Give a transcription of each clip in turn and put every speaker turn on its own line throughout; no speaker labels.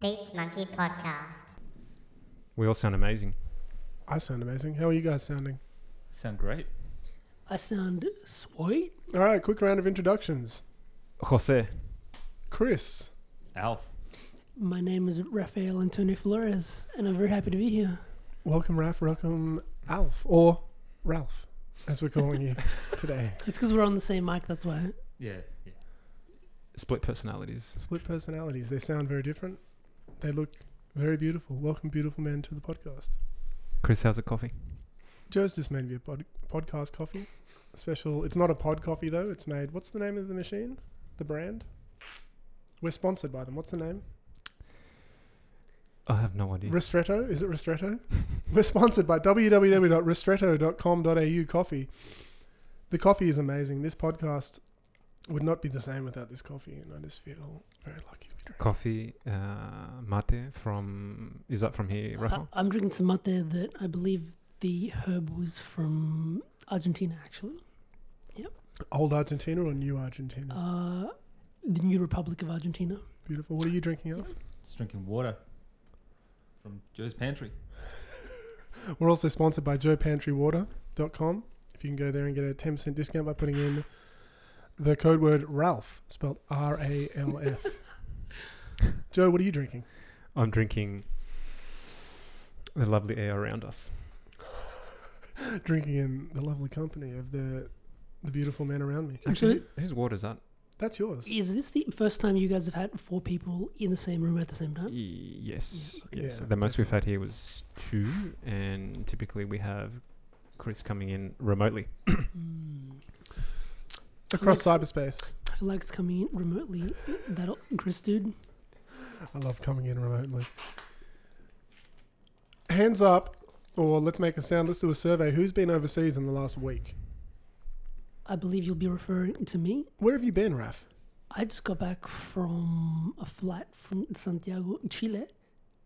Beast Monkey Podcast.
We all sound amazing.
I sound amazing. How are you guys sounding?
Sound great.
I sound sweet.
All right, quick round of introductions.
Jose.
Chris,
Alf.
My name is Rafael Antonio Flores, and I'm very happy to be here.
welcome Ralph, welcome Alf, or Ralph, as we're calling you today.
It's because we're on the same mic, that's why.
Yeah. yeah.
Split personalities.
Split personalities, they sound very different. They look very beautiful. Welcome, beautiful man, to the podcast.
Chris, how's the coffee?
Joe's just made me a pod- podcast coffee. A special, it's not a pod coffee though, it's made, what's the name of the machine? The brand? We're sponsored by them. What's the name?
I have no idea.
Ristretto? Is it Ristretto? We're sponsored by www.ristretto.com.au coffee. The coffee is amazing. This podcast would not be the same without this coffee, and I just feel very lucky to be drinking.
coffee uh, mate from. Is that from here, Rafa?
I, am drinking some mate that I believe the herb was from Argentina, actually.
Old Argentina or new Argentina?
Uh, the New Republic of Argentina.
Beautiful. What are you drinking off?
Just drinking water from Joe's pantry.
We're also sponsored by joepantrywater.com. If you can go there and get a 10% discount by putting in the code word Ralph, spelled R A L F. Joe, what are you drinking?
I'm drinking the lovely air around us.
Drinking in the lovely company of the the beautiful man around me.
Actually, whose water's that?
That's yours.
Is this the first time you guys have had four people in the same room at the same time?
Y- Yes,
Yeah,
yes. the most we've had here was two, and typically we have Chris coming in remotely.
Mm.
Across
Alexa.
cyberspace.
Who likes coming in remotely? That old Chris dude.
I love coming in remotely. Hands up, or let's make a sound. Let's do a survey. Who's been overseas in the last week?
I believe you'll be referring to me.
Where have you been, Raf?
I just got back from a flight from Santiago, Chile,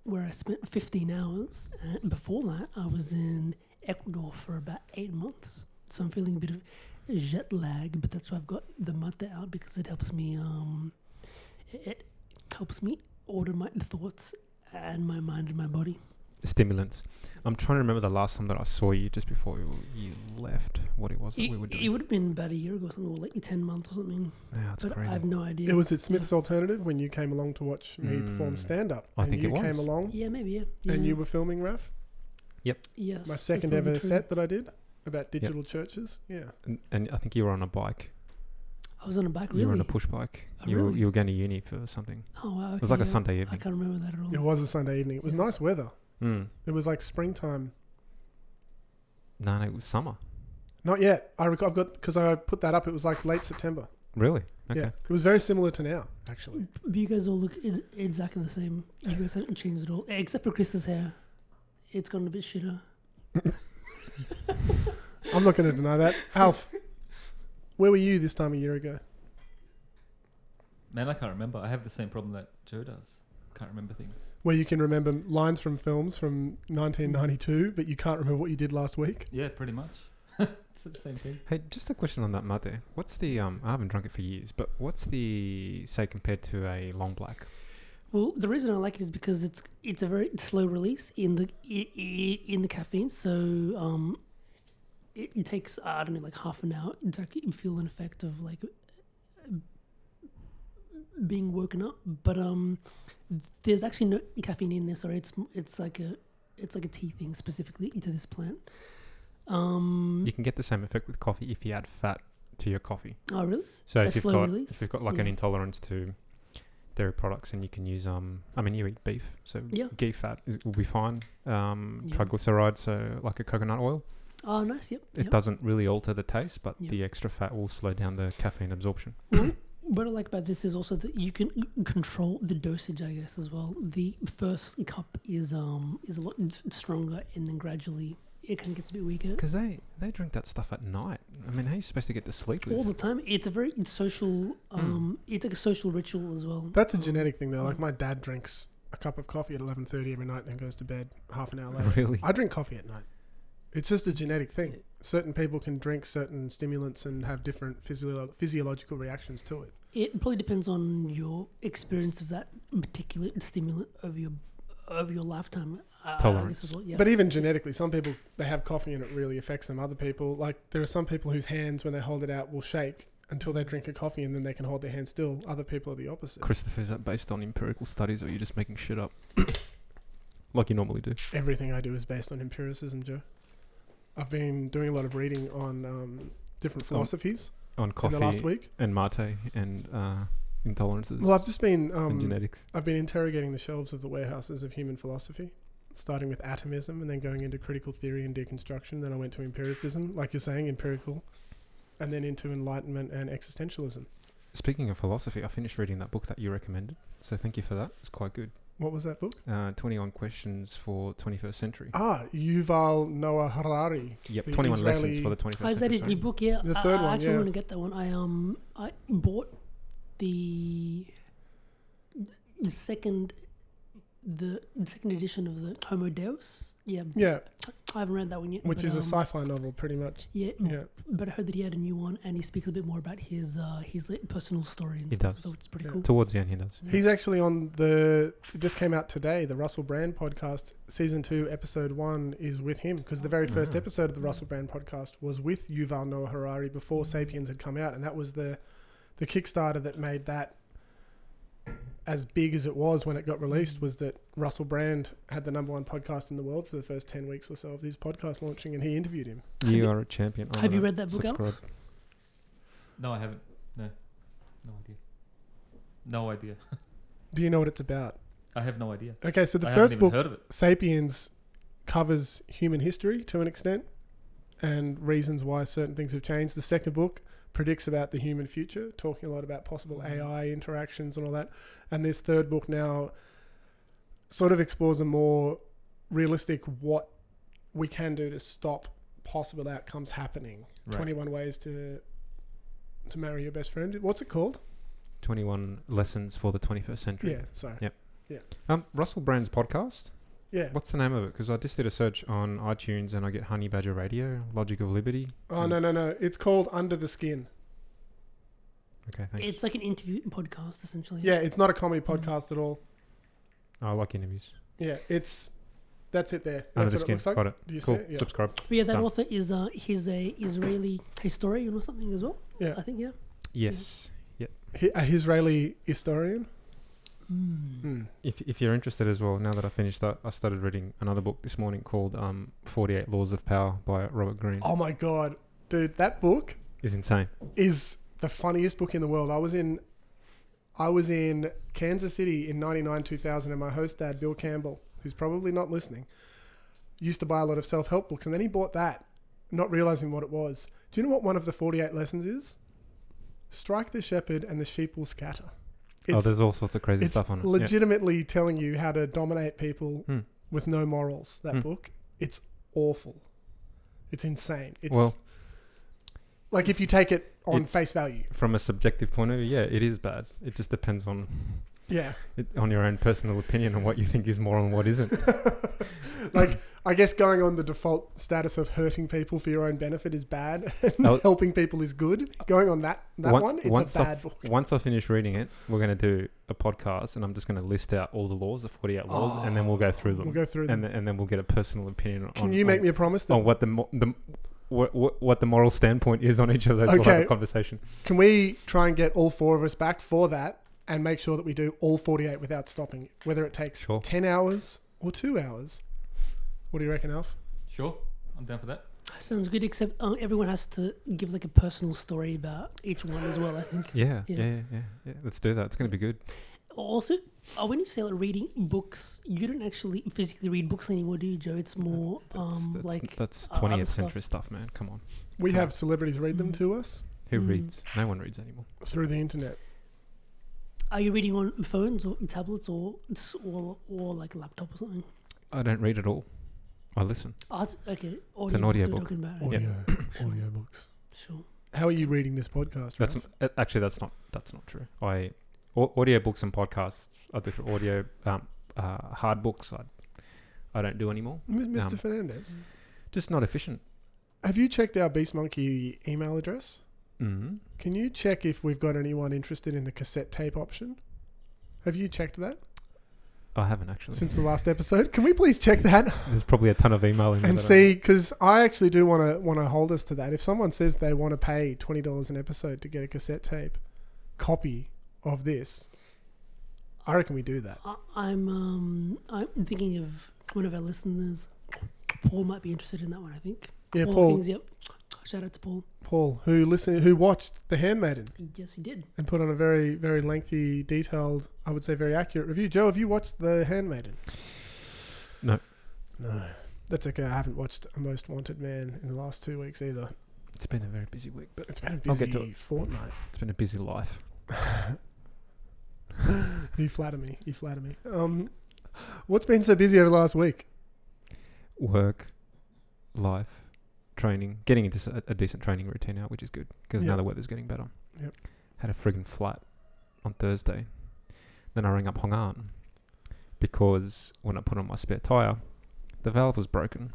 where I spent 15 hours. And before that, I was in Ecuador for about eight months. So I'm feeling a bit of jet lag, but that's why I've got the mate out because it helps me. Um, it, it helps me order my thoughts and my mind and my body.
Stimulants. I'm trying to remember the last time that I saw you just before you, you left. What it was that
It,
we were doing.
it would have been about a year ago, or something, or like 10 months or something.
yeah, it's
but I
crazy.
have no idea.
It was at Smith's Alternative when you came along to watch me perform
Mm.
stand up.
I think
you
it was.
came along
yeah, maybe, yeah. yeah.
and you were filming, Raf?
yes,
My
that's
second
probably
ever
true.
set that I did about digital churches. Yeah.
and, and I think you were on a bike.
I was on a bike, really.
You were on a push bike.
Oh,
you, were,
really?
you were going to uni for something.
Oh, wow.
It was like a
okay, yeah.
Sunday
I
evening.
can't remember that at all.
It was a Sunday evening. It was nice weather.
Mm.
It was like springtime.
No, no, it was summer.
Not yet. I rec- I've got, because I put that up, it was like late September.
Really? Okay.
Yeah. It was very similar to now, actually.
But you guys all look e- exactly the same. You guys haven't changed at all, except for Chris's hair. It's gotten a bit shitter.
I'm not going to deny that. Alf, where were you this time a year ago?
Man, I can't remember. I have the same problem that Joe does. Can't remember things.
Where you can remember lines from films from 1992, but you can't remember what you did last week?
Yeah, pretty much. it's the same thing.
Hey, just a question on that mate. What's the um? I haven't drunk it for years, but what's the say compared to a long black?
Hmm. Well, the reason I like it is because it's it's a very slow release in the i- i- in the caffeine, so um, it, it takes I don't know like half an hour to actually feel an effect of like being woken up. But um, there's actually no caffeine in this, or it's it's like a it's like a tea thing specifically to this plant. Um,
You can get the same effect with coffee if you add fat to your coffee.
oh really?
So
A
if you've
slow
got
release?
if you've got like an
Yeah.
intolerance to dairy products, and you can use um, I mean you eat beef, so
Yeah.
ghee fat is, will be fine. Um,
Yeah.
triglycerides, so like a coconut oil,
Oh, nice. Yep.
It
yep.
doesn't really alter the taste, but
Yep.
the extra fat will slow down the caffeine absorption.
What I like about this is also that you can c- control the dosage, I guess, as well. The first cup is um is a lot s- stronger, and then gradually it kind of gets a bit weaker.
Because they, they drink that stuff at night. I mean, how are you supposed to get to sleep
All the
with?
time, it's a very social. Um, it's like a social ritual as well.
That's a
Um,
genetic thing though. Like my dad drinks a cup of coffee at eleven thirty every night, then goes to bed half an hour later.
Really?
I drink coffee at night. It's just a genetic thing. Certain people can drink certain stimulants and have different physiolo- physiological reactions to it.
It probably depends on your experience of that particular stimulant of your of your lifetime. I- I guess
Tolerance.
as well, yeah.
But even genetically, some people they have coffee and it really affects them. Other people, like there are some people whose hands when they hold it out will shake until they drink a coffee and then they can hold their hand still. Other people are the opposite.
Christopher, is that based on empirical studies or are you just making shit up? like you normally do.
Everything I do is based on empiricism, Joe. I've been doing a lot of reading on um, different philosophies
On
in the last
coffee
week.
and mate and uh, intolerances
Well, I've just been
and
um,
genetics.
I've been interrogating the shelves of the warehouses of human philosophy, starting with atomism and then going into critical theory and deconstruction. Then I went to empiricism, like you're saying, empirical, and then into enlightenment and existentialism.
Speaking of philosophy, I finished reading that book that you recommended. So thank you for that. It's quite good.
What was that book?
Uh, 21 Questions for 21st Century.
Ah, Yuval Noah Harari.
Yep,
The
21 lessons
Israeli-
for the 21st
Oh, is that
century.
his new book? Yeah,
The
I-
third
I,
one,
actually
yeah.
want to get that one. I um I bought the the second the second edition of the Homo Deus. Yeah,
Yeah,
I haven't read that one yet.
which
but,
is a
um,
sci-fi novel, pretty much.
Yeah,
Yeah,
but I heard that he had a new one, and he speaks a bit more about his uh his like, personal story and
He
stuff.
does.
So it's pretty
Yeah.
cool.
Towards the end, he does.
he's actually on the. It just came out today. The Russell Brand podcast, season two, episode one, is with him because the very first
Ah.
episode of the Russell Brand podcast was with Yuval Noah Harari before *Sapiens* had come out, and that was the the Kickstarter that made that as big as it was when it got released was that Russell Brand had the number one podcast in the world for the first ten weeks or so of his podcast launching, and he interviewed him.
Have
you
you-
are a champion. Oh, I'm
have you
gonna
read that book, Al?
subscribe.
No, I haven't. No, no idea. No idea.
Do you know what it's about?
I have no idea.
Okay, so the
I
first
haven't even
book
heard of it.
Sapiens covers human history to an extent and reasons why certain things have changed. The second book predicts about the human future, talking a lot about possible
Mm-hmm.
AI interactions and all that. And this third book now sort of explores a more realistic what we can do to stop possible outcomes happening.
Right.
21 ways to to marry your best friend. What's it called?
21 lessons for the 21st century.
Yeah, sorry.
Um, Russell Brand's podcast.
Yeah.
What's the name of it? Because I just did a search on iTunes and I get Honey Badger Radio, Logic of Liberty.
Oh no, no, no. It's called Under the Skin.
Okay, thanks.
It's like an interview podcast essentially.
Yeah, it's not a comedy
Mm-hmm.
podcast at all.
I like interviews.
Yeah, it's that's it there.
Under the
That's what it
skin.
looks like.
Got it.
Do you see
Cool.
it? Yeah. Mm-hmm.
Subscribe.
But yeah, that
Done.
author is uh he's a Israeli historian or something as well.
Yeah.
I think yeah.
Yes.
He, a Israeli historian.
Mm.
Hmm.
If, if you're interested as well, now that I finished that, I started reading another book this morning called um, 48 Laws of Power by Robert Greene.
Oh my god, dude, that book
It's insane. Oh,
is the funniest book in the world. I was in, I was in Kansas City in '99, 2000, and my host dad, Bill Campbell, who's probably not listening, used to buy a lot of self-help books, and then he bought that, not realizing what it was. Do you know what one of the 48 lessons is? Strike the shepherd, and the sheep will scatter.
oh, there's all sorts of crazy
it's
stuff on it. Mm. Yeah.
legitimately telling you how to dominate people
Hmm.
with no morals. That
Hmm.
book, it's awful. It's insane. It's
Well-
like if you take it on
It's-
face value.
From a subjective point of view, yeah, it is bad. It just depends on
Yeah.
it, on your own personal opinion on what you think is moral and what isn't.
like I guess going on the default status of hurting people for your own benefit is bad and
Now-
helping people is good. Going on that that
Oh. Once-
one, it's
once
a
I
bad
f-
book.
Once I finish reading it, we're going to do a podcast, and I'm just going to list out all the laws, the 48 laws, and then we'll go through them,
We'll go through
and
them.
then, and then we'll get a personal opinion.
Can
on,
you make
on,
me a promise that
on what the mo- the what, what, what the moral standpoint is on each of those? We'll have
Okay.
a conversation.
Can we try and get all four of us back for that and make sure that we do all 48 without stopping, whether it takes
Sure.
10 hours or two hours? What do you reckon, Alf?
Sure, I'm down for that.
Sounds good. Except uh, everyone has to give like a personal story about each one as well. I think.
Yeah, yeah,
Yeah.
yeah, yeah. Let's do that. It's going to be good.
Also, uh, when you say like reading books, you don't actually physically read books anymore, do you, Joe? It's more
That's,
um,
that's,
like
that's
uh, other
20th
stuff.
century stuff. man. Come on.
We
Come
have
on.
celebrities read them
Mm.
to us
Who
Mm.
reads? No one reads anymore.
through the internet.
are you reading on phones or tablets or s- or, or like laptop or something?
I don't read at all. I listen.
Oh, it's- okay,
It's an
audiobooks we're
audiobook.
Talking about,
Audio, audiobooks.
Sure.
How are you reading this podcast?
That's
Ralph?
uh, actually that's not that's not true. I au- audio books and podcasts. I do for audio um, uh, hard books. I I don't do anymore.
M- Mr.
um,
Fernandez.
Just not efficient.
Have you checked our Beast Monkey email address?
Mm.
Can you check if we've got anyone interested in the cassette tape option? Have you checked that
I haven't actually.
since the last episode? Can we please check that
There's probably a ton of email in there
and
that I haven't-
see? Because I actually do want to want to hold us to that. If someone says they want to pay twenty dollars an episode to get a cassette tape copy of this, I reckon we do that.
I, I'm um, I'm thinking of one of our listeners. Paul might be interested in that one. I think.
Yeah,
All
Paul.
Things, yep. Shout out to Paul.
Paul, who listened, who watched The Handmaiden
Yes, he did.
and put on a very very lengthy, detailed, I would say very accurate review. Joe, have you watched The Handmaiden?
No.
No. That's okay. I haven't watched A Most Wanted Man in the last two weeks either.
It's been a very busy week, but
It's been a
I'll
busy
get to
fortnight.
it's been a busy life.
you flatter me. You flatter me. Um, what's been so busy over the last week?
Work, life, training, getting into s- a, a decent training routine now, which is good because
Yeah.
now the weather's getting better.
Yep.
Had a friggin' flight on Thursday. Then I rang up Hong An because when I put on my spare tire, the valve was broken,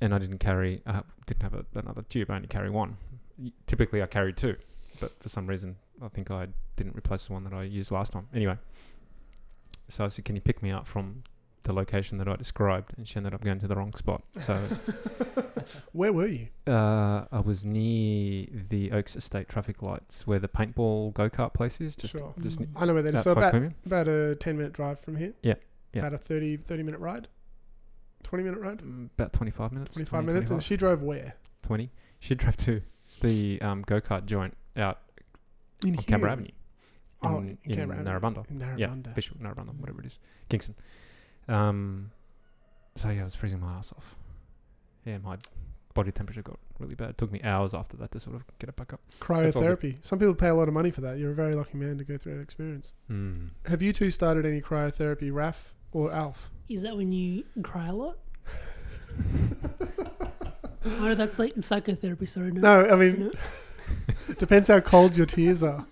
and I didn't carry. I didn't have a, another tube. I only carry one. Y- Typically, I carry two, but for some reason, I think I didn't replace the one that I used last time. Anyway, so I said, "Can you pick me up from the location that I described?" And she ended up going to the wrong spot. So
Where were you?
uh, I was near the Oaks Estate traffic lights where the paintball go kart place is. Just,
Sure.
just
Mm.
I know where that is.
that's
So about,
Communion.
about a 10 minute drive from here.
Yeah, yeah.
About a 30, 30 minute ride? 20 minute ride?
Mm, about 25 minutes.
25
20,
minutes. And
25,
she drove where?
20. She drove to the um, go kart joint out
In
on Canberra Avenue.
Oh,
in,
in, Canberra
in
Avenue.
Narrabunda.
In
Yeah,
Narrabunda.
Bishop Narrabunda, whatever it is. Kingston. Um, so yeah, I was freezing my ass off. Yeah, my body temperature got really bad. It took me hours after that to sort of get it back up. That's all good.
Cryotherapy. Some people pay a lot of money for that. You're a very lucky man to go through that experience.
Mm.
Have you two started any cryotherapy, Raf or Alf?
Is that when you cry a lot? oh, no, that's like psychotherapy. Sorry, no.
No, I mean,
No.
depends how cold your tears are.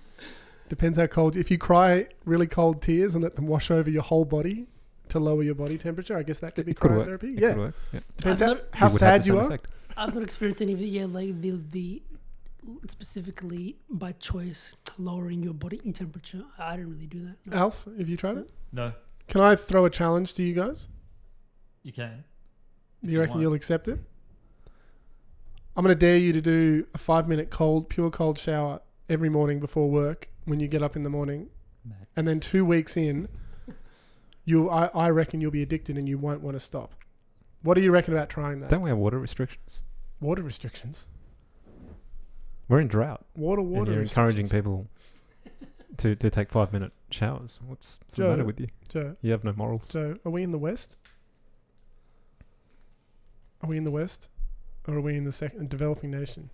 Depends how cold. If you cry really cold tears and let them wash over your whole body to lower your body temperature, I guess that could be
It could work.
cryotherapy.
It
yeah,
could work. Yeah.
depends
I'm
how,
not-
how
It would have
sad
the
you
same
are.
effect.
I've not experienced any of the yeah, like the the specifically by choice lowering your body temperature. I don't really do that. no.
Alf, have you tried it?
No,
Can I throw a challenge to you guys?
you can.
Do
If
you
you
reckon
want.
you'll accept it? I'm going to dare you to do a five minute cold, pure cold shower every morning before work when you get up in the morning.
Mad.
And then two weeks in, you I, I reckon you'll be addicted and you won't want to stop. What do you reckon about trying that?
Don't we have water restrictions?
Water restrictions.
We're in drought,
Water,
and
water.
you're encouraging
restrictions.
people to, to take five minute showers. What's, what's the
Joe.
matter with you?
So,
You have no morals.
so, are we in the West? Are we in the West, or are we in the second developing nation?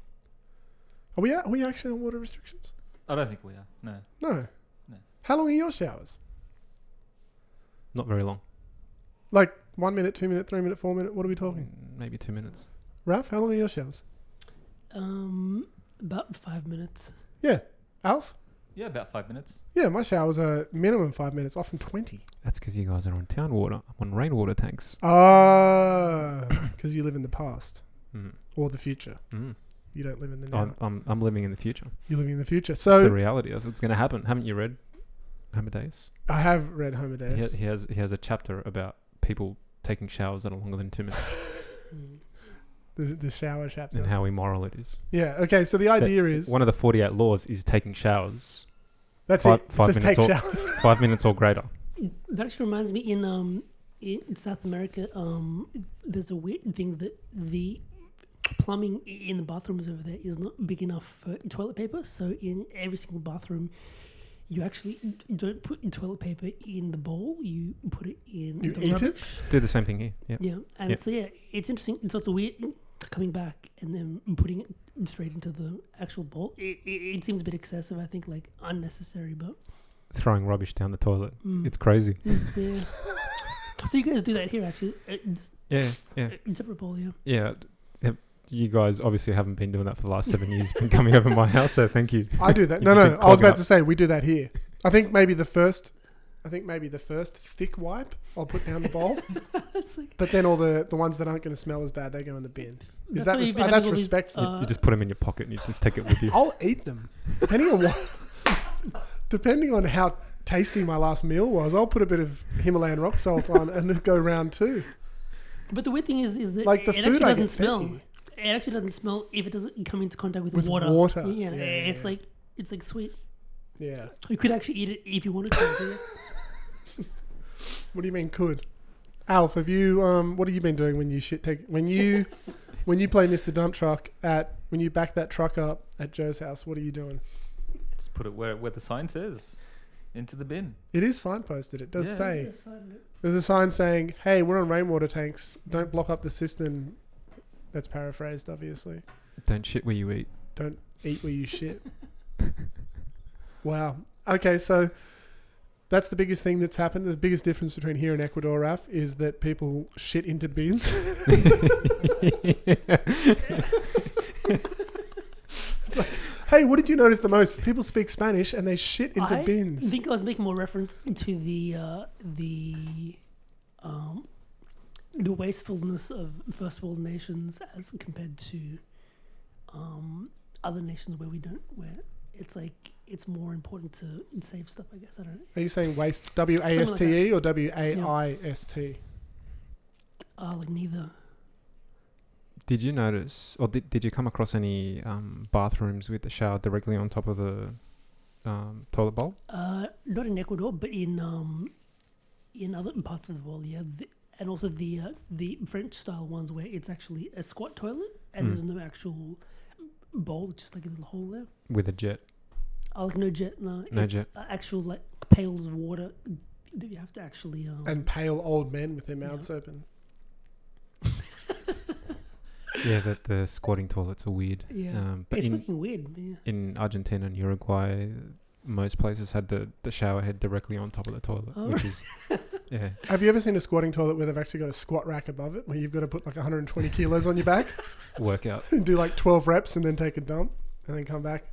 Are we? a- Are we actually on water restrictions?
I don't think we are. No.
No.
No.
How long are your showers?
Not very long.
Like one minute, two minute, three minute, four minute. What are we talking?
Mm, Maybe two minutes.
Ralph, how long are your showers?
Um, about five minutes.
Alf?
Yeah, about five minutes.
Yeah, my showers are minimum five minutes, often twenty.
That's because you guys are on town water. I'm on rainwater tanks.
Ah, because you live in the past
Mm.
or the future.
Mm.
You don't live in the now.
I'm, I'm, I'm living in the future.
You're living in the future.
That's the
So
reality. That's what's going to happen. Haven't you read Amadeus?
I have read Homer
He, ha-
Deus.
he has he has a chapter about people taking showers that are longer than two minutes
Mm.
the, the shower chapter.
and how immoral it is.
yeah. Okay. So the idea is
One of the 48 laws is taking showers
that's
five-
it.
five
it says
minutes
take
or-
showers.
five minutes or greater.
That actually reminds me in um in South America um there's a weird thing that the plumbing in the bathrooms over there is not big enough for toilet paper. So in every single bathroom, You actually d- don't put toilet paper in the bowl. You put it in
You
the
eat it?
rubbish.
Do the same thing here. Yeah.
Yeah, and
Yeah.
so yeah, it's interesting. So it's a weird coming back and then putting it straight into the actual bowl. It, it, it seems a bit excessive. I think like unnecessary, but
Throwing rubbish down the toilet.
mm,
It's crazy.
mm, yeah. so you guys do that here actually? uh, just,
Yeah, yeah,
uh, separate bowl, yeah.
yeah. Yep. You guys obviously haven't been doing that for the last seven years. You've been coming over my house, so thank you.
I do that.
You
No,
just
no.
been
I was
clogging
about
up.
to say we do that here. I think maybe the first, I think maybe the first thick wipe I'll put down the bowl,
It's like,
but then all the the ones that aren't going to smell as bad they go in the bin. Is that
why
res-
you've been
oh,
having
that's
all these, uh,
respectful.
You, you just put them in your pocket and you just take it with you.
I'll eat them, depending on what, depending on how tasty my last meal was. I'll put a bit of Himalayan rock salt on and go round two.
But the weird thing is, is that
Like the
it
food
actually
I
doesn't
get fed
smell.
here.
It actually doesn't smell if it doesn't come into contact with,
With
water.
water,
Yeah,
yeah,
it's
yeah.
like it's like sweet.
Yeah.
You could actually eat it if you wanted to.
What do you mean could? Alf, have you um what have you been doing when you shit take when you when you play Mr. Dump Truck at when you back that truck up at Joe's house, what are you doing?
Just put it where where the sign says, into the bin.
It is signposted, it does
Yeah.
say. There's a sign saying, Hey, we're on rainwater tanks, don't block up the cistern. That's paraphrased obviously.
Don't shit where you eat.
Don't eat where you shit. wow. Okay, so that's the biggest thing that's happened. The biggest difference between here and Ecuador, Raf, is that people shit into bins. It's like, hey, what did you notice the most? People speak Spanish and they shit into
I
bins.
think I was making more reference to the uh, the um, the wastefulness of first world nations as compared to um, other nations where we don't where it's like it's more important to save stuff. I guess I don't.
Are you saying waste? W A S T E or W A I S T?
Uh, like neither.
Did you notice, or did, did you come across any um, bathrooms with the shower directly on top of the um, toilet bowl?
Uh, not in Ecuador, but in um, in other parts of the world, yeah. The, and also the uh, the French style ones where it's actually a squat toilet and
Mm.
there's no actual bowl, it's just like a little hole there.
With a jet.
Oh, like no jet, no.
No
it's
jet.
uh, Actual like pails of water that you have to actually. Um,
And pale old men with their mouths open.
Yeah, that the squatting toilets are weird.
yeah,
Um, but
it's
in,
fucking weird. but Yeah.
in Argentina and Uruguay, most places had the, the shower head directly on top of the toilet,
Oh,
which is, yeah.
Have you ever seen a squatting toilet where they've actually got a squat rack above it, where you've got to put like 120 kilos on your back
workout
and do like 12 reps and then take a dump and then come back?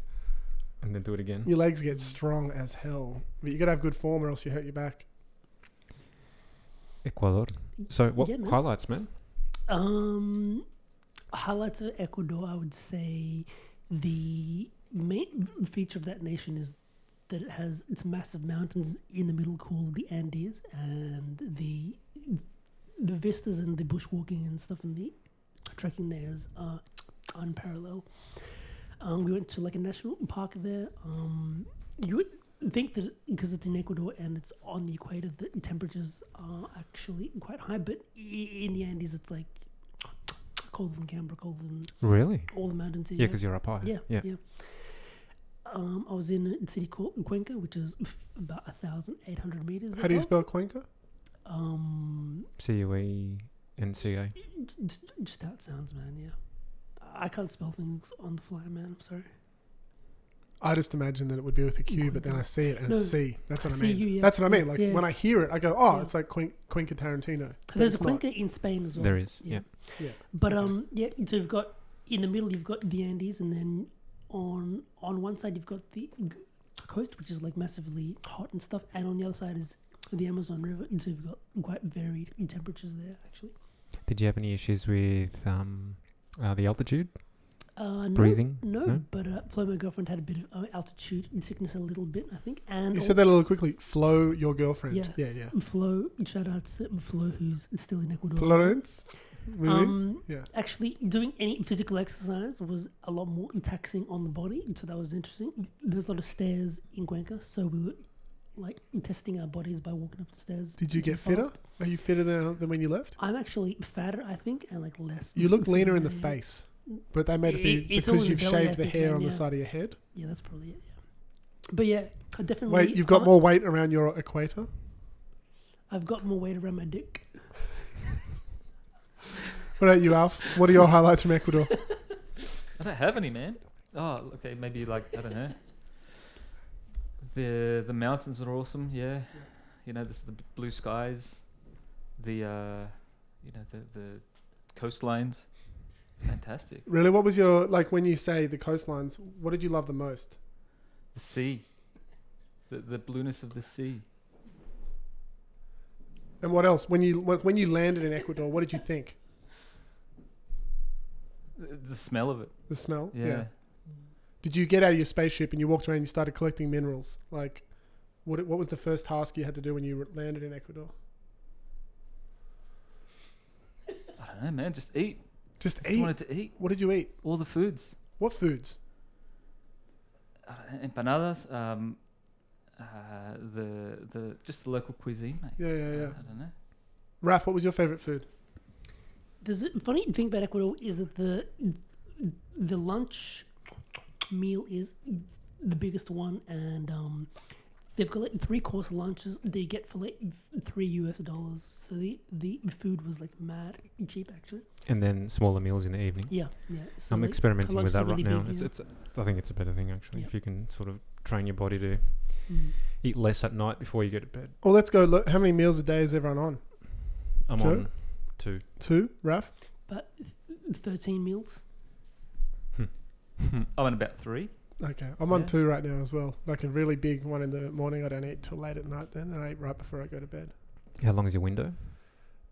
and then do it again.
Your legs get strong as hell, but you got to have good form or else you hurt your back.
Ecuador. So what
Yeah, man.
highlights, man?
Um, highlights of Ecuador, I would say the main feature of that nation is that it has its massive mountains in the middle called the Andes, and the the vistas and the bushwalking and stuff and the trekking there is uh, unparalleled. Um, we went to like a national park there. Um, you would think that because it's in Ecuador and it's on the equator, the temperatures are actually quite high, but i- in the Andes, it's like colder than Canberra, colder than
Really?
all the mountains here.
Yeah, because you're up high.
Yeah,
yeah.
yeah. Um, I was in a city called Cuenca, which is f- about thousand eight hundred meters.
How do you
above.
spell Cuenca?
Um,
CUE, NCA.
just, just how it sounds, man. Yeah, I can't spell things on the fly, man. I'm sorry.
I just imagine that it would be with a Q, but then I see it and it's
Oh No.
C. That's what I
C,
mean.
U, yeah.
That's what I
Yeah,
mean. Like
yeah.
when I hear it, I go, oh,
Yeah.
it's like Quen- Cuenca Tarantino. But
There's a
it's not.
Cuenca in Spain as well.
There is.
yeah.
Yeah.
Yeah.
But um, yeah. So you've got in the middle, you've got the Andes, and then on on one side you've got the g- coast, which is like massively hot and stuff, and on the other side is the Amazon River, and so you've got quite varied temperatures there actually.
Did you have any issues with um, uh, the altitude,
Uh, no,
breathing?
No, but uh, Flo, my girlfriend, had a bit of uh, altitude sickness a little bit, I think. And
You said that a little quickly. Flo, your girlfriend.
yes,
Yeah, yeah.
Flo, shout out to Flo, who's still in Ecuador.
Florence. Really?
Um,
yeah.
actually, doing any physical exercise was a lot more taxing on the body, so that was interesting. There's a lot of stairs in Cuenca, so we were like testing our bodies by walking up the stairs.
Did you
too
get fitter?
fast.
Are you fitter now than when you left?
I'm actually fatter, I think, and like less.
You look leaner in the
Yeah.
face, but that may be
It- it's all
because
in the
you've
belly, I
shaved the
think,
hair
man,
on the
yeah.
side of your head.
Yeah, that's probably it. But yeah, I definitely.
Wait, you've got
I-
more weight around your equator?
I've got more weight around my dick.
What about you, Alf? What are your highlights from Ecuador?
I don't have any, man. Oh, okay, maybe like I don't know. The the mountains were awesome, yeah. You know, this the b- blue skies, the uh, you know the the coastlines, It's fantastic.
Really, what was your like when you say the coastlines? What did you love the most?
The sea, the the blueness of the sea.
And what else? When you like, when you landed in Ecuador, what did you think?
The, the smell of it,
The smell.
yeah.
Did you get out of your spaceship and you walked around and you started collecting minerals? Like, what what was the first task you had to do when you landed in Ecuador?
I don't know, man. Just eat.
Just
I just
eat.
wanted to eat
What did you eat?
all the foods.
What foods?
I don't know, empanadas, um, uh, the the just the local cuisine, mate.
Yeah, yeah, yeah.
I don't know.
Raph, what was your favorite food?
There's a funny thing about Ecuador is that the the lunch meal is the biggest one, and um, they've got like three course lunches they get for like three US dollars. So the the food was like mad cheap actually.
and then smaller meals in the evening.
Mm-hmm. Yeah, yeah. So
I'm
like,
experimenting
lunch
with
is
that
really
right now.
big,
It's,
yeah.
it's, I think it's a better thing actually
Yeah.
if you can sort of train your body to
mm.
eat less at night before you go to bed.
Well, let's go. Look, how many meals a day is everyone on?
I'm
Sure.
on two.
Two, Raph.
but thirteen meals.
I'm on Oh, about three.
Okay, I'm on
Yeah.
two right now as well. Like a really big one in the morning. I don't eat till late at night. Then I eat right before I go to bed.
How long is your window?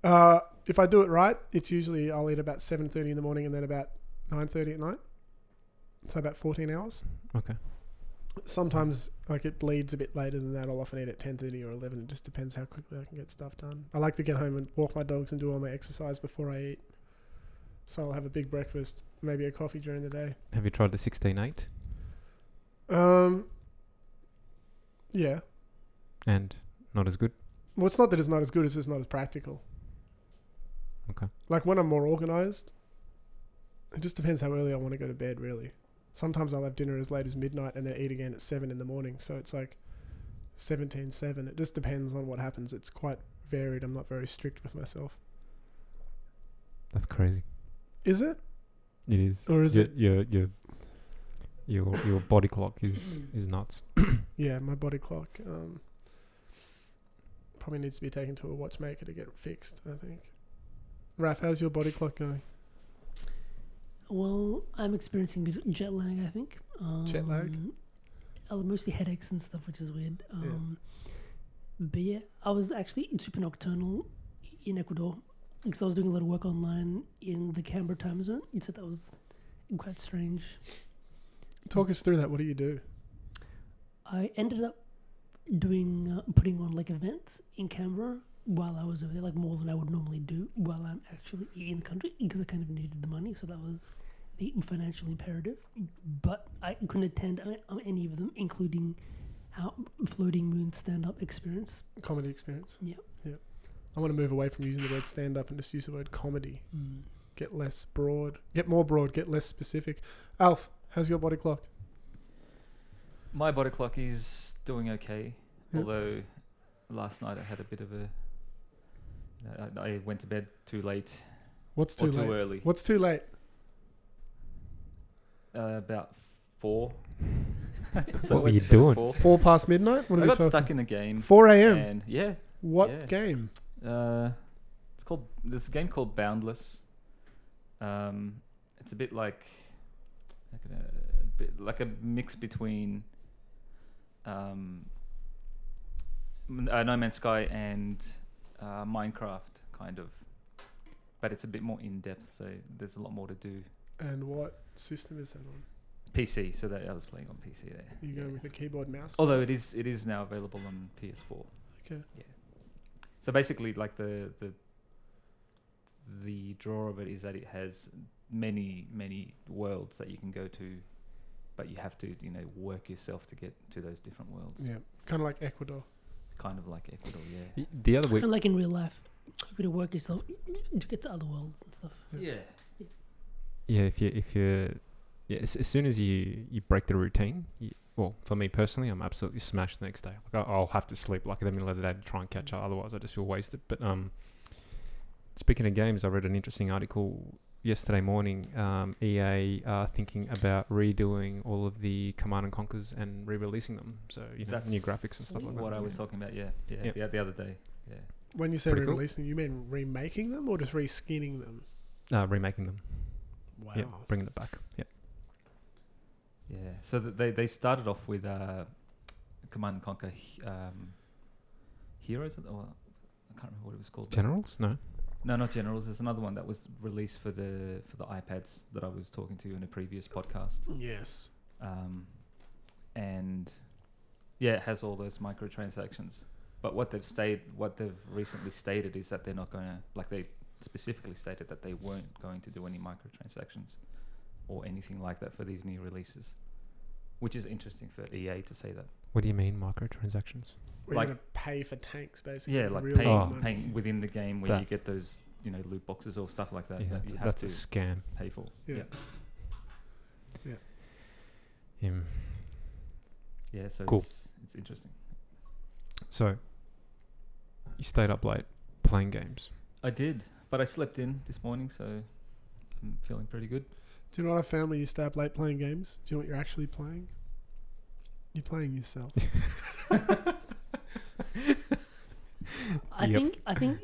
Uh, if I do it right, it's usually I'll eat about seven thirty in the morning and then about nine thirty at night. So about fourteen hours.
Okay.
Sometimes like it bleeds a bit later than that. I'll often eat at ten thirty or eleven. It just depends how quickly I can get stuff done. I like to get home and walk my dogs and do all my exercise before I eat. So I'll have a big breakfast, maybe a coffee during the day.
Have you tried the 16-8?
Um. Yeah.
and not as good?
Well, it's not that it's not as good; it's just not as practical.
Okay.
Like when I'm more organized, it just depends how early I want to go to bed. Really, sometimes I'll have dinner as late as midnight and then eat again at seven in the morning. So it's like seventeen seven. It just depends on what happens. It's quite varied. I'm not very strict with myself.
That's crazy.
Is it?
It is.
Or is
your,
it-
your your your your body clock is
Mm-hmm.
is nuts.
Yeah, my body clock um, probably needs to be taken to a watchmaker to get it fixed. I think. Raph, how's your body clock going?
Well, I'm experiencing a bit of jet lag, I think. Um,
Jet lag?
uh, Mostly headaches and stuff, which is weird.
Yeah.
Um, But yeah, I was actually super nocturnal in Ecuador because I was doing a lot of work online in the Canberra time zone. So that was quite strange.
Talk us through that. What do you do?
I ended up doing uh, putting on like events in Canberra while I was over there, like more than I would normally do while I'm actually in the country because I kind of needed the money. So that was the financial imperative. But I couldn't attend uh, any of them, including our floating moon stand up experience.
Comedy experience.
Yeah.
I want to move away from using the word stand up and just use the word comedy.
Mm.
Get less broad. Get more broad. Get less specific. Alf, how's your body clock?
My body clock is doing okay,
Yeah.
although last night I had a bit of a. You know, I, I went to bed too late
What's too
or too
late?
early,
What's too late?
uh, about four.
What
I
were
went
you
to bed at
doing?
Four.
Four past midnight? What are
I
we
got
talking?
stuck in a game.
Four a.m.
And yeah,
What
yeah.
game?
uh, it's called. There's a game called Boundless. Um, it's a bit like, like a, bit like a mix between, um, m- uh, No Man's Sky and uh, Minecraft, kind of. But it's a bit more in depth, so there's a lot more to do.
And what system is that on?
PC, so that I was playing on PC there.
You go
Yeah.
with a keyboard mouse.
Although it is it is now available on PS4.
Okay.
Yeah. So basically, like the the the draw of it is that it has many many worlds that you can go to, but you have to you know work yourself to get to those different worlds.
yeah, kind of like Ecuador.
Kind of like Ecuador, yeah.
Y- The other week,
Kind of like in real life, you got to work yourself to get to other worlds and stuff.
Yeah.
yeah, if you if you yeah, as, as soon as you you break the routine, you, well, for me personally, I'm absolutely smashed the next day. Like I- I'll have to sleep like in the middle of the day to try and catch up. Otherwise, I just feel wasted. But um, speaking of games, I read an interesting article yesterday morning. Um, EA are thinking about redoing all of the Command and Conquers and re-releasing them. So you know, new
That's
graphics and stuff like that.
What I was talking about, yeah, yeah,
Yep.
the, the other day, yeah.
When you say
Pretty cool.
re-releasing, you mean remaking them or just reskinning them?
uh, remaking them.
Wow.
Yeah, bringing it back. Yeah.
Yeah, so th- they they started off with uh, Command and Conquer he- um, Heroes, or I can't remember what it was called. now.
Generals? No.
No, not Generals. There's another one that was released for the for the iPads that I was talking to you in a previous podcast,
Yes.
um, and yeah, it has all those microtransactions. But what they've stayed, what they've recently stated is that they're not going to, like they specifically stated that they weren't going to do any microtransactions or anything like that for these new releases, which is interesting for EA to say that.
What do you mean microtransactions?
We're
Like-
gonna pay for tanks, basically.
Yeah,
with
like
real
paying,
Oh.
money.
paying within the game where
That-
you get those, you know, loot boxes or stuff like that
yeah,
that
that's,
you have
that's
to
a scam.
pay for.
Yeah.
yeah.
Yeah.
Yeah, so
Cool.
it's, it's interesting.
So you stayed up late playing games.
I did, but I slept in this morning, so I'm feeling pretty good.
Do you know what I found when you stay up late playing games? Do you know what you're actually playing? You're playing yourself.
I
Yep.
think I think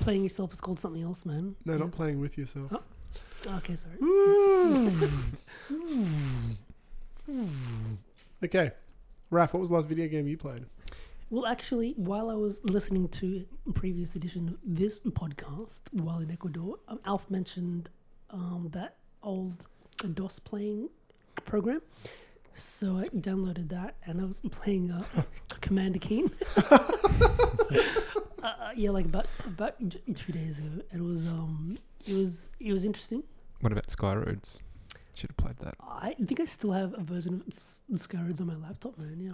playing yourself is called something else, man.
No,
Yeah.
not playing with yourself.
Oh. Okay, sorry.
okay. Raf, what was the last video game you played?
Well, actually, while I was listening to previous edition of this podcast while in Ecuador, um, Alf mentioned um, that old DOS playing program. So I downloaded that and I was playing uh, Commander Keen. uh, yeah, like about about j- two days ago. It was um, it was it was interesting.
What about Skyroads? Should have played that.
I think I still have a version of S- Skyroads on my laptop, man. Yeah,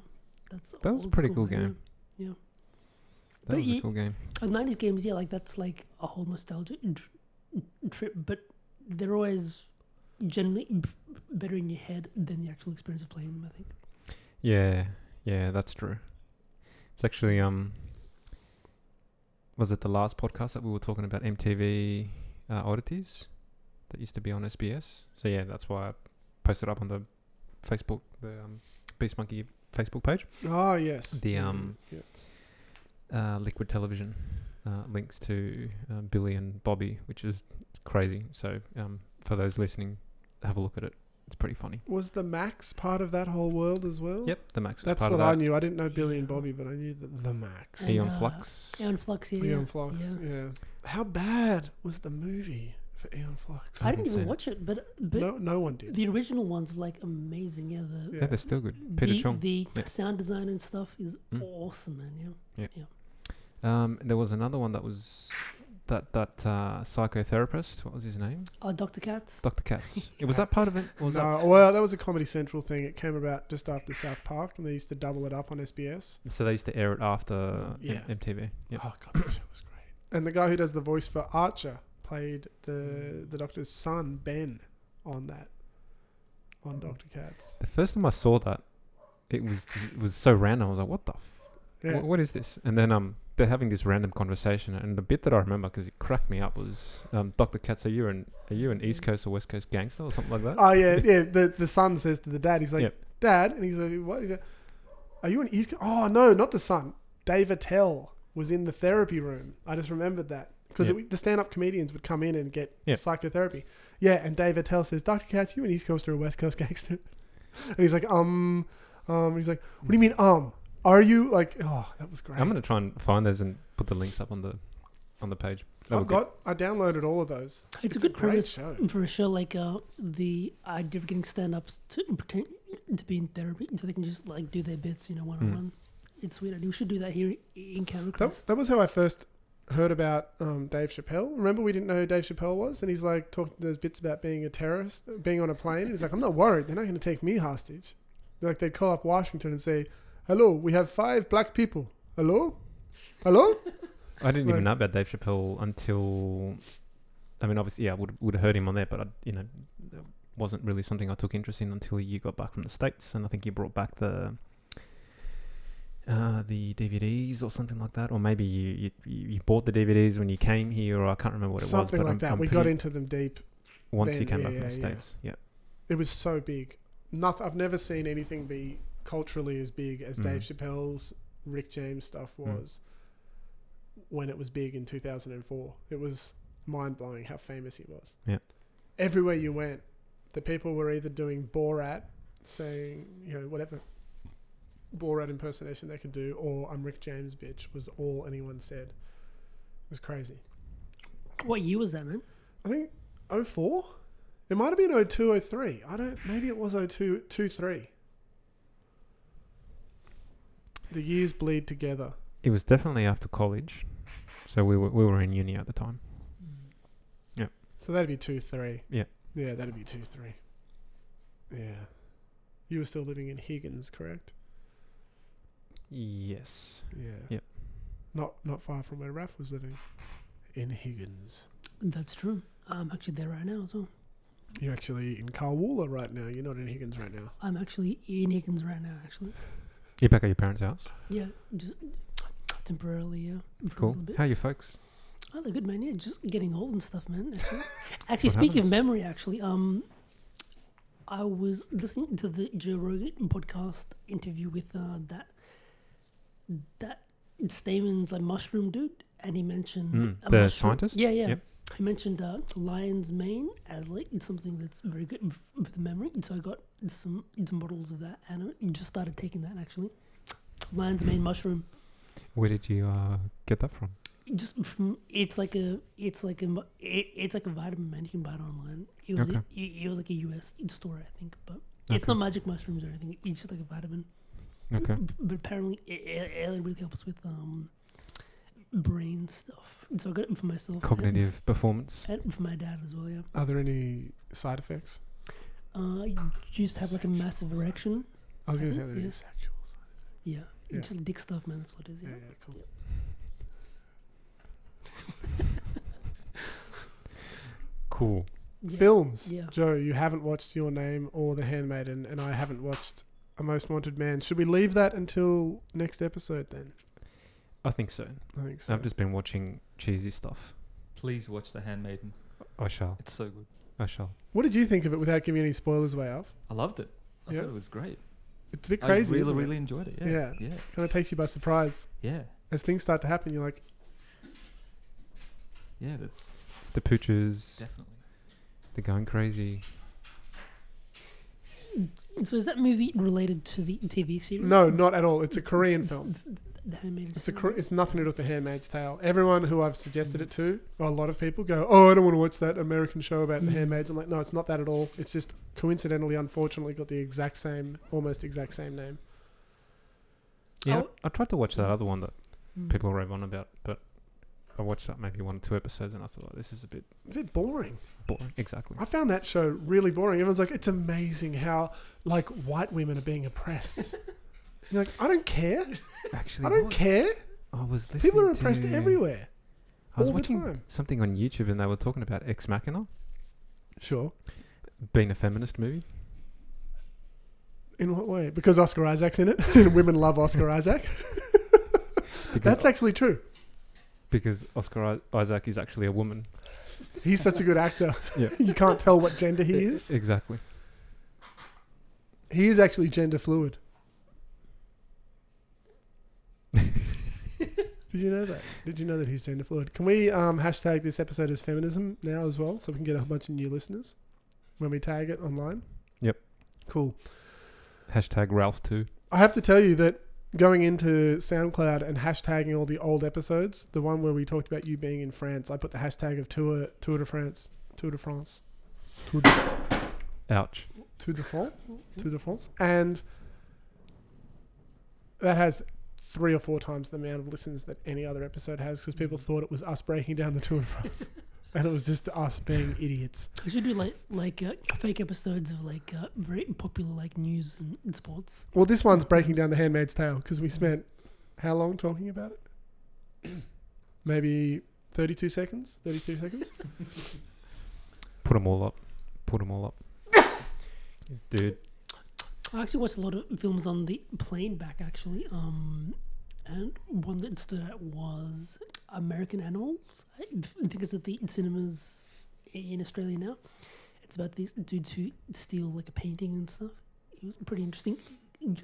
that's
That was a
old
pretty
school,
cool
man,
game.
Yeah. Yeah.
That
But
was a
ye-
cool game.
Uh, 90s games, yeah, like that's like a whole nostalgia tr- trip, but they're always generally b- better in your head than the actual experience of playing them, I think.
Yeah, yeah, that's true. It's actually um, was it the last podcast that we were talking about MTV uh, oddities that used to be on SBS? So yeah, that's why I posted up on the Facebook, the um, Beast Monkey Facebook page.
Oh, yes.
The, um,
Yeah.
uh, Liquid Television uh, links to uh, Billy and Bobby, which is it's crazy. So um, for those listening, have a look at it. It's pretty funny.
Was the Max part of that whole world as well?
Yep, the Max was
That's
part
what
of
I
that.
knew. I didn't know Billy and Bobby, but I knew the, the Max.
knew.
Eon
And, uh,
Flux.
Aeon Flux, yeah.
Eon
yeah,
Flux.
yeah.
Yeah. How bad was the movie for Eon Flux?
I didn't
seen
even
it.
watch it, but but
No, no one did.
the original one's like amazing, yeah. The
Yeah, they're still good. Peter
the,
Chung.
the
Yeah.
sound design and stuff is
Mm.
awesome, man. Yeah.
Um, there was another one that was that that uh, psychotherapist. What was his name?
Oh, Doctor Katz.
Dr. Katz. It was that part of it. Or was that
no, well, that was a Comedy Central thing. It came about just after South Park, and they used to double it up on SBS.
so they used to air it after
Yeah.
M- MTV. Yep.
Oh god, that show was great. And the guy who does the voice for Archer played the the Doctor's son Ben on that, on Doctor Katz.
The first time I saw that, it was it was so random. I was like, what the. F-
Yeah.
Wh- what is this? And then um, they're having this random conversation, and the bit that I remember because it cracked me up was um, Dr. Katz, are you an are you an East Coast or West Coast gangster or something like that?
Mm. Oh yeah, yeah. The the son says to the dad, he's like,
Yep.
"Dad," and he's like, "What?" He's like, "Are you an East?" Co-" Oh no, not the son. Dave Attell was in the therapy room. I just remembered that because
Yep.
the stand-up comedians would come in and get
Yep.
psychotherapy. Yeah, and Dave Attell says, "Doctor Katz, you an East Coast or a West Coast gangster?" and he's like, "Um, um." He's like, "What do you mean, um? Are you like?" Oh, that was great.
I'm gonna try and find those and put the links up on the on the page. That
I've
would be-
got. I downloaded all of those.
It's, a good
great
premise
show.
for a show like uh, the idea of getting stand-ups to pretend to be in therapy so they can just like do their bits, you know, one on one. It's weird. I think We should do that here in Canberra,
That,
Chris.
that was how I first heard about um, Dave Chappelle. Remember, we didn't know who Dave Chappelle was, and he's like talking those bits about being a terrorist, being on a plane. He's like, I'm not worried. They're not going to take me hostage. Like they'd call up Washington and say, "Hello, we have five black people. Hello, hello."
I didn't even
Right.
know about Dave Chappelle until, I mean, obviously, yeah, I would would have heard him on there, but I, you know, wasn't really something I took interest in until you got back from the states, and I think you brought back the uh, the DVDs or something like that, or maybe you, you you you bought the DVDs when you came here, or I can't remember what it was.
Something
But
like
I'm-
that.
I'm
we got
pretty-
into them deep.
once you
then,
came
yeah,
back from the
yeah, yeah.
states. Yeah,
It was so big. Nothing. I've never seen anything be culturally as big as
Mm.
Dave Chappelle's Rick James stuff
Mm.
was when it was big in 2004. It was mind blowing how famous he was.
Yeah.
Everywhere you went, the people were either doing Borat, saying you know whatever Borat impersonation they could do, or I'm Rick James, bitch. Was all anyone said. It was crazy.
What year was that, man?
I think 04? It might have been 02, 03. I don't, maybe it was 02, 23. The years bleed together.
it was definitely after college, so we were we were in uni at the time.
So that'd be 2, 3.
Yeah.
Yeah, that'd be 2, 3. Yeah. You were still living in Higgins, correct?
Yes,
Yeah.
Yep.
Not, not far from where Raph was living. In Higgins.
That's true. I'm actually there right now as well.
You're actually in Carwoola right now. You're not in Higgins right now.
I'm actually in Higgins right now, actually.
you're back at your parents' house.
Yeah, just temporarily, yeah. for a
Cool.
little bit.
How are your folks?
Oh, they're good, man. Yeah, just getting old and stuff, man. Actually, actually
what
speaking
happens.
of memory, actually, um, I was listening to the Joe Rogan podcast interview with uh, that that Stamen's like mushroom dude, and he mentioned
Mm,
a
the
mushroom-
scientist?
Yeah, yeah.
Yep.
He mentioned uh, lion's mane as like something that's very good f- for the memory, so I got some some bottles of that, and I just started taking that actually. Lion's mane mushroom
Where did you uh, get that from?
just from, it's like a it's like a mu- it, it's like a vitamin man you can buy it online. It was
Okay.
it, it was like a US store I think, but it's
Okay.
not magic mushrooms or anything. It's just like a vitamin.
Okay.
B- But apparently it, it, it like, really helps with um brain stuff. So I got it for myself. and-
Cognitive performance.
And for my dad as well, yeah.
Are there any side effects?
Uh, you used to have like a massive erection.
I was going to say
Mhm,
there any
yeah.
sexual side
Yeah,
Yeah.
it's just dick stuff, man. That's what it is. Yeah.
Yeah, yeah, cool.
Cool.
Yeah.
films.
Yeah.
Joe, you haven't watched Your Name or The Handmaiden, and I haven't watched A Most Wanted Man. Should we leave that until next episode then?
I think so.
I think
So
so.
I've just been watching cheesy stuff.
Please watch The Handmaiden.
I shall.
It's so good.
I shall.
What did you think of it without giving any spoilers away off?
I loved it. I
Yeah.
thought it was great.
It's a bit crazy.
I really,
isn't
really enjoyed it.
Yeah.
Yeah. Yeah.
It? Kind of takes you by surprise.
Yeah.
As things start to happen, you're like,
Yeah. That's
It's, it's the pooches.
definitely.
They're going crazy.
So is that movie related to the TV series?
no, not at all. It's a Korean film.
The Handmaid's
It's a
Tale?
Kor- it's nothing to do with The Handmaid's Tale. Everyone who I've suggested it to, or a lot of people go, "Oh, I don't want to watch that American show about the
Mm.
handmaids." I'm like, "No, it's not that at all. It's just coincidentally, unfortunately, got the exact same, almost exact same name."
Yeah.
Oh.
I tried to watch that other one that
Mm.
people rave on about, but I watched that maybe one or two episodes and I thought, this is a bit
A bit boring.
boring. Exactly.
I found that show really boring. Everyone's like, it's amazing how like white women are being oppressed. You're like, I don't care.
Actually,
I don't
what?
care.
I was listening
People are oppressed
to-
everywhere.
I was
all the
watching
time.
something on YouTube and they were talking about Ex Machina
Sure.
being a feminist movie.
In what way? Because Oscar Isaac's in it, and women love Oscar Isaac.
Because,
That's actually true.
because Oscar I- Isaac is actually a woman.
He's such a good actor.
Yeah.
you can't tell what gender he is.
E-, Exactly.
He is actually gender fluid. Did you know that? Did you know that he's gender fluid? Can we um, hashtag this episode as feminism now as well, so we can get a bunch of new listeners when we tag it online?
Yep.
Cool.
Hashtag Ralph too.
I have to tell you that going into SoundCloud and hashtagging all the old episodes, the one where we talked about you being in France, I put the hashtag of Tour Tour de France, Tour de France, Tour de,
Ouch.
Tour de France, Tour de France, and that has three or four times the amount of listens that any other episode has because people thought it was us breaking down the Tour de France, and it was just us being idiots.
We should do like like uh, fake episodes of like uh, very popular like news and, and sports.
Well, this one's breaking down The Handmaid's Tale because we spent how long talking about it? Maybe 32 seconds? 33 seconds?
Put them all up. Put them all up. dude.
I actually watched a lot of films on the plane back, actually. Um, and one that stood out was American Animals. I think it's at the cinemas in Australia now. It's about these dudes who steal like a painting and stuff. It was pretty interesting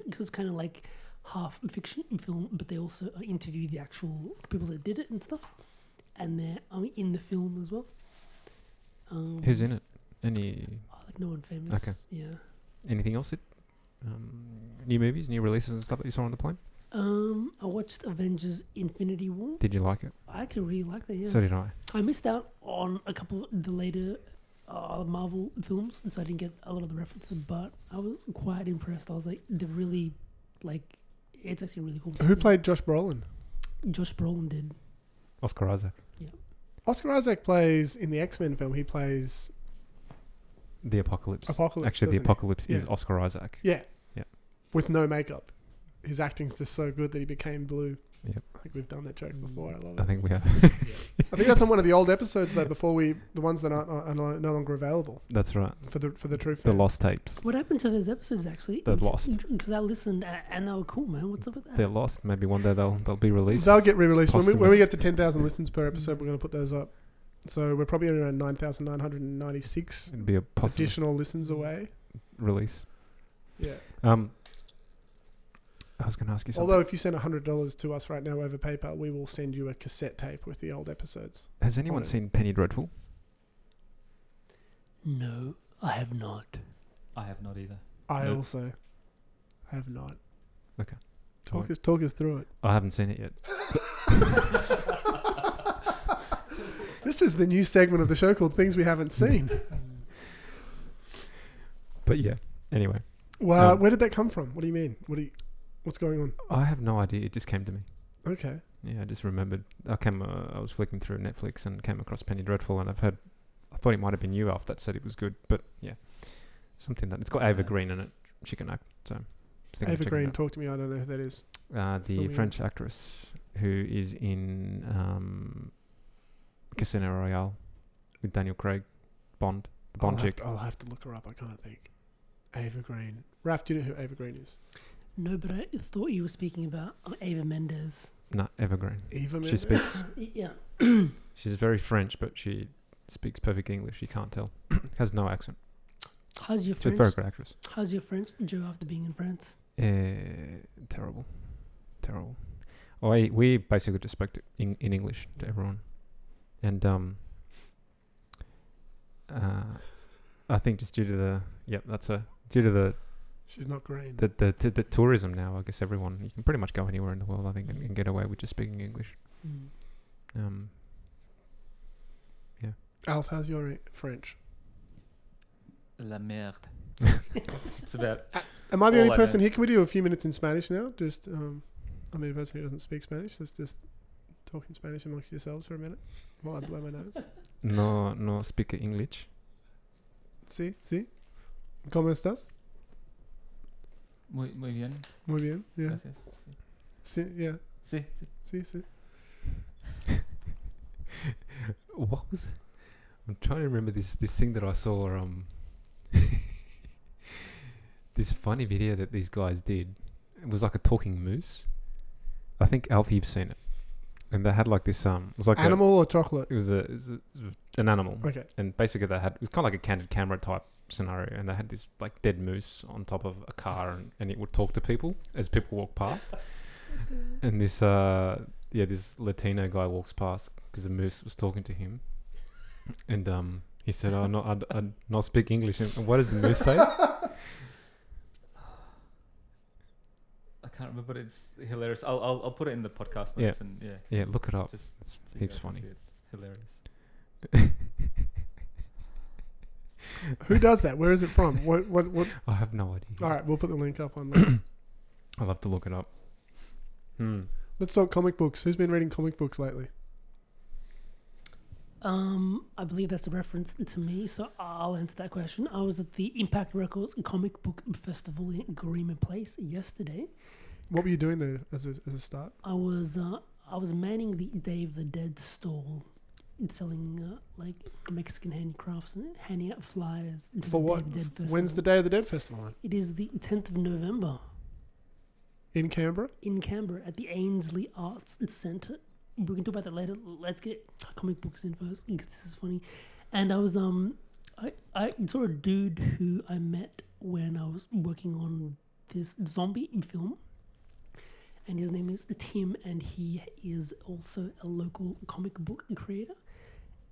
because it's kind of like half fiction film, but they also uh, interview the actual people that did it and stuff. And they're um, in the film as well. Um,
Who's in it? Any
Oh, like no one famous.
Okay.
Yeah.
anything else? That, um, new movies, new releases, and stuff that you saw on the plane.
Um, I watched Avengers: Infinity War.
Did you like it?
I actually really like that. Yeah,
So did I.
I missed out on a couple of the later uh, Marvel films, and so I didn't get a lot of the references. But I was quite impressed. I was like, they're really like, it's actually really cool.
Who played Josh Brolin?
Josh Brolin did.
Oscar Isaac,
Oscar Isaac plays in the X Men film. He plays
The Apocalypse.
Apocalypse.
Actually, The
doesn't he?
Apocalypse is
Yeah.
Oscar Isaac.
Yeah.
Yeah.
With no makeup. His acting's just so good that he became blue.
Yep.
I think we've done that joke before. I love
I
it.
think we have.
I think that's on one of the old episodes though. Before we, the ones that aren't, are no- no longer available
That's right.
for the for the true
The
fans.
lost tapes.
What happened to those episodes actually?
They're lost.
Because I listened a- and they were cool, man. What's up with that?
They're lost. Maybe one day they'll they'll be released.
They'll get re-released when we, when we
Posthumous.
get to ten thousand listens per episode. We're going to put those up. So we're probably around nine thousand nine hundred and ninety-six
It'd be a possible
additional listens away.
release.
Yeah.
Um, I was going to ask you something.
Although if you send hundred dollars to us right now over PayPal, we will send you a cassette tape with the old episodes.
Has anyone
on it.
seen Penny Dreadful?
No, I have not.
I have not either.
I
Nope.
also have not.
Okay.
Talk
Alright.
us talk us through it.
I haven't seen it yet.
This is the new segment of the show called Things We Haven't Seen.
But yeah. Anyway,
Well,
Um,
where did that come from? What do you mean? What do you, what's going on?
I have no idea. It just came to me.
Okay.
Yeah, I just remembered. I came. Uh, I was flicking through Netflix and came across Penny Dreadful, and I've heard. I thought it might have been you, Alf, that said it was good, but yeah, something that it's got Ava
Yeah.
Green in it. She can act. So, I was thinking of
Ava
checking
Green,
it
talk to me. I don't know who that is.
out. uh, the
Filming it.
French actress who is in um, Casino Royale with Daniel Craig, Bond, the Bond
I'll have,
chick.
to, I'll have to look her up. I can't think. Ava Green. Raph, do you know who Ava Green is?
No, but I thought you were speaking about uh, Ava Mendes.
No, Ava Green.
Eva.
She
Mendes?
speaks.
Yeah.
She's very French, but she speaks perfect English. You can't tell. Has no accent.
How's your
She's a very
French?
good actress.
How's your French, Joe, after being in France?
Uh, terrible, terrible. Oh, I we basically just spoke to in, in English to everyone, and um, uh, I think just due to the yep, that's a due to the
She's not green.
the the, t- the tourism now. I guess everyone you can pretty much go anywhere in the world. I think and, and get away with just speaking English. Um,
Alf, how's your e- French?
La merde. it's about
Am I the
All
only
I
person here? Can we do a few minutes in Spanish now? Just, um, I'm the only person who doesn't speak Spanish. Let's just talk in Spanish amongst yourselves for a minute while I blow my nose.
no no speak English.
Sí, sí. ¿Cómo estás?
muy, muy bien.
Muy bien. Yeah.
Gracias.
Sí, yeah.
Sí, sí.
Sí, sí.
What was? I'm trying to remember this this thing that I saw. Um, this funny video that these guys did. It was like a talking moose. I think Alfie, you've seen it, and they had like this. Um, it was like a-
Animal or chocolate?
it was a, it was a it was an animal,
Okay.
and basically they had it was kind of like a candid camera type scenario, and they had this like dead moose on top of a car, and, and it would talk to people as people walk past. and this, uh, yeah, this Latino guy walks past because the moose was talking to him, and um, he said, "Oh no, I, I not speak English." And what does the moose say?
I can't remember, but it's hilarious. I'll, I'll, I'll put it in the podcast
Yeah.
notes and yeah,
yeah, look it up.
just
It's
so you
heaps
guys can
funny.
see it. It's hilarious.
Who does that? Where is it from? What? What? what?
I have no idea.
All right, we'll put the link up on. Later.
I'll have to look it up. Hmm.
Let's talk comic books. Who's been reading comic books lately?
Um, I believe that's a reference to me, so I'll answer that question. I was at the Impact Records Comic Book Festival in Agreement Place yesterday.
What were you doing there as a, as a start?
I was uh, I was manning the Day of the Dead stall selling uh, like Mexican handicrafts and handing out flyers. to
For
the
what?
Dead Dead Festival.
When's the Day of the Dead festival on?
It is the 10th of November
In Canberra?
in Canberra at the Ainsley Arts Centre. We can talk about that later. Let's get comic books in first because this is funny. And I was um, I I saw a dude who I met when I was working on this zombie film, and his name is Tim, and he is also a local comic book creator.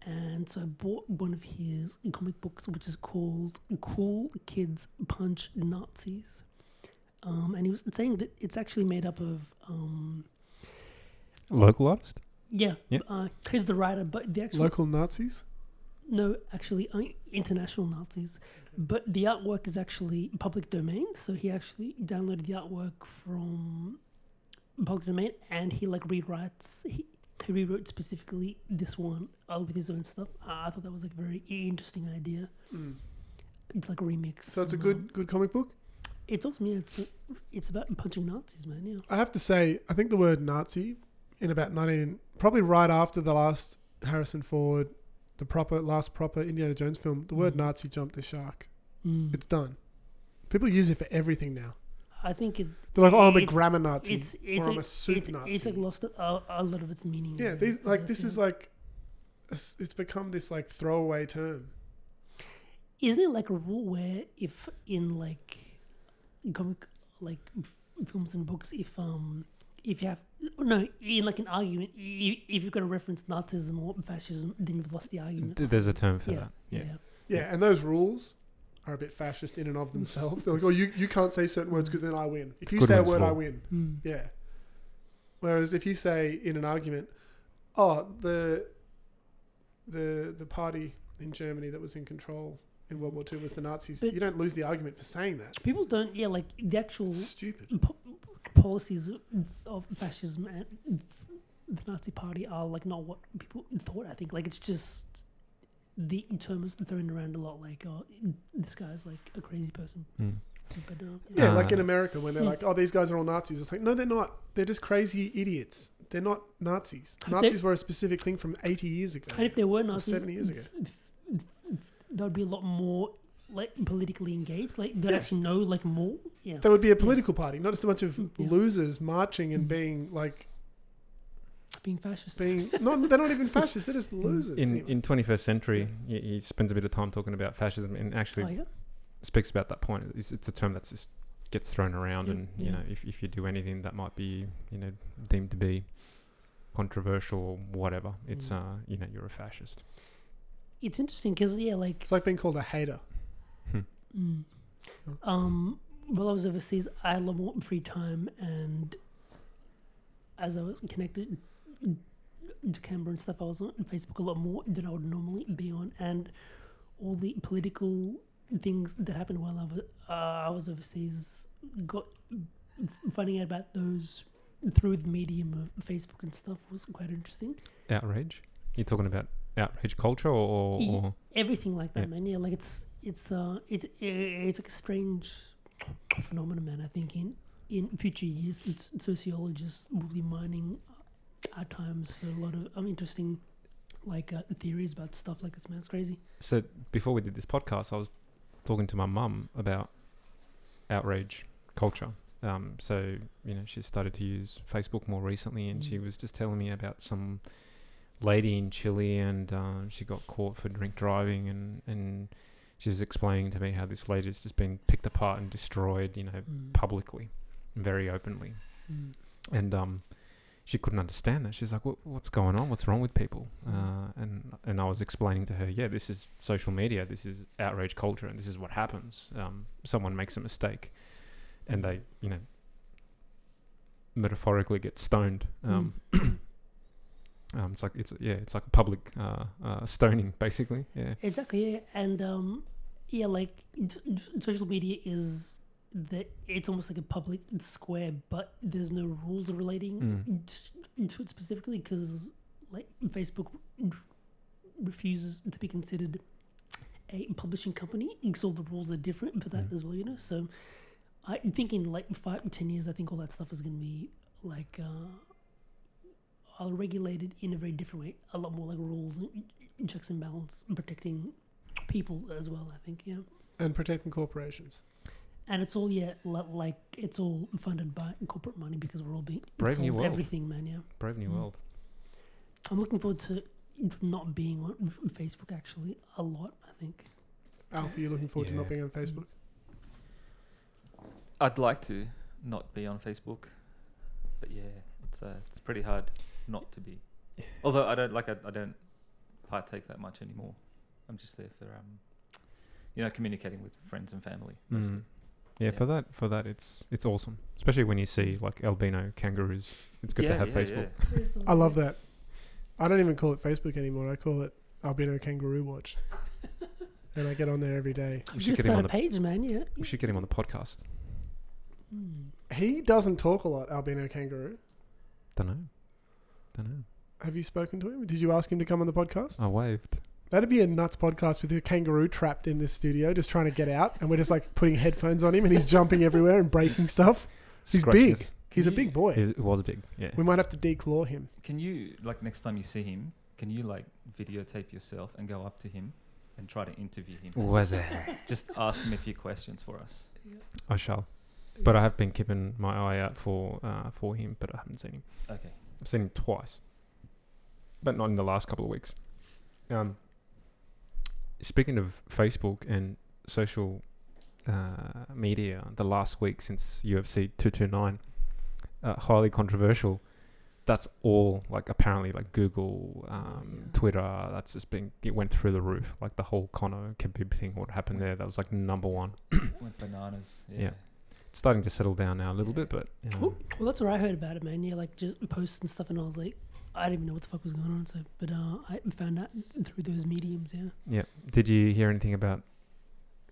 And so I bought one of his comic books, which is called Cool Kids Punch Nazis. Um, and he was saying that it's actually made up of um,
Local artist?
yeah,
Yeah.
Uh, he's the writer, but the actual
Local Nazis?
no, actually uh, international Nazis, but the artwork is actually public domain. So he actually downloaded the artwork from public domain, and he like rewrites. He, he rewrote specifically this one uh, with his own stuff. Uh, I I thought that was like a very interesting idea. It's like a remix.
So it's a
and, um,
good good comic book?
It's awesome. Yeah, it's it's about punching Nazis, man. Yeah.
I have to say, I think the word Nazi in about 19, probably right after the last Harrison Ford, the proper last proper Indiana Jones film, the word
Mhm.
Nazi jumped the shark.
Mm.
It's done. People use it for everything now.
I think it
They're like, oh, I'm a
It's-
grammar Nazi,
it's it's
or I'm
like,
a soup
it-
Nazi.
it's like lost a, a lot of its meaning.
yeah,
I
these,
guess,
like this
yeah.
is like, it's it's become this like throwaway term.
isn't it like a rule where if in like comic like f- films and books if um if you have no in like an argument i- i- if you've got to reference Nazism or fascism then you've lost the argument.
D- There's a term for
yeah,
that.
yeah.
Yeah, and those rules are a bit fascist in and of themselves. They're like, oh, you, you can't say certain words because then I win. If
It's
you say a
Goodman's
word, I
law.
win.
Mm.
Yeah. Whereas if you say in an argument, oh, the the the party in Germany that was in control in World War Two was the Nazis,
But-
you don't lose the argument for saying that.
People don't yeah like the actual
It's stupid.
po- policies of fascism and the Nazi Party are like not what people thought. I think like it's just the term is thrown around a lot. Like, oh, this guy's like a crazy person.
Mm.
But uh,
Yeah,
Ah.
like in America when they're
Hmm.
like, oh, these guys are all Nazis. It's like, no, they're not. They're just crazy idiots. They're not Nazis.
If they-
Nazis were a specific thing from 80 years ago.
and if there were Nazis,
70 years ago.
there would be a lot more like politically engaged. Like they'd
Yeah.
actually know like more. Yeah.
There would be a political party, not just a bunch of
Hmm, yeah.
losers marching and
Hmm.
being like,
being fascist. Hmm.
being not. They're not even fascists. They're just losers.
In
Anyway.
in 21st century, he, he spends a bit of time talking about fascism and actually
oh yeah.
speaks about that point. It's, it's a term that just gets thrown around,
Yeah,
and you
yeah.
know, if, if you do anything that might be you know deemed to be controversial or whatever, it's
Mm.
uh you know you're a fascist.
It's interesting because yeah, like
It's like being called a hater.
Mm.
Yeah.
Um, while I was overseas, I had a lot more free time, and as I was connected to Canberra and stuff, I was on Facebook a lot more than I would normally be on, and all the political things that happened while I was, uh, I was overseas got finding out about those through the medium of Facebook and stuff was quite interesting.
Outrage? You're talking about outrage culture, or, or,
Ye-
or
everything like that,
Yeah.
man. Yeah, like it's it's uh it's it's like a strange phenomenon, man. I think in in future years, it's, sociologists will be mining our times for a lot of um, interesting like uh, theories about stuff like this, man. It's crazy.
so before we did this podcast, I was talking to my mum about outrage culture. Um, so you know, she started to use Facebook more recently, and she
Mm.
was just telling me about some lady in Chile, and um, she got caught for drink driving, and and she was explaining to me how this lady's just been picked apart and destroyed, you know, publicly, very openly,
Mm.
and um, she couldn't understand that. She's like, what, "What's going on? What's wrong with people?"
Mm.
Uh, and and I was explaining to her, "Yeah, this is social media. This is outrage culture, and this is what happens. Um, someone makes a mistake, and they, you know, metaphorically get stoned.
Mm.
Um, um, it's like it's yeah, it's like a public uh, uh, stoning, basically. Yeah,
Exactly, yeah. and um, yeah, like d- d- social media is the it's almost like a public square, but there's no rules relating t to it specifically because like Facebook r- refuses to be considered a publishing company because all the rules are different for that
Mm.
as well, you know. So I think in like five ten years, I think all that stuff is going to be like. Uh, are regulated in a very different way. A lot more like rules, and checks and balance, and protecting people as well. I think yeah,
and protecting corporations.
and it's all yeah li- like it's all funded by corporate money because we're all being
Brave New
sold
World.
everything, man. Yeah,
Brave New
Mm.
World.
I'm looking forward to not being on Facebook actually a lot. I think.
Alf, are you looking forward to
Yeah.
not being
Hmm.
on Facebook?
I'd like to not be on Facebook, but yeah, it's uh, it's pretty hard not to be. Although I don't like I, I don't partake that much anymore. I'm just there for um, you know, communicating with friends and family. Mostly.
Mm. Yeah,
Yeah.
for that, for that, it's it's awesome, especially when you see like albino kangaroos. It's good to
Yeah,
have
yeah,
Facebook.
yeah.
I love that. I don't even call it Facebook anymore. I call it Albino Kangaroo Watch. and I get on there every day.
We
should
should
get him
start
on
a
the-
page, man. Yeah.
We should get him on the podcast.
Mm.
He doesn't talk a lot, Albino Kangaroo.
Don't know, don't know.
Have you spoken to him? Did you ask him to come on the podcast?
I waved.
That'd be a nuts podcast with a kangaroo trapped in this studio, just trying to get out, and we're just like putting headphones on him, and he's jumping everywhere and breaking stuff. He's
Scratching
big.
his-
He's a
you-
big boy.
It was big. Yeah.
We might have to declaw him.
Can you like next time you see him, can you like videotape yourself and go up to him and try to interview him?
Was it?
Just ask him a few questions for us.
I shall. But I have been keeping my eye out for uh, for him, but I haven't seen him.
Okay.
I've seen him twice, but not in the last couple of weeks. Um, speaking of Facebook and social uh, media, the last week since UFC 229, uh, highly controversial. That's all like apparently like Google, um,
yeah.
Twitter. That's just been it went through the roof. Like the whole Conor Khabib thing, what happened there? That was like number one.
Went bananas. Yeah.
Yeah. It's starting to settle down now a little
Yeah.
bit, but um, you know.
Cool. Well, that's what I heard about it, man. Yeah, like just posts and stuff, and I was like, I didn't even know what the fuck was going on. So, but uh, I found out through those mediums. Yeah.
Yeah. Did you hear anything about?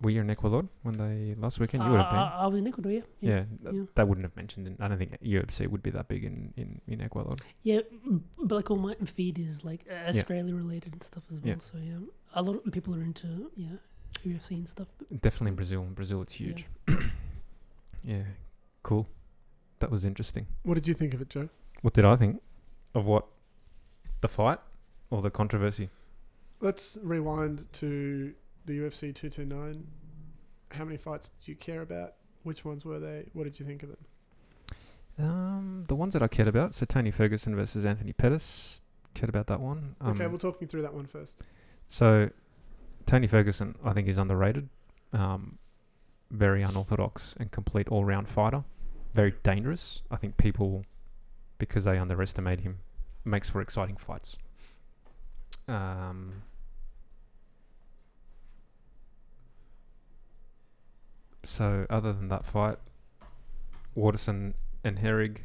Were you in Ecuador when they last weekend? You would have
I,
been.
I, I was in Ecuador. Yeah.
yeah, th-
Uh, yeah.
they wouldn't have mentioned. it. I don't think UFC would be that big in in, in Ecuador.
Yeah, m- but like all my feed is like uh, Australia related and stuff as well.
Yeah.
So yeah, a lot of people are into yeah UFC and stuff. But
Definitely in Brazil. In Brazil, it's
Yeah.
huge. Yeah. Cool. That was interesting.
What did you think of it, Joe?
What did I think of what the fight or the controversy?
Let's rewind to the UFC 229. How many fights did you care about? Which ones were they? What did you think of them?
Um, the ones that I cared about. So Tony Ferguson versus Anthony Pettis. Cared about that one. Um,
okay, we'll talk me through that one first.
So, Tony Ferguson, I think, is underrated. Um, very unorthodox and complete all round fighter. Very dangerous. I think people, because they underestimate him, makes for exciting fights. Um, so, other than that fight, Waterson and Herrig,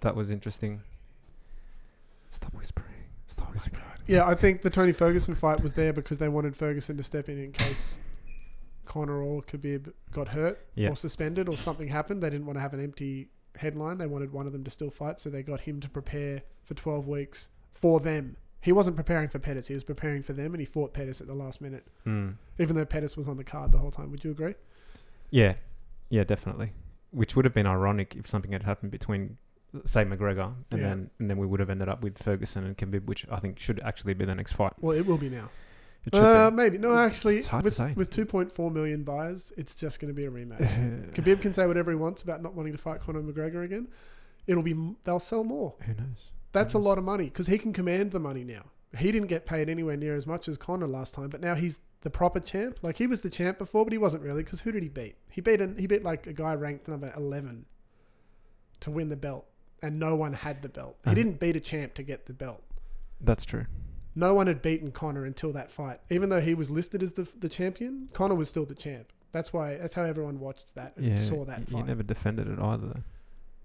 that was interesting. Stop whispering. Stop whispering.
Yeah, I think the Tony Ferguson fight was there because they wanted Ferguson to step in in case Conor or Khabib got hurt
Yeah.
or suspended or something happened. They didn't want to have an empty headline. They wanted one of them to still fight, so they got him to prepare for 12 weeks for them. He wasn't preparing for Pettis. He was preparing for them, and he fought Pettis at the last minute,
Mm.
even though Pettis was on the card the whole time. Would you agree?
Yeah, yeah, definitely. Which would have been ironic if something had happened between, say, McGregor, and
Yeah.
then and then we would have ended up with Ferguson and Khabib, which I think should actually be the next fight.
Well, it will be now.
It should
Uh, maybe. No,
It's-
actually,
it's hard to
with,
say.
with 2.4 million buyers, it's just going to be a rematch.
be.
Um, Khabib can say whatever he wants about not wanting to fight Conor McGregor again. It'll be they'll sell more.
Who knows?
That's a
Yes.
lot of money because he can command the money now. He didn't get paid anywhere near as much as Conor last time, but now he's the proper champ. Like he was the champ before, but he wasn't really because who did he beat? He beat an, he beat like a guy ranked number eleven to win the belt, and no one had the belt. He
And-
didn't beat a champ to get the belt.
That's true.
No one had beaten Conor until that fight. Even though he was listed as the the champion, Conor was still the champ. That's why that's how everyone watched that and
Yeah,
saw that
y-
fight.
you never defended it either. Though.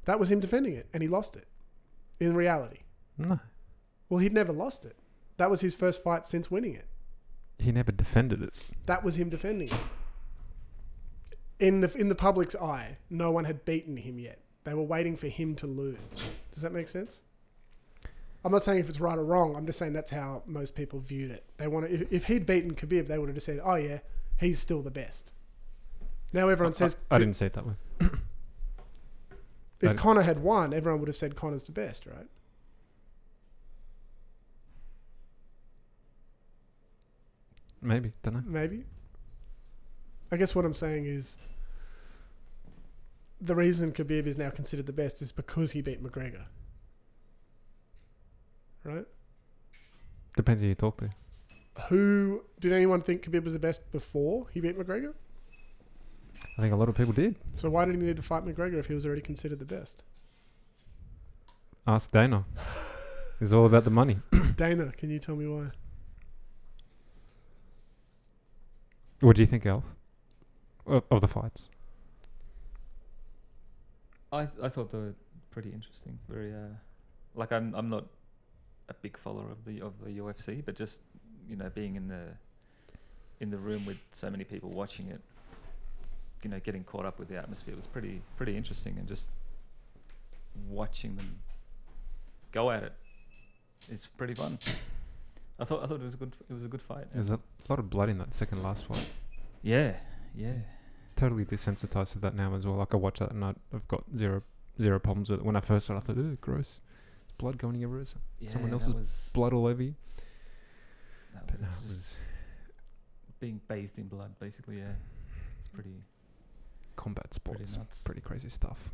That was him defending it, and he lost it. In reality,
No,
well, he'd never lost it. That was his first fight since winning it.
he never defended it.
That was him defending it. In the in the public's eye, no one had beaten him yet. They were waiting for him to lose. Does that make sense? I'm not saying if it's right or wrong. I'm just saying that's how most people viewed it. They want if, if he'd beaten Khabib, they would have just said, "Oh yeah, he's still the best." Now everyone
I,
says
I didn't see it that way.
if
I-
Connor had won, everyone would have said Connor's the best, right?
Maybe. Don't know.
Maybe. I guess what I'm saying is the reason Khabib is now considered the best is because he beat McGregor. Right?
Depends who you talk to.
Who did anyone think Khabib was the best before he beat McGregor?
I think a lot of people did.
So why did he need to fight McGregor if he was already considered the best?
Ask Dana. it's all about the money.
Dana, can you tell me why?
What do you think, Alf? Of, of the fights?
I th- I thought they were pretty interesting. Very uh, like I'm I'm not a big follower of the of the UFC, but just you know being in the in the room with so many people watching it, you know, getting caught up with the atmosphere was pretty pretty interesting, and just watching them go at it, it's pretty fun. I thought I thought it was a good it was a good fight.
There's a lot of blood in that second last fight.
Yeah, yeah.
Totally desensitized to that now as well. Like I watch that and I, I've got zero zero problems with it. When I first saw it, I thought, "Ew, gross. It's blood going everywhere. It's Someone
Yeah,
else's
that was,
blood all over you."
that
But no,
was
it
just
was
being bathed in blood, basically. Yeah, it's pretty
combat sports.
pretty
Pretty,
nuts.
crazy stuff.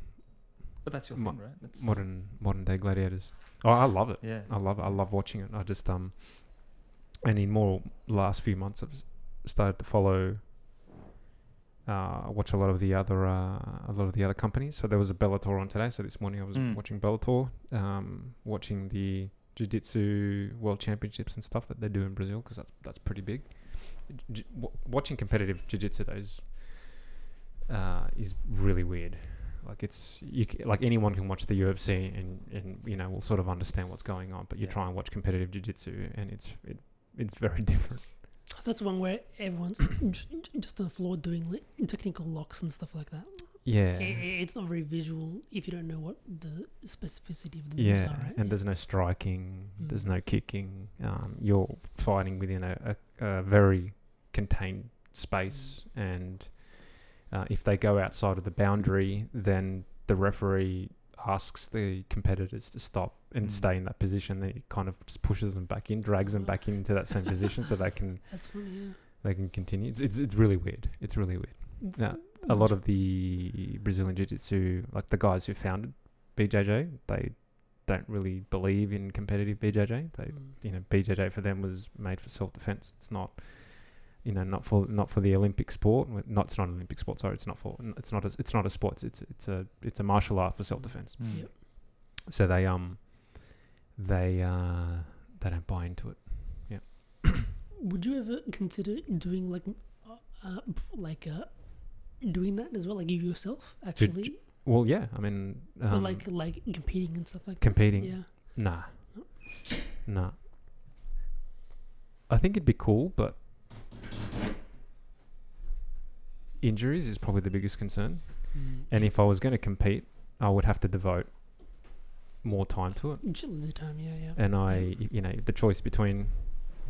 But that's your
Mo-
thing, right? That's
Modern modern day gladiators. Oh, I love it.
Yeah.
I love I love watching it. I just um, and in more last few months, I've s- started to follow. Uh, watch a lot of the other uh, a lot of the other companies. So there was a Bellator on today. So this morning I was
Mm.
watching Bellator, um, watching the Jiu Jitsu World Championships and stuff that they do in Brazil because that's that's pretty big. J- w- watching competitive Jiu Jitsu though is, uh, is really weird. Like it's you c- like anyone can watch the UFC and and you know will sort of understand what's going on, but you
Yeah.
try and watch competitive jiu-jitsu and it's it, it's very different.
That's one where everyone's j- j- just on the floor doing like technical locks and stuff like that.
Yeah.
I- i- it's not very visual if you don't know what the specificity of the moves
Yeah,
are, right?
and there's no striking, there's
Mm.
no kicking. Um, you're fighting within a, a, a very contained space, and uh, if they go outside of the boundary, then the referee asks the competitors to stop and
Mm.
stay in that position. Then it kind of just pushes them back in, drags them back into that same position, so they can
That's funny.
they can continue. It's it's, it's really weird. It's really weird
Yeah.
Yeah, a lot of the Brazilian Jiu Jitsu, like the guys who founded BJJ, they don't really believe in competitive BJJ. They,
Mm.
you know, BJJ for them was made for self defense. It's not, you know, not for not for the Olympic sport. Well, Not it's not an Olympic sport. Sorry, it's not for n- it's not a, it's not a sport. It's it's a it's a martial art for self defense.
Mm.
Yep.
So they um, they uh, they don't buy into it.
Would you ever consider doing like, m- uh, uh, p- like uh, doing that as well, like you yourself
j-
actually,
Well, yeah, I mean,
Or,
um,
like like competing and stuff like that?
competing.
Yeah.
Nah.
No?
Nah. I think it'd be cool, but injuries is probably the biggest concern. And if I was going to compete, I would have to devote more time to it.
Chill the time. Yeah, yeah.
And I, you know, the choice between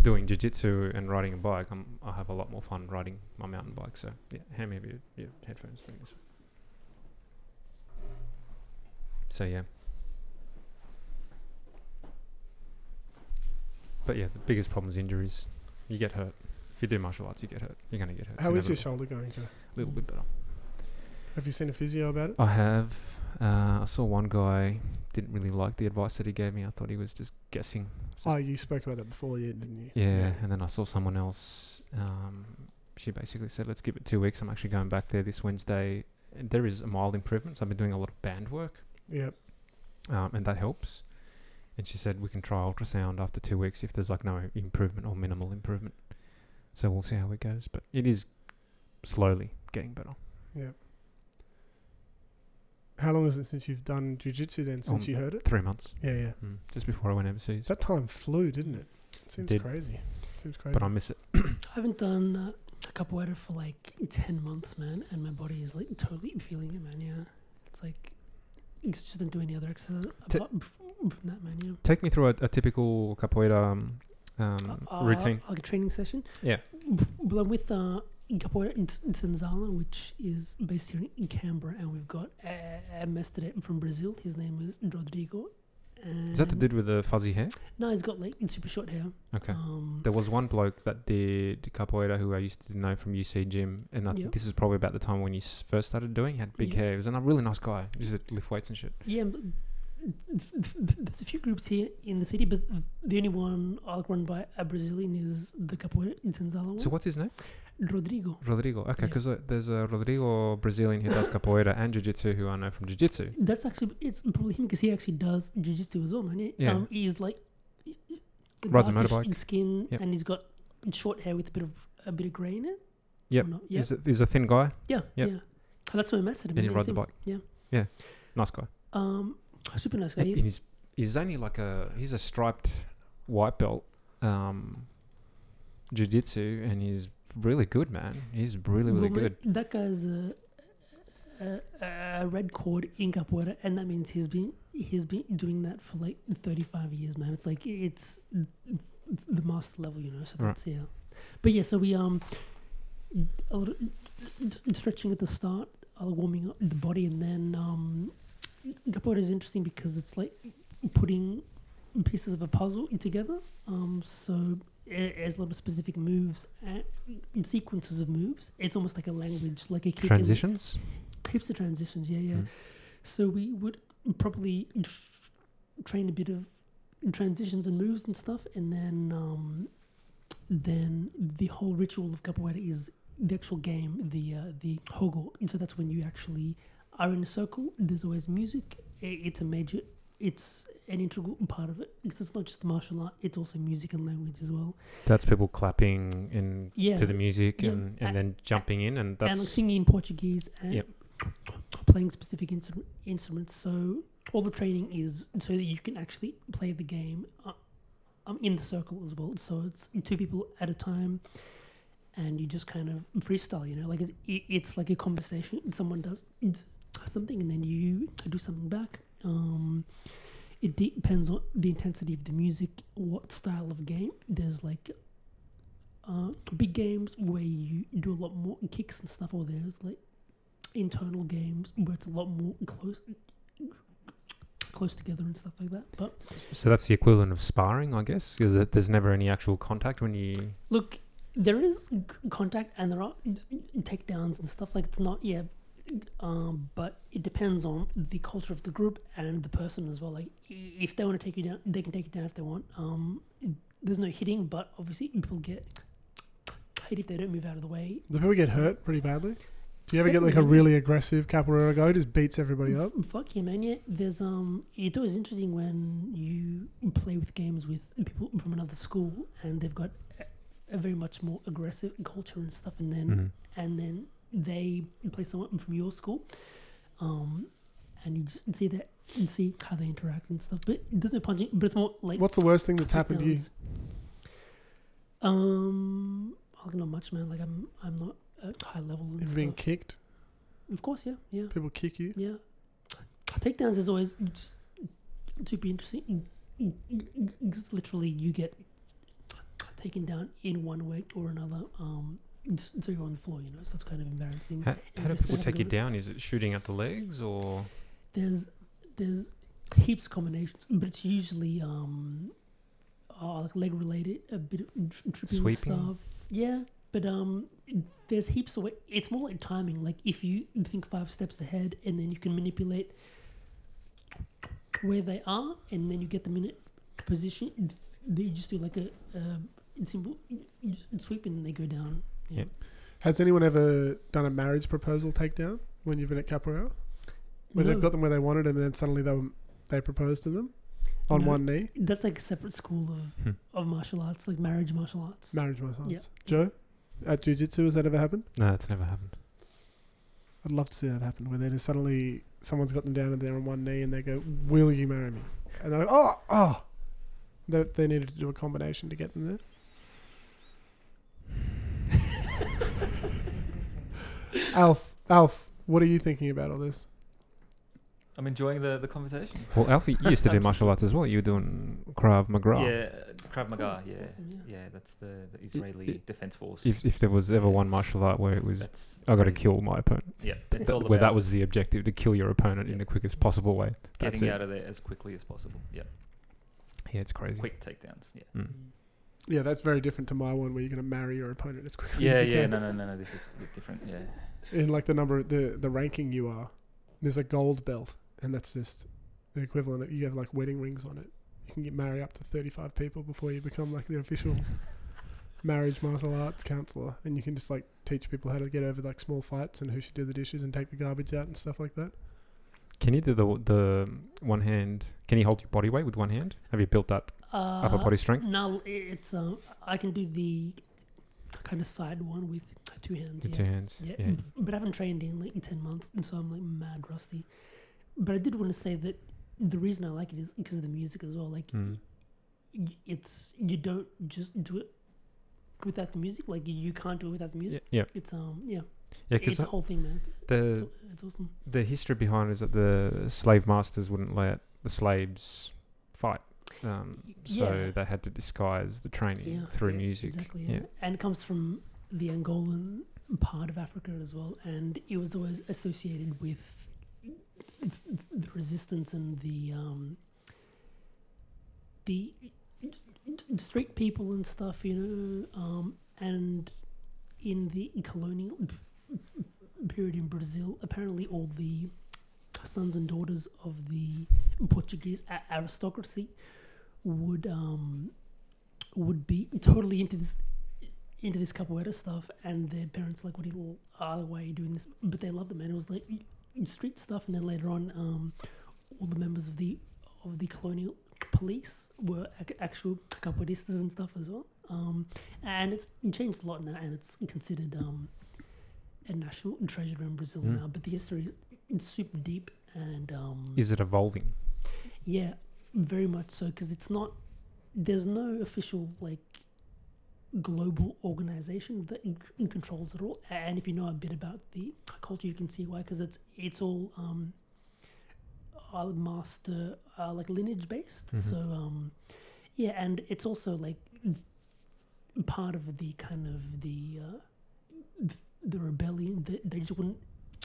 doing jiu-jitsu and riding a bike, I'm, I have a lot more fun riding my mountain bike. So, yeah, hand me your, your headphones. I guess. So, yeah. But, yeah, the biggest problem is injuries. You get hurt. If you do martial arts, you get hurt. You're going to get hurt. It's
How is your
inevitable.
shoulder going, Joe?
A little bit better.
Have you seen a physio about it?
I have. Uh, I saw one guy, didn't really like the advice that he gave me. I thought he was just guessing. It's
Oh,
just
you spoke about that before, yeah, didn't you?
yeah, and then I saw someone else. Um, she basically said, "Let's give it two weeks." I'm actually going back there this Wednesday. And There is a mild improvement. So I've been doing a lot of band work,
Yeah.
um, and that helps. And she said we can try ultrasound after two weeks if there's like no improvement or minimal improvement. So we'll see how it goes. But it is slowly getting better.
How long is it since you've done jujitsu then, since
Um,
you heard it?
Three months,
Yeah, yeah.
mm, just before I went overseas.
That time flew, didn't it? Seems
did.
crazy. Seems crazy.
But I miss it.
I haven't done uh, a capoeira for like 10 months, man, and my body is like totally feeling it, man. Yeah. It's like, it just didn't do any other exercise
T-
apart f- from that, man. Yeah.
Take me through a, a typical capoeira um, um,
Uh, uh,
routine.
Like a training session.
Yeah.
Well, I'm with uh, Capoeira in T- Tenzala, which is based here in Canberra, and we've got a, a mestre from Brazil. His name is Rodrigo And
Is
um,
that the dude with the fuzzy hair?
No, he's got like super short hair.
Okay.
Um,
There was one bloke that did capoeira who I used to know from UC gym, and I
Yep.
think this is probably about the time when he s- first started doing. He had big
Yep.
hair. He was a really nice guy. He used to lift weights and shit.
yeah, but th- th- th- there's a few groups here in the city, but the only one I'll run by a Brazilian is the Capoeira in Senzala one.
So what's his name?
Rodrigo.
Rodrigo. Okay,
Mm-hmm. Yeah.
because uh, there's a Rodrigo Brazilian who does capoeira and jiu-jitsu who I know from jiu-jitsu.
That's actually it's probably him because he actually does jujitsu as well, man. He-
Yeah.
Um, he's like the
Rides a
darkish
motorbike.
skin,
Yep.
and he's got short hair with a bit of a bit of grey in it.
Yep.
Or not. Yeah.
He's a, he's a thin guy
yeah.
Yep.
Yeah. So that's my message.
and he rides a bike.
Yeah.
Yeah. Nice guy.
Um, super nice guy.
And
He-
he's he's only like a he's a striped white belt um jiu-jitsu and he's really good man he's really really
Well,
good
mate, That guy's a, a, a red cord in Capoeira, and that means he's been he's been doing that for like 35 years, man. It's like it's the master level, you know. So
Right.
that's yeah. But yeah, so we um a little stretching at the start, uh, warming up the body, and then um Capoeira is interesting because it's like putting pieces of a puzzle together. Um, so it has a lot of specific moves and sequences of moves. It's almost like a language, like a kick and-
transitions
heaps of transitions. Yeah, yeah.
Mm.
So we would probably tr- train a bit of transitions and moves and stuff, and then um, then the whole ritual of capoeira is the actual game, the uh, the hogo. And so that's when you actually are in a circle. There's always music. I- It's a major. It's an integral part of it because it's not just martial art; it's also music and language as well.
that's people clapping in
Yeah,
to the music
yeah,
and,
a-
and then jumping in and
and like
that's
singing in Portuguese and
Yep.
playing specific instru- instruments. So all the training is so that you can actually play the game uh, um, in the circle as well. So it's two people at a time, and you just kind of freestyle. You know, like it, it, it's like a conversation. Someone does something, and then you do something back. Um, it depends on the intensity of the music, what style of game. There's like uh, big games where you do a lot more kicks and stuff, or there's like internal games where it's a lot more close, close together and stuff like that. But
so that's the equivalent of sparring i guess because there's never any actual contact when you
look, there is c- contact and there are takedowns and stuff. Like it's not, yeah. Um, but it depends on the culture of the group and the person as well. Like i- if they want to take you down, they can take you down if they want. Um, there's no hitting, but obviously people get hit if they don't move out of the way.
Do people get hurt pretty badly? Do you ever get like a
Definitely.
really aggressive capoeira guy who just beats everybody up?
F- Fuck yeah, man. Yeah, there's um, it's always interesting when you play with games with people from another school and they've got a, a very much more aggressive culture and stuff, and then
Mhm.
Mm-hmm.
and then they play someone from your school, um, and you just see that and see how they interact and stuff. But there's no punching, but it's more like
What's the worst thing that's happened to you?
takedowns. Um, like, not much, man. Like I'm, I'm not at high level. And
You've
stuff.
been kicked.
of course, yeah, yeah.
People kick you.
Yeah. Takedowns is always just super interesting because literally you get taken down in one way or another um, just until you're on the floor, you know, so it's kind of embarrassing.
how, how do
Yes,
people
I've
take you
got it.
down is it shooting at the legs or
There's there's heaps of combinations, but it's usually um, uh, like leg related, a bit of tr- tripping and
Sweeping.
stuff. Yeah, but um, there's heaps of way. It's more like timing. Like if you think five steps ahead, and then you can manipulate where they are, and then you get them in a position. They just do like a, um simple sweep, and then they go down.
Yeah.
Has anyone ever done a marriage proposal takedown when you've been at capoeira? Where
No.
they've got them where they wanted them and then suddenly they, were, they proposed to them on
No.
one knee?
That's like a separate school of,
Hmm.
of martial arts, like marriage martial arts.
Marriage, my sons.
Yeah.
Joe, at jiu-jitsu, has that ever happened?
no it's never happened
I'd love to see that happen where they just suddenly, someone's got them down and they're on one knee and they go, will you marry me? And they're like, oh, oh. They, they needed to do a combination to get them there. Alf, Alf, what are you thinking about all this?
I'm enjoying the, the conversation.
Well, Alfie, you used to do
I'm
martial
just-
arts as well. You were doing Krav Maga.
Yeah, Krav Maga.
Cool,
Yeah,
awesome, yeah.
yeah, that's the, the Israeli
it-
Defense Force.
If, if there was ever
Yeah.
one martial art where it was,
that's
I got to
crazy.
kill my opponent,
Yeah, it's all
that,
about
where that was the objective to kill your opponent in
Yeah.
the quickest possible way. That's
getting
it.
out of there as quickly as possible. Yeah,
Yeah, it's crazy.
quick takedowns. Yeah.
Mm.
Yeah, that's very different to my one where you're going to marry your opponent as quickly
Yeah,
as you
yeah,
can.
no, no, no, no. This is a bit different. Yeah,
in like the number the the ranking you are there's a gold belt and that's just the equivalent of you have like wedding rings on it you can get married up to 35 people before you become like the official marriage martial arts counselor and you can just like teach people how to get over like small fights and who should do the dishes and take the garbage out and stuff like that
Can you do the the one hand? Can you hold your body weight with one hand? Have you built that
Uh,
upper body strength?
No, i- it's um, I can do the kind of side one with two hands.
With
yeah.
two hands.
Yeah, Mm.
Yeah.
b- but I haven't trained in like ten months, and so I'm like mad rusty. But I did want to say that the reason I like it is because of the music as well. Like,
Mm.
y- it's you don't just do it without the music. Like, you- you can't do it without the
Yeah.
music.
Yeah.
It's um, yeah,
Yeah. Uh,
it's
Because
the whole thing, man. It's,
the
it's awesome.
the history behind is that the slave masters wouldn't let the slaves fight. Um, so
Yeah.
they had to disguise the training
Yeah,
through
yeah,
music.
Exactly, yeah.
Yeah.
And it comes from the Angolan part of Africa as well, and it was always associated with f- f- the resistance and the um, the street people and stuff, you know. Um, and in the colonial period in Brazil, apparently all the sons and daughters of the Portuguese a- aristocracy would um, would be totally into this into this capoeira stuff and their parents like what do you either way you doing this but they loved it man it was like street stuff and then later on um all the members of the of the colonial police were ac- actual capoeiristas and stuff as well um and it's changed a lot now and it's considered um a national treasure in brazil
Mm.
now but the history is super deep and um
Is it evolving?
yeah, very much so because it's not. There's no official like global organization that in- in controls it all. And if you know a bit about the culture, you can see why because it's it's all um, uh, master uh, like lineage based.
Mhm.
So um, yeah, and it's also like part of the kind of the uh, the rebellion that they just wouldn't.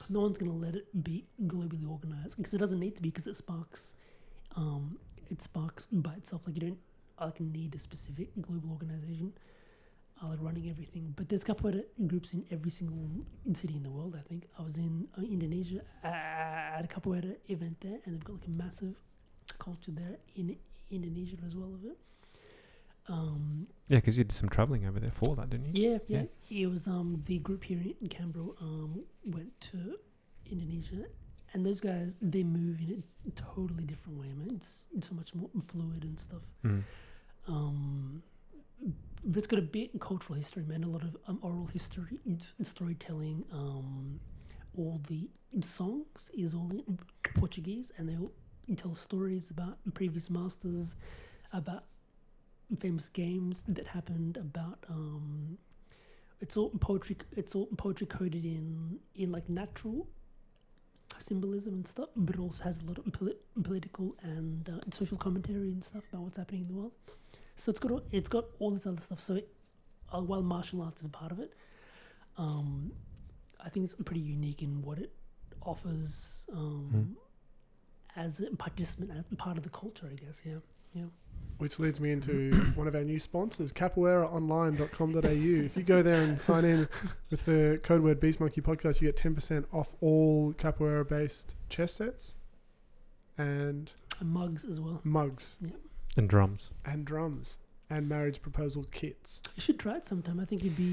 No one's gonna let it be globally organized because it doesn't need to be because it sparks um, it sparks by itself. Like you don't uh, like need a specific global organization uh, like running everything. But there's capoeira groups in every single city in the world. I think I was in uh, Indonesia uh, at a capoeira event there, and they've got like a massive culture there in Indonesia as well of it. Um,
Yeah, because you did some traveling over there for that, didn't you?
yeah, yeah, It was um the group here in Canberra um went to Indonesia, and those guys they move in a totally different way. Man, it's, it's so much more fluid and stuff.
Mm.
Um, but it's got a bit of cultural history, man. A lot of um, oral history, and storytelling. Um, all the songs is all in Portuguese, and they all tell stories about previous masters, about famous games that happened, about um, it's all poetry. It's all poetry coded in in like natural symbolism and stuff, but it also has a lot of polit- political and uh, social commentary and stuff about what's happening in the world. So it's got all, it's got all this other stuff. So it, uh, while martial arts is part of it, um, I think it's pretty unique in what it offers um,
Hmm.
as a participant, as part of the culture, I guess. Yeah.
which leads me into one of our new sponsors capoeiraonline.com.au if you go there and sign in with the code word beast monkey podcast you get 10% off all capoeira based chess sets and
And mugs as well.
mugs
And drums.
and drums and marriage proposal kits.
You should try it sometime. I think you'd be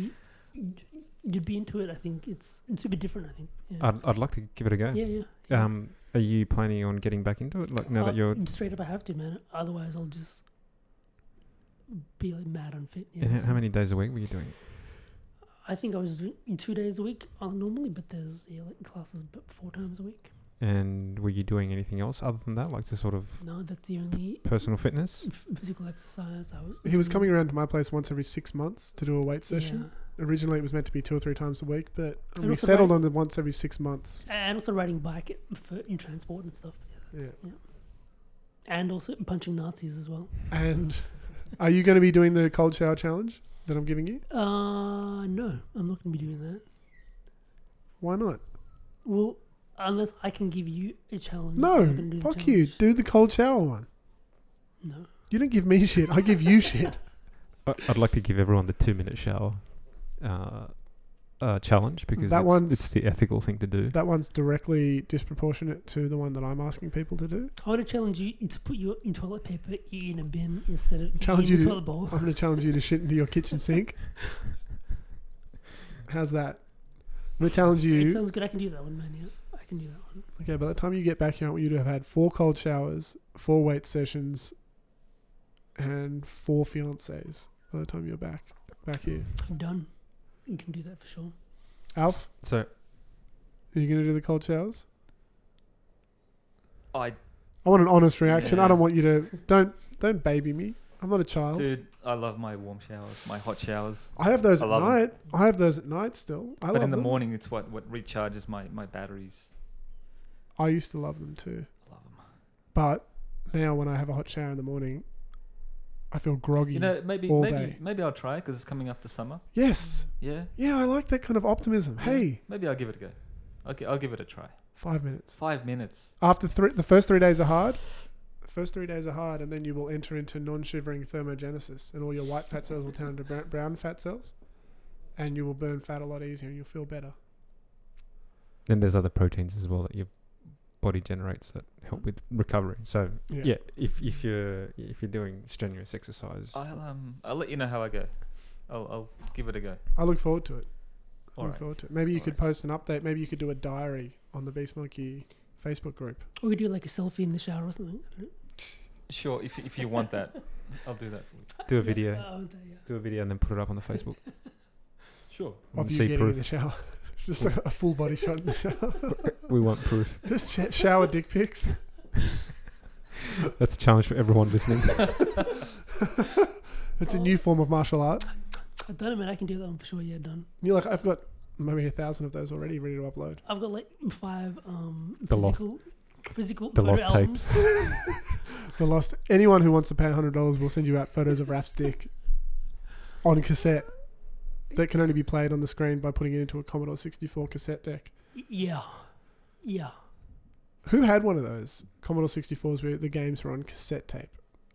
you'd be into it. I think it's it's super different. I think. Yeah.
I'd, I'd like to give it a go.
yeah, yeah. yeah.
Um, are you planning on getting back into it? Like now that
Uh,
you're,
straight up, I have to, man. Otherwise, I'll just be like mad unfit. Yeah,
and how-
so-
how many days a week were you doing? it?
I think I was doing two days a week uh, normally, but there's yeah, like classes, but four times a week.
And were you doing anything else other than that, like to sort of
No, that's the only
personal fitness?
f- physical exercise I was.
He was
doing.
coming around to my place once every six months to do a weight session.
Yeah.
Originally, it was meant to be two or three times a week, but
And
we
also
settled
weight-
on the once every six months.
And also riding bike it- for in transport and stuff. Yeah,
Yeah.
that's- yeah. And also punching Nazis as well.
And are you going to be doing the cold shower challenge that I'm giving you?
Uh, no, I'm not going to be doing that.
Why not?
Well, unless I can give you a challenge.
No,
I'm not gonna do the
fuck you.
challenge.
Do the cold shower one.
No.
You don't give me shit. I give you shit.
I- I'd like to give everyone the two-minute shower uh, uh, challenge because
That
it's,
one's-
it's the ethical thing to do.
That one's directly disproportionate to the one that I'm asking people to do.
I want to challenge you to put your toilet paper in a bin instead of
Challenge
in
you
the
to-
toilet bowl.
I'm going to challenge you to shit into your kitchen sink. How's that? I'm going to challenge
It
you.
sounds good. I can do that one, man. Yeah, I can do that one.
Okay, by the time you get back here, I want you to have had four cold showers, four weight sessions, and four fiancés by the time you're back back here.
I'm done. You can do that for sure.
Alf,
So
are you going to do the cold showers?
I
I want an honest reaction. I
Yeah.
don't want you to don't don't baby me. I'm not
Oh.
a child.
dude, I love my warm showers, my hot showers.
I have those
I
at
love 'em.
night. I have those at night still. I
but
love
in the
them.
morning, it's what what recharges my my batteries.
I used to love them too,
I love them.
but now when I have a hot shower in the morning, I feel groggy.
You know, maybe
all
maybe
day.
maybe I'll try because it's coming up to summer.
yes,
Yeah.
yeah, I like that kind of optimism.
Yeah.
Hey,
Maybe I'll give it a go. Okay, I'll give it a try.
five minutes.
Five minutes.
After three, the first three days are hard. The first three days are hard, and then you will enter into non-shivering thermogenesis, and all your white fat cells will turn into brown, brown fat cells, and you will burn fat a lot easier, and you'll feel better.
then there's other proteins as well that your body generates that help with recovery. So
Yeah.
yeah, if if you're if you're doing strenuous exercise,
I'll um I'll let you know how I go. I'll I'll give it a go.
I look forward to it. I
All
look
right.
forward to it. Maybe you
All
could
right.
post an update. Maybe you could do a diary on the Beast Monkey Facebook group.
Or we could do like a selfie in the shower or something.
Sure, if if you want that, I'll do that for you.
do a video,
Oh, there, yeah.
do a video, and then put it up on the Facebook.
Sure.
of
and
you
see
getting in
proof.
the shower. Just a, a full body shot in the shower.
We want proof.
Just sh- shower dick pics.
That's a challenge for everyone listening.
It's a new form of martial art.
I've done it, man. I can do that one for sure. Yeah, done.
You're like, I've got maybe a thousand of those already ready to upload.
I've got like five um
The lost-
physical physical
the
photo
lost
albums.
tapes.
The lost. Anyone who wants to pay hundred dollars, will send you out photos of Raf's dick on cassette that can only be played on the screen by putting it into a Commodore 64 cassette deck.
Y- Yeah, yeah.
Who had one of those Commodore 64s where the games were on cassette tape?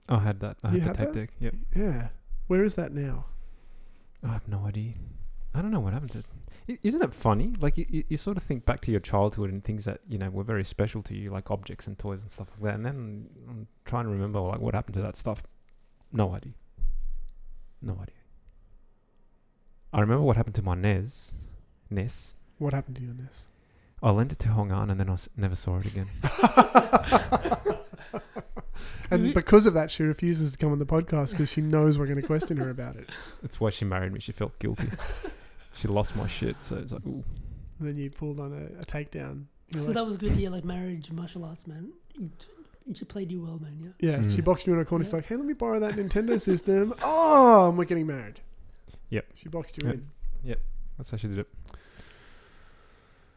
I had that. I
You
had,
had
the tape
that?
deck. Yep.
Yeah. Where is that now?
I have no idea. I don't know what happened to it. I- Isn't it funny? Like you, you, you sort of think back to your childhood and things that you know were very special to you, like objects and toys and stuff like that. And then I'm trying to remember like what happened to that stuff. No idea. No idea. I remember what happened to my NES. NES.
What happened to your NES?
I lent it to Hong An and then I s- never saw it again.
and because of that, she refuses to come on the podcast because she knows we're going to question her about it.
That's why she married me. She felt guilty. she lost my shit. So it's like, ooh.
And then you pulled on a, a takedown. You're
So
like-
that was good. Yeah, like marriage, martial arts, man. You t- You played you well, man. Yeah.
yeah, she
Mm.
boxed you in a corner. She's
Yeah.
like, hey, let me borrow that Nintendo system. Oh, and we're getting married.
Yep.
She boxed you
Yep.
in.
That's how she did it.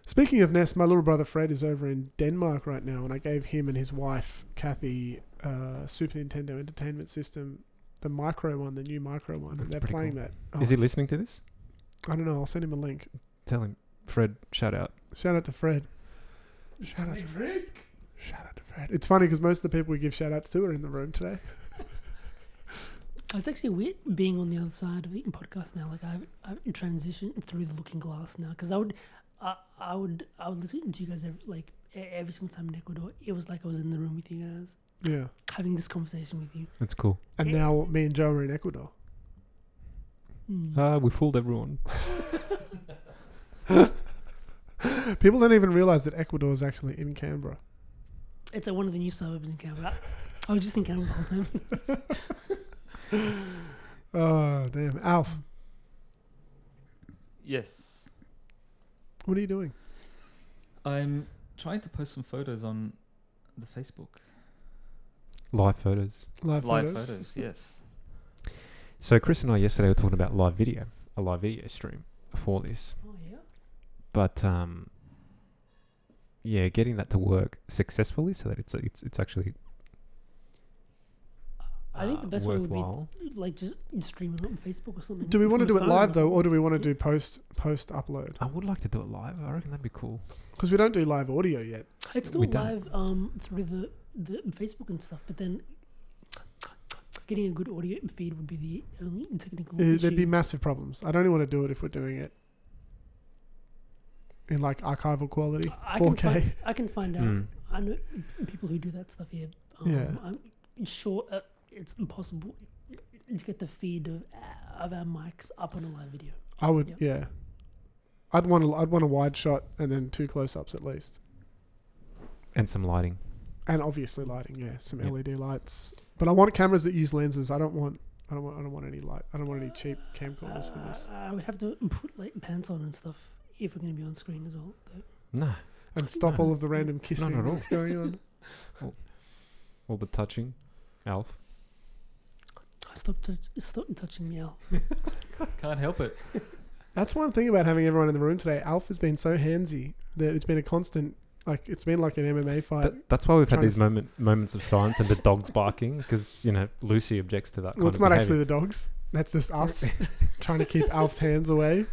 Speaking of Ness, my little brother Fred is over in Denmark right now, and I gave him and his wife, Kathy, uh, Super Nintendo Entertainment System, the micro one, the new micro one,
That's
and they're
pretty
playing
cool.
that.
Is he
it's-
listening to this?
I don't know. I'll send him a link.
Tell him, Fred. Shout out.
Shout out to Fred. Shout out to Fred. Shout out to Fred. It's funny because most of the people we give shout outs to are in the room today.
It's actually weird being on the other side of the podcast now. Like I've, I've transitioned through the looking glass now because I would, I, I would, I would listen to you guys every, like e- every single time in Ecuador. It was like I was in the room with you guys
Yeah.
having this conversation with you.
That's cool.
And now me and Joe are in Ecuador.
Mm.
Hmm.
Ah, we fooled everyone.
People don't even realize that Ecuador is actually in Canberra.
it's like one of the new suburbs in Canberra. I was just in Canberra the whole time.
Oh, damn. Alf,
Yes.
what are you doing?
I'm trying to post some photos on the Facebook.
Live photos.
Live,
Live
photos.
photos, yes.
So Chris and I yesterday were talking about live video, a live video stream for this.
Oh yeah.
But um, yeah, getting that to work successfully so that it's it's it's actually
I think
uh,
the best way would be
worthwhile.
like just stream it on Facebook or something.
Do we
from
want to
the
do it
phone
live
or
though, or do we want to
Yeah.
do post post upload?
I would like to do it live. I reckon that'd be cool.
Because we don't do live audio yet.
something. It's still
We don't.
live um, through the, the Facebook and stuff, but then getting a good audio feed would be the only technical
Uh,
issue.
there'd be massive problems. I'd only want to do it if we're doing it in like archival quality,
I can
4K.
find, I can find out.
Mm.
I know people who do that stuff here. Um,
Yeah.
I'm sure uh, it's impossible to get the feed of, uh, of our mics up on a live video.
I would,
Yep.
yeah. I'd want a, I'd want a wide shot and then two close ups at least,
And some lighting.
and obviously lighting. Yeah, some
Yep.
LED lights. But I want cameras that use lenses. I don't want I don't want I don't want any light. I don't want any cheap camcorders for this.
Uh, I would have to put like pants on and stuff if we're going to be on screen as well. Though.
Nah,
And stop all of the random kissing
at all.
that's going on.
all the touching, Alf.
Stop, tou- stop touching me out.
Can't help it.
That's one thing about having everyone in the room today. Alf has been so handsy that it's been a constant. Like it's been like an MMA fight.
That, that's why we've had
trying to
these
s-
moment moments of silence and the dogs barking because you know Lucy objects to that. Kind
well, it's
of
not actually
behavior.
the dogs. That's just us trying to keep Alf's hands away
I'm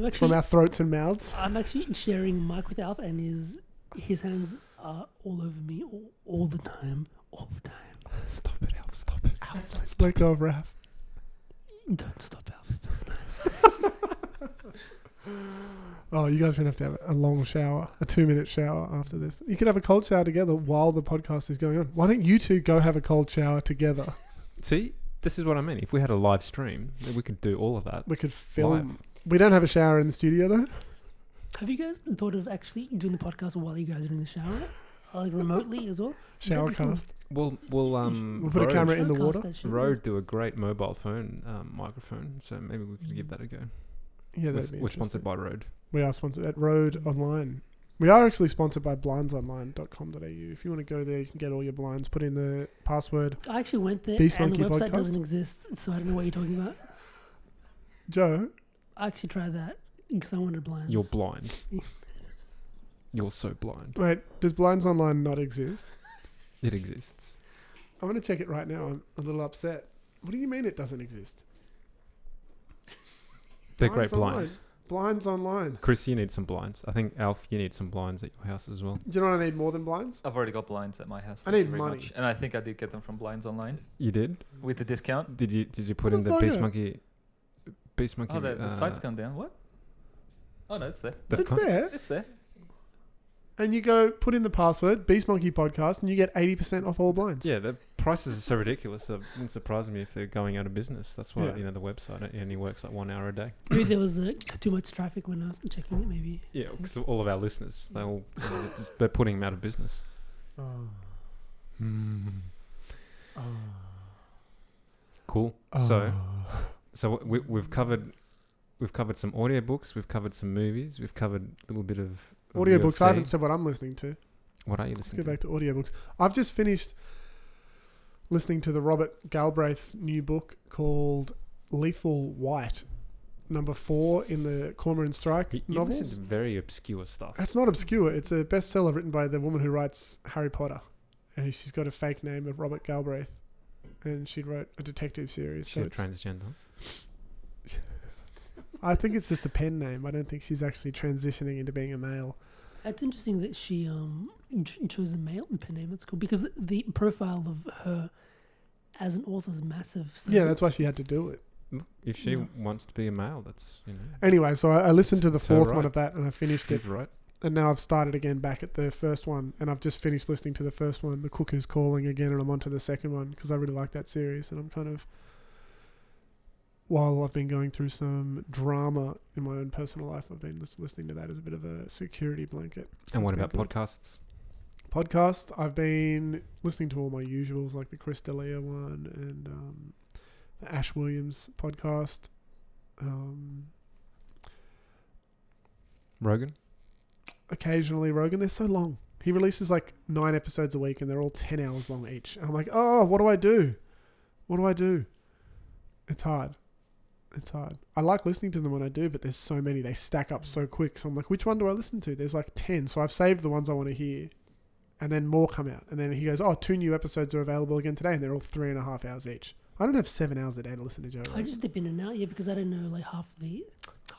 from
actually,
our throats and mouths.
I'm actually sharing a mic with Alf, and his his hands are all over me all, all the time, all the time.
Stop it, Alf! Stop it,
Let's let go of Raph.
Don't stop, Alf. It feels nice.
Oh, you guys are gonna have to have a long shower, a two-minute shower after this. You could have a cold shower together while the podcast is going on. Why don't you two go have a cold shower together?
See, this is what I mean. If we had a live stream, then we could do all of that.
We could film. We don't have a shower in the studio though.
Have you guys thought of actually doing the podcast while you guys are in the shower, like remotely as well?
Showercast.
We'll we'll um
We'll put a
Rode-
camera in the
Showercast
water?
that shit, yeah.
Rode do a great mobile phone um, microphone, so maybe we could give that a go.
Yeah,
we're,
that'd
s-
be
we're sponsored
interesting.
by Rode.
We are sponsored at Road Online. We are actually sponsored by blindsonline.com.au. If you want to go there, you can get all your blinds. Put in the password.
I actually went there,
Beast
and the
Monkey
website
podcast?
doesn't exist, so I don't know what you're talking about.
Joe,
I actually tried that because I wanted blinds.
You're blind. You're so blind.
wait, does Blinds Online not exist?
It exists.
I'm going to check it right now. I'm a little upset. What do you mean it doesn't exist?
They're great
Online.
blinds.
Blinds Online.
Chris, you need some blinds. I think Alf, you need some blinds at your house as well.
Do you know what I need more than blinds?
I've already got blinds at my house.
I
thank you
need
very
money.
much. And I think I did get them from Blinds Online
You did?
with the discount.
Did you Did you put
What
in
the
the Beast
fucker?
Monkey? Beast Monkey.
Oh, the, the
uh,
site's gone down. What? Oh, no, it's there.
that
it's
con-
there.
It's there.
And you go put in the password Beast Monkey Podcast, and you get eighty percent off all blinds.
Yeah, the prices are so ridiculous. It wouldn't surprise me if they're going out of business. That's why
Yeah.
you know the website only works like one hour a day.
maybe there was uh, too much traffic when I was checking it. Maybe
Yeah, because all of our listeners, they all you know, they're, just, they're putting them out of business.
Hmm.
Cool.
Ah.
So, so we, we've covered, we've covered some audiobooks, we've covered some movies, we've covered a little bit of of
audiobooks.
UFC.
I haven't said what I'm listening to.
What are you
Let's go
listening
back to audiobooks. I've just finished listening to the Robert Galbraith new book called Lethal White, number four in the Cormoran Strike
to? You, you listen
novels.
to very obscure stuff.
That's not obscure. It's a bestseller written by the woman who writes Harry Potter. And she's got a fake name of Robert Galbraith, and she wrote a detective series.
She
so
a
it's-
transgender.
I think it's just a pen name. I don't think she's actually transitioning into being a male.
it's interesting that she um ch- chose a male pen name. That's cool because the profile of her as an author is massive. So
Yeah, that's why she had to do it.
Look, If she
Yeah.
wants to be a male, that's you know,
Anyway, so I, I listened to the
It's her
fourth
right.
one of that and I finished it.
she's right.
And now I've started again back at the first one. And I've just finished listening to the first one, The Cook is Calling again. And I'm on to the second one because I really like that series. And I'm kind of. While I've been going through some drama in my own personal life, I've been lis- listening to that as a bit of a security blanket.
And what
It's been
about
good.
podcasts?
podcast. I've been listening to all my usuals, like the Chris D'Elia one and um, the Ash Williams podcast. Um,
Rogan.
occasionally Rogan. They're so long. He releases like nine episodes a week, and they're all ten hours long each. And I'm like, oh, what do I do? What do I do? It's hard. It's hard. I like listening to them when I do, but there's so many. They stack up so quick. So I'm like, which one do I listen to? There's like ten. So I've saved the ones I want to hear, and then more come out. And then he goes, oh, two new episodes are available again today, and they're all three and a half hours each. I don't have seven hours a day to listen to Joe.
I
Rogan.
just dip in and out, yeah, because I don't know like half the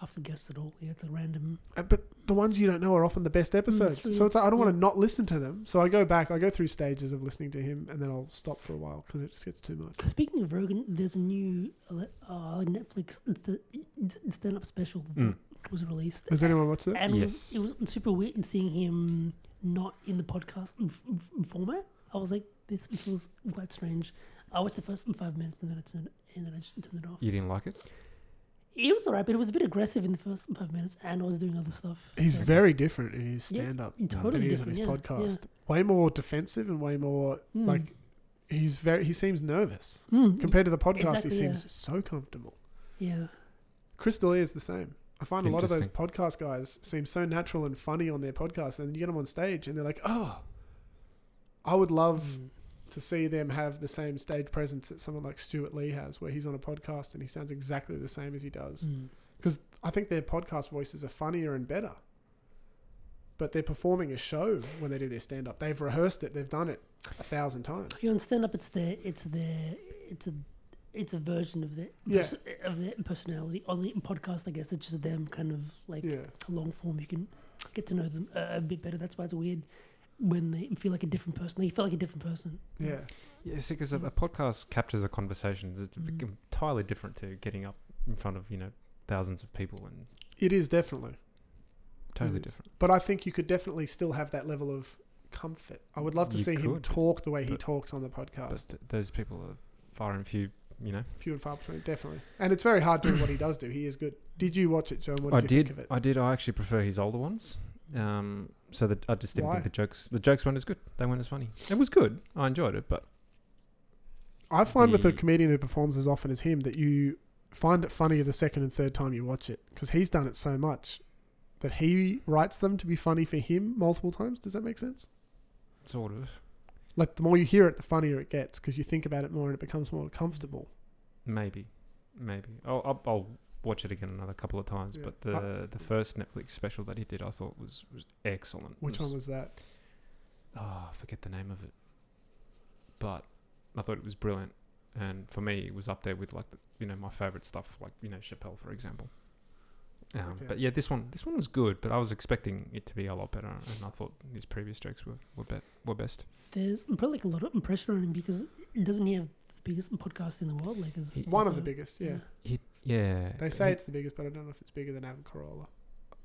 half the guests at all. Yeah, it's a random.
Uh, but the ones you don't know are often the best episodes.
Mm, true.
so it's like, I don't want
Yeah.
to not listen to them. So I go back, I go through stages of listening to him, and then I'll stop for a while because it just gets too much.
Speaking of Rogan, there's a new uh, Netflix stand up special
Mm.
that was released.
Has anyone watched that?
And
Yes.
it, was, it was super weird seeing him not in the podcast f- f- format. I was like, this feels quite strange. I watched the first five minutes and then I turned and then I just turned it off.
You didn't like it?
It was alright, but it was a bit aggressive in the first five minutes, and I was doing other stuff.
He's
So-
very different in his
Yeah,
stand up than
totally
he is in
different.
his
yeah,
podcast. Way more defensive and way more
Mm.
like he's very, he seems nervous.
Yeah. Mm,
Compared to the podcast,
Exactly,
he
yeah.
seems so comfortable.
yeah.
Chris D'Elia is the same. I find a lot of those
Interesting.
podcast guys seem so natural and funny on their podcast, and then you get them on stage and they're like, oh, I would love to see them have the same stage presence that someone like Stuart Lee has, where he's on a podcast and he sounds exactly the same as he does.
Mm.
Because I think their podcast voices are funnier and better. But they're performing a show when they do their stand up. They've rehearsed it, they've done it a thousand times.
You understand up? It's their, it's their, it's a, it's a version of their,
Yeah.
pers- of their personality on the podcast. I guess it's just them kind of like
Yeah.
long form. You can get to know them a, a bit better. That's why it's weird when they feel like a different person. They feel like a different person.
Yeah.
Yeah, see, because a,
Mm.
a podcast captures a conversation that's
Mm.
entirely different to getting up in front of, you know, thousands of people and
It is definitely.
totally
is.
different.
But I think you could definitely still have that level of comfort. I would love to
You
see him
could,
talk the way he
but-
talks on the
But
podcast.
th- those people are far and few, you know.
Few and far between, definitely. And it's very hard doing what he does do. He is good. Did you watch it, John? What did
I
you
did.
think of it?
I did. I actually prefer his older ones. Um, so that I just didn't
Why?
think the jokes. The jokes weren't as good. They weren't as funny. It was good. I enjoyed it, but
I find with a
the-
comedian who performs as often as him that you find it funnier the second and third time you watch it because he's done it so much that he writes them to be funny for him multiple times. Does that make sense?
sort of
Like the more you hear it, the funnier it gets because you think about it more and it becomes more comfortable.
maybe, maybe. I'll, I'll, I'll watch it again another couple of times.
Yeah.
But the the first Netflix special that he did, I thought was was excellent.
Which
It
one was that?
Oh, I forget the name of it. But I thought it was brilliant, and for me, it was up there with like the, you know my favorite stuff, like you know Chappelle, for example. Um,
Okay.
But yeah, this one this one was good, but I was expecting it to be a lot better, and I thought his previous jokes were were, be- were best.
There's probably like a lot of pressure on him because doesn't he have the biggest podcast in the world? Like, is
He-
One of
so-
the biggest, yeah.
He, yeah,
They say
he-
it's the biggest, but I don't know if it's bigger than Adam Carolla.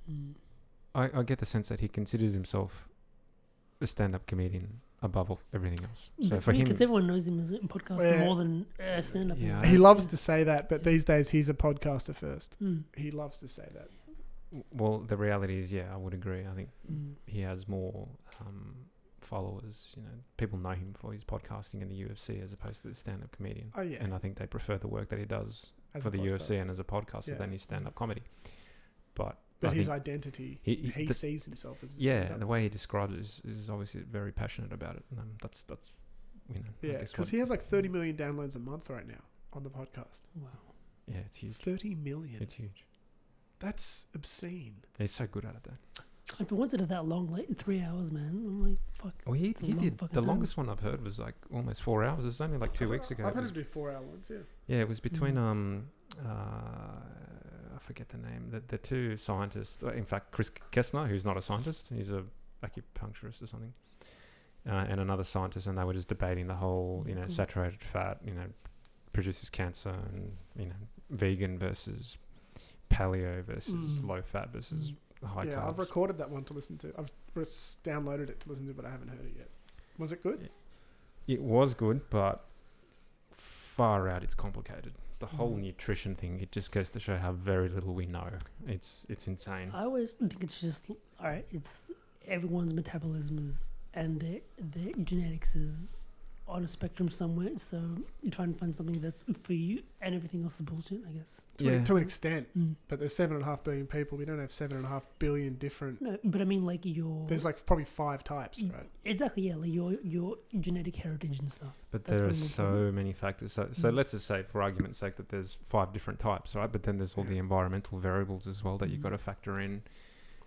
Mm.
I, I get the sense that he considers himself a stand-up comedian above all, everything else. So
That's
for him,
because everyone knows him as a podcast
Well, yeah.
more than uh, stand up.
Yeah.
He loves to say that, but these days he's a podcaster first.
Mm.
He loves to say that.
well, the reality is, yeah, I would agree. I think
Mm.
he has more um, followers. You know, people know him for his podcasting in the UFC as opposed to the stand-up comedian.
Oh yeah,
And I think they prefer the work that he does
as
for
a
the UFC
podcaster.
and as a podcaster
Yeah.
than his stand-up comedy. But,
But
I
his
think,
identity, he,
he- he- the-
sees himself as a
yeah,
stand-up.
the way he describes it is, is obviously very passionate about it. And um, that's that's you know, I
yeah,
guess
because
what-
he has like 30 million downloads a month right now on the podcast.
Wow.
yeah, it's huge.
30 million.
It's huge.
That's obscene.
He's so good at it. Though.
If it wasn't that long, like three hours, man, I'm like, fuck.
Well, he,
It's a
he
long
did
fucking
the
time.
longest one I've heard was like almost four hours. It was only like two weeks ago.
I've
It
had
was
him do four hour ones, yeah.
Yeah, it was between
Mm.
um, uh, I forget the name. The, the two scientists. uh, In fact, Chris Kessner, who's not a scientist, he's a acupuncturist or something, uh, and another scientist, and they were just debating the whole, you know,
Mm.
saturated fat, you know, produces cancer, and you know, vegan versus paleo versus
Mm.
low fat versus high
yeah,
carbs.
I've recorded that one to listen to. I've res- downloaded it to listen to, but I haven't heard it yet. Was it good?
it was good, but far out. It's complicated. The whole
Mm.
nutrition thing. It just goes to show how very little we know. It's it's insane.
I always think it's just all right. It's everyone's metabolism is and their their genetics is on a spectrum somewhere. So you're trying to find something that's for you, and everything else is bullshit, I guess.
to, an, to an extent.
Hmm.
Mm.
But there's seven and a half billion people. We don't have seven and a half billion different.
No, but I mean like your
There's like probably five types,
Mm.
right?
exactly yeah, like your your genetic heritage and stuff.
But
That's
there are
what I'm looking
so many factors. So, so
Mm.
let's just say, for argument's sake, that there's five different types, right? But then there's all the environmental variables as well that you've got
Mhm.
to factor in.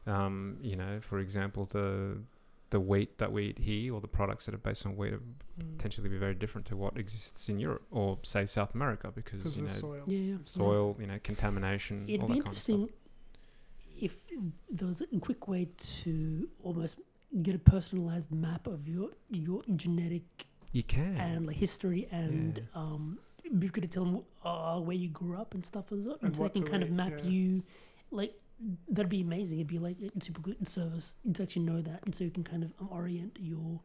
Um, you know, for example, the the wheat that we eat here, or the products that are based on wheat, are
Mm.
potentially be very different to what exists in Europe or say South America, because
Because
you
of
know
the soil.
Yeah, yeah.
soil, you know, contamination, all
It'd
that
be
kind of stuff.
interesting if there was a quick way to almost get a personalized map of your your genetic
You can.
and like history and um you could tell them uh, where you grew up and stuff as well
And
so they
what
can
to
kind of
eat,
map
yeah.
you like that'd be amazing it'd be like a super good service to actually know that and so you can kind of um, orient your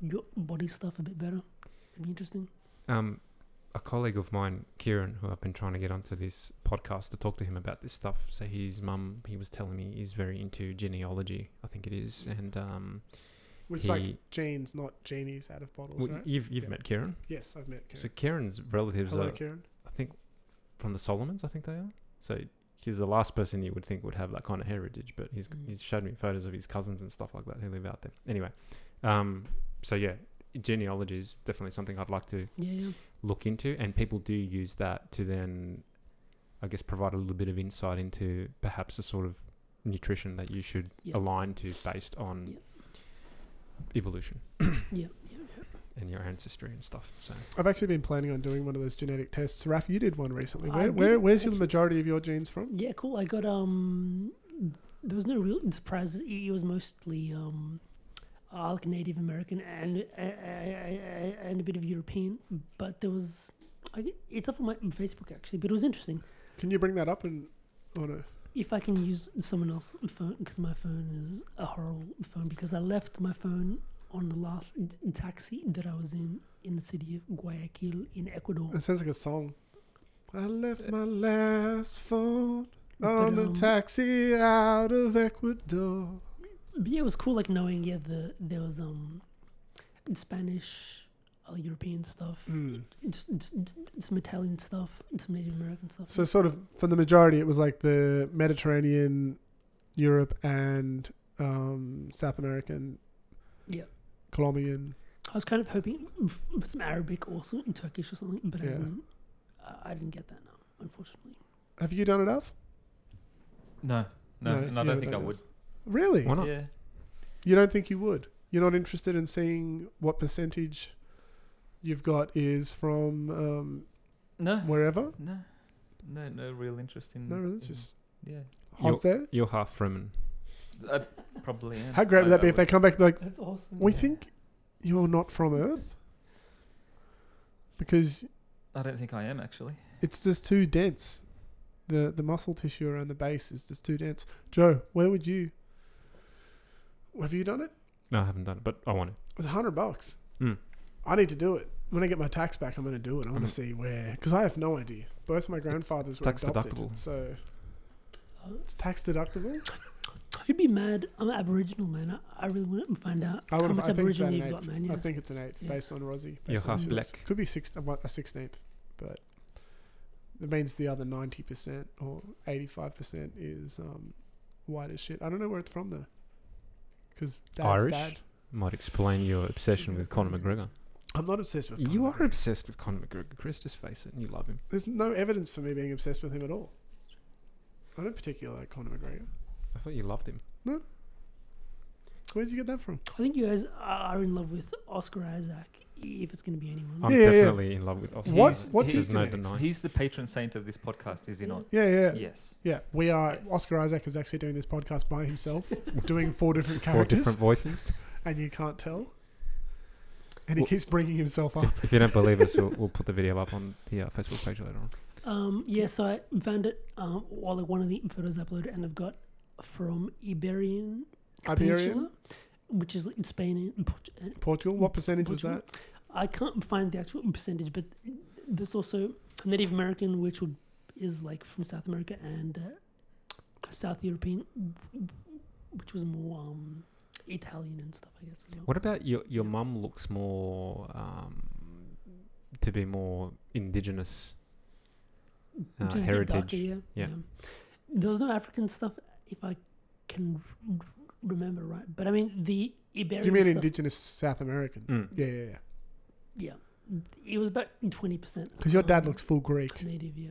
your body stuff a bit better it'd be interesting
um, a colleague of mine, Kieran, who I've been trying to get onto this podcast to talk to him about this stuff. So his mum, he was telling me, is very into genealogy. I think it is,
Mm.
and um,
Which
he,
like genes, not genies out of bottles,
well,
right?
you've you've
Yeah.
met Kieran.
Yes, I've met Karen.
So Kieran's relatives
Hello,
are,
Karen.
I think, from the Solomons. I think they are. So he's the last person you would think would have that kind of heritage, but he's
Mm.
he's showed me photos of his cousins and stuff like that who live out there. Anyway, um, so yeah, genealogy is definitely something I'd like to
yeah, yeah.
look into, and people do use that to then, I guess, provide a little bit of insight into perhaps the sort of nutrition that you should
Yeah.
align to based on
Yeah.
evolution
yeah, yeah, yeah.
and your ancestry and stuff. So
I've actually been planning on doing one of those genetic tests. Raf, you did one recently.
I
Where,
did,
where, where's your, the
actually.
majority of your genes from?
Yeah, cool. I got um. There was no real surprises. It it was mostly um, uh, like Native American and uh, and a bit of European. But there was, I, it's up on my Facebook actually. But it was interesting.
Can you bring that up and on a
If I can use someone else's phone because my phone is a horrible phone because I left my phone on the last d- taxi that I was in in the city of Guayaquil in Ecuador.
It sounds like a song. I left my last phone on
But,
the
um,
taxi out of Ecuador.
But yeah, it was cool, like knowing yeah the there was um Spanish, uh, European stuff,
Mm.
s- s- s- some Italian stuff, some Native American stuff.
So, sort of, for the majority, it was like the Mediterranean, Europe, and um, South American.
Yeah.
Colombian.
I was kind of hoping f- for some Arabic or some Turkish or something, but I,
Yeah.
didn't, I I didn't get that now, unfortunately.
Have you done enough?
No,
No,
no, and I
yeah,
don't think I
that
would.
is- Really?
why not?
Yeah,
You don't think you would? You're not interested in seeing what percentage you've got is from um,
no,
wherever?
no, no, no real interest in.
No, really, it's
in-
just
yeah.
hot there.
You're half Fremen.
I probably am.
How great would that be if they come back and like,
That's awesome.
We think you're not from Earth because
I don't think I am actually.
it's just too dense. The the muscle tissue around the base is just too dense. Joe, where would you? Have you done it?
No, I haven't done it, but I want to.
It's a hundred bucks.
Mm.
I need to do it. When I get my tax back, I'm going to do it. I'm going
Mhm.
to see where because I have no idea. Both my grandfathers were
tax
adopted,
deductible.
so
Uh,
it's tax deductible.
I'd be mad. I'm Aboriginal, man. I, I really want to find out
I
how
would.
much
I think it's about
Aboriginal
an
you've got,
eighth.
man. Yeah.
I think it's an eighth
Yeah.
based on Rosie.
You're
based on
half
who
black.
it is. Could be six, a one- a sixteenth, but that means the other ninety percent or eighty-five percent is um, white as shit. I don't know where it's from though, because
Irish?
Dad.
Might explain your obsession with Conor McGregor.
I'm not obsessed with.
you
Conor
are
McGregor.
obsessed with Conor McGregor, Chris. Just face it, and you love him.
There's no evidence for me being obsessed with him at all. I don't particularly like Conor McGregor.
I thought you loved him.
Where did you get that from?
I think you guys are in love with Oscar Isaac, if it's going to be anyone.
I'm
Yeah, yeah, yeah.
definitely in love with Oscar.
What-
Isaac.
what's
There's
his
no
genetics?
denying.
He's the patron saint of this podcast, is he not?
Yeah, yeah, yeah.
Yes.
we are.
Yes.
Oscar Isaac is actually doing this podcast by himself, doing four different
Four
characters,
different voices.
and you can't tell. And he
Well-
keeps bringing himself up.
if you don't believe us, we'll, we'll put the video up on the uh, Facebook page later on.
Um, yeah, so I found it um, while like one of the photos I uploaded, and I've got from Iberian
Iberian,
Peninsula, which is like in Spain and Port- and
Portugal. What percentage was
Portugal.
that?
I can't find the actual percentage, but there's also Native American, which would, is like from South America, and uh, South European, which was more um, Italian and stuff, I guess. As well.
What about your your
Yeah.
mum looks more um, to be more indigenous uh,
Just a bit
heritage.
darker, yeah.
Yeah.
There was no African stuff, if I can r- r- remember right. But I mean, the Iberian
Do you mean
stuff,
indigenous South American?
Mm.
Yeah, yeah, yeah.
Yeah. It was about 20%.
Because your dad
um,
looks full Greek.
Native, yeah.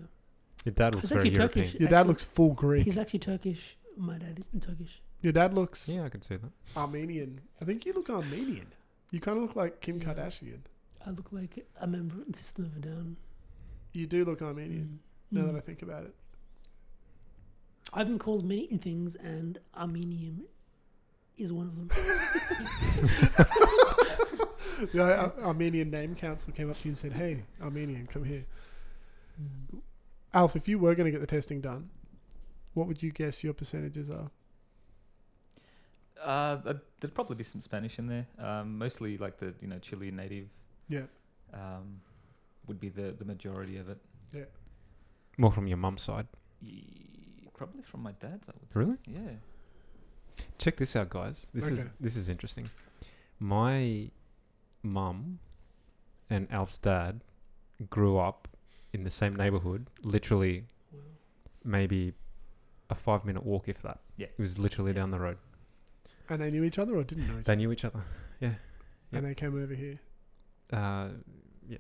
Your dad looks
It's
very
actually
European.
Turkish.
Your dad
actually.
looks full Greek.
He's actually Turkish. My dad is Turkish.
Your dad looks
Yeah, I can see that.
Armenian. I think you look Armenian. You kind of look like Kim
Yeah.
Kardashian.
I look like a member of System of a Down.
You do look Armenian.
Mm.
Now that
Mm.
I think about it,
I've been called many things, and Armenian is one of them.
the Ar- Armenian Name Council came up to you and said, "Hey, Armenian, come here,
Mm.
Alf. If you were going to get the testing done, what would you guess your percentages are?"
Uh, th- there'd probably be some Spanish in there. Um, mostly like the you know Chilean native.
Yeah.
Um, would be the the majority of it.
More from your mum's side.
Ye- Probably from my dad's. I would say.
Really?
Yeah.
Check this out, guys. This is
Okay.
this is interesting. My mum and Alf's dad grew up in the same neighborhood, literally
Wow.
maybe a five minute walk, if that.
Yeah.
It was literally
Yeah.
down the road.
And they knew each other or didn't know each
They
other,
knew each other.
and they came over here.
Uh, yeah,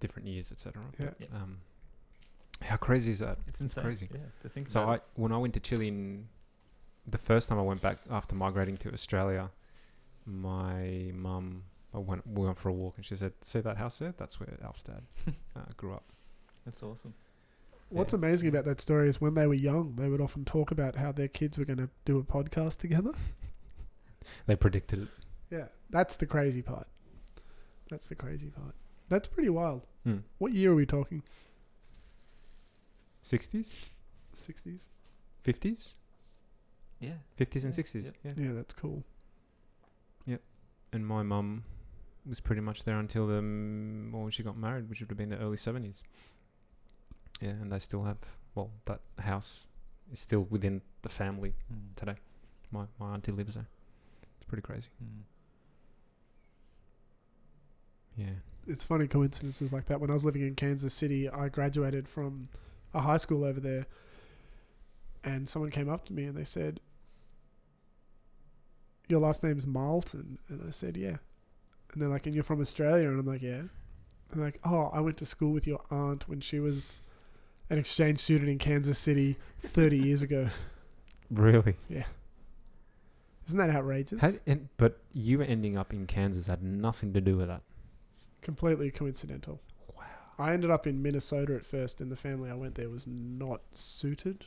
different years, etc.
Yeah.
Yeah.
Um, how crazy is that?
It's insane.
crazy.
Yeah. To think
So
about.
I, when I went to Chile, in, the first time I went back after migrating to Australia, my mum, I went, we went for a walk, and she said, "See that house there? That's where Alf's dad uh, grew up."
That's awesome.
What's
Yeah.
amazing about that story is when they were young, they would often talk about how their kids were going to do a podcast together.
They predicted it.
Yeah, that's the crazy part. That's the crazy part. That's pretty wild.
Hmm.
What year are we talking?
Sixties,
Sixties.
fifties,
Yeah.
fifties, and
Yeah,
sixties.
yep.
Yeah.
Yeah, that's cool.
And my mum was pretty much there until the m- well, she got married, which would have been the early seventies. Yeah, and they still have well, that house is still within the family
Mm.
today. My my auntie lives there. It's pretty crazy.
Mm.
Yeah.
It's funny coincidences like that. When I was living in Kansas City, I graduated from a high school over there, and someone came up to me and they said, "Your last name's Marlton," and I said, "Yeah," and they're like, "And you're from Australia?" And I'm like, "Yeah." And like, "Oh, I went to school with your aunt when she was an exchange student in Kansas City 30 years ago."
Really?
Isn't that outrageous?
Had, and, but you ending up in Kansas had nothing to do with that.
Completely coincidental.
Wow.
I ended up in Minnesota at first, and the family I went there was not suited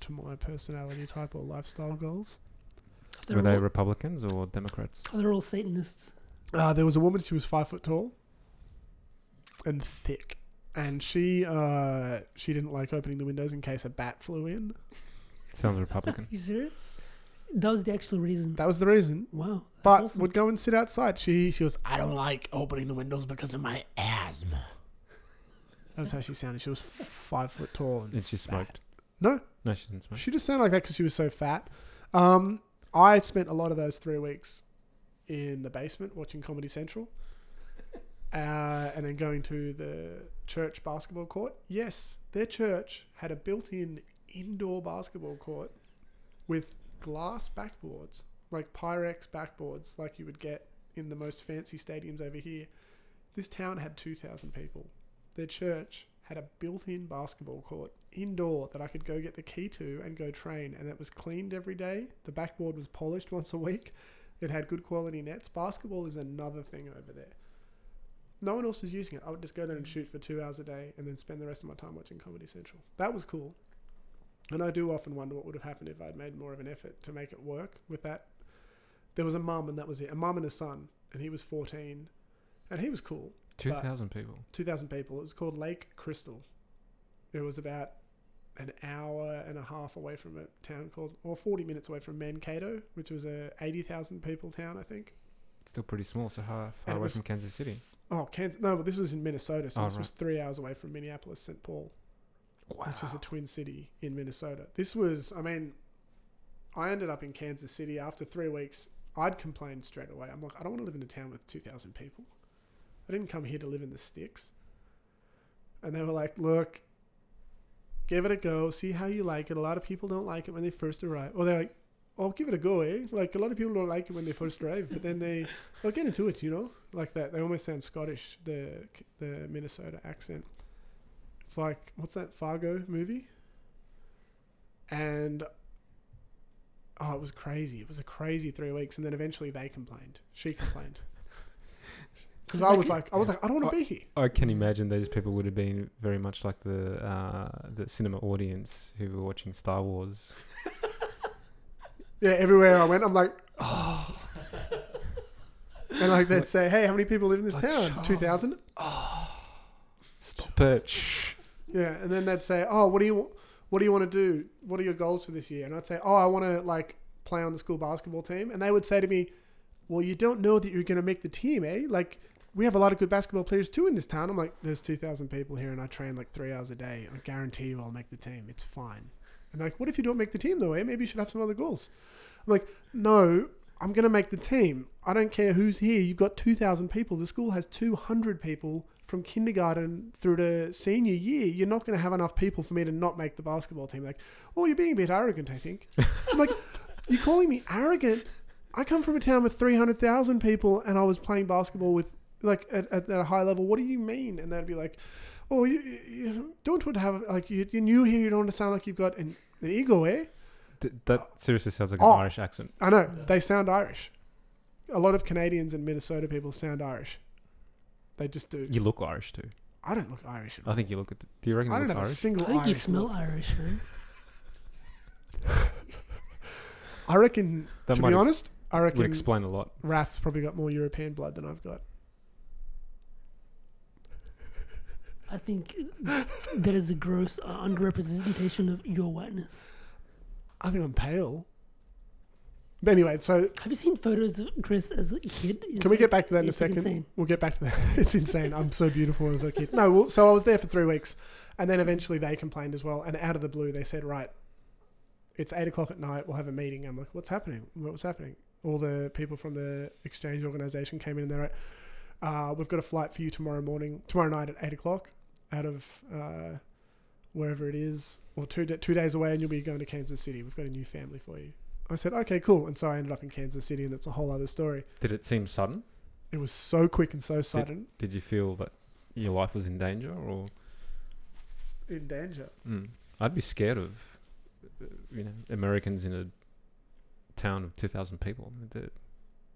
to my personality type or lifestyle goals.
They're,
Were they
all,
Republicans or Democrats?
they're all Satanists.
Uh, there was a woman, she was five foot tall and thick. And she uh, she didn't like opening the windows in case a bat flew in.
Sounds Republican.
You serious? That was the actual reason.
That was the reason.
wow. That's
But
awesome.
would go and sit outside. She she goes, I don't like opening the windows because of my asthma. That was how she sounded. She was five foot tall. And
and she smoked.
No.
No, she didn't smoke.
She just sounded like that because she was so fat. Um, I spent a lot of those three weeks in the basement watching Comedy Central, uh, and then going to the church basketball court. Yes, their church had a built-in indoor basketball court with glass backboards, like Pyrex backboards, like you would get in the most fancy stadiums over here. This town had two thousand people. Their church had a built-in basketball court indoor that I could go get the key to and go train, and it was cleaned every day. The backboard was polished once a week. It had good quality nets. Basketball is another thing over there. No one else was using it. I would just go there and shoot for two hours a day, and then spend the rest of my time watching Comedy Central. That was cool. And I do often wonder what would have happened if I'd made more of an effort to make it work with that. There was a mum, and that was it. A mum and a son, and he was 14, and he was cool.
Two thousand people.
2,000 people. It was called Lake Crystal. It was about an hour and a half away from a town called, or 40 minutes away from Mankato, which was a 80,000 people town, I think.
Still pretty small. So how far
it
away
was
from Kansas City?
Oh, Kansas. No, but this was in Minnesota, so
Oh,
this
right.
was three hours away from Minneapolis, St. Paul, which is a twin city in Minnesota. This was, I mean, I ended up in Kansas City after three weeks. I'd complained straight away. I'm like, I don't want to live in a town with 2,000 people. I didn't come here to live in the sticks. and they were like, "Look, give it a go, see how you like it." A lot of people don't like it when they first arrive, or they're like, "Oh, give it a go, eh?" Like a lot of people don't like it when they first arrive, but then they they'll get into it, you know, like that. They almost sound Scottish, the the Minnesota accent. It's like what's that Fargo movie? And oh, it was crazy. It was a crazy three weeks, and then eventually they complained. She complained. Because I was like, I was like, I don't want to be here.
I can imagine those people would have been very much like the uh, the cinema audience who were watching Star Wars.
Yeah, everywhere I went, I'm like, oh. And like they'd say, hey, how many people live in this town? Two thousand.
Stop it! Shh.
Yeah, and then they'd say, oh, what do you, what do you want to do? What are your goals for this year? And I'd say, oh, I want to like play on the school basketball team. And they would say to me, well, you don't know that you're going to make the team, eh? Like we have a lot of good basketball players too in this town. I'm like, there's two thousand people here, and I train like three hours a day. I guarantee you, I'll make the team. It's fine. And like, what if you don't make the team though? Eh? Maybe you should have some other goals. I'm like, no, I'm going to make the team. I don't care who's here. You've got 2,000 people. The school has 200 people from kindergarten through to senior year. You're not going to have enough people for me to not make the basketball team. Like, oh, you're being a bit arrogant, I think. I'm like, you're calling me arrogant? I come from a town with 300,000 people and I was playing basketball with, like, at, at, at a high level. What do you mean? And they'd be like, oh, you, you don't want to have, like, you, you're new here. You don't want to sound like you've got an, an ego, eh?
Th- that seriously sounds like
Oh.
an Irish accent.
I know they sound Irish. A lot of Canadians and Minnesota people sound Irish. They just do.
You look Irish too.
I don't look Irish. At all.
I think you look. At do you reckon you
I
look
don't have a
Irish?
I
single.
think you
Irish
smell
look.
Irish, man.
I reckon.
That
to
might
be
ex-
honest, I
would
reckon
explain a lot.
Raf's probably got more European blood than I've got.
I think that is a gross uh, underrepresentation of your whiteness.
I think I'm pale. But anyway, so
Have you seen photos of Chris as a kid? He's
Can we
like-
get back to that in a
it's
second?
Insane.
We'll get back to that. It's insane. I'm so beautiful as a kid. No, well, so I was there for three weeks, and then eventually they complained as well. And out of the blue, they said, "Right, it's eight o'clock at night. We'll have a meeting." I'm like, "What's happening? What's happening?" All the people from the exchange organization came in, and they're like, uh, "We've got a flight for you tomorrow morning, tomorrow night at eight o'clock, out of uh, wherever it is, or two da two days away, and you'll be going to Kansas City. We've got a new family for you." I said, "Okay, cool." And so I ended up in Kansas City, and that's a whole other story.
Did it seem sudden?
It was so quick and so sudden.
Did you feel that your life was in danger, or
In danger.
mm, I'd be scared of uh, you know Americans in a town of two thousand people. They're-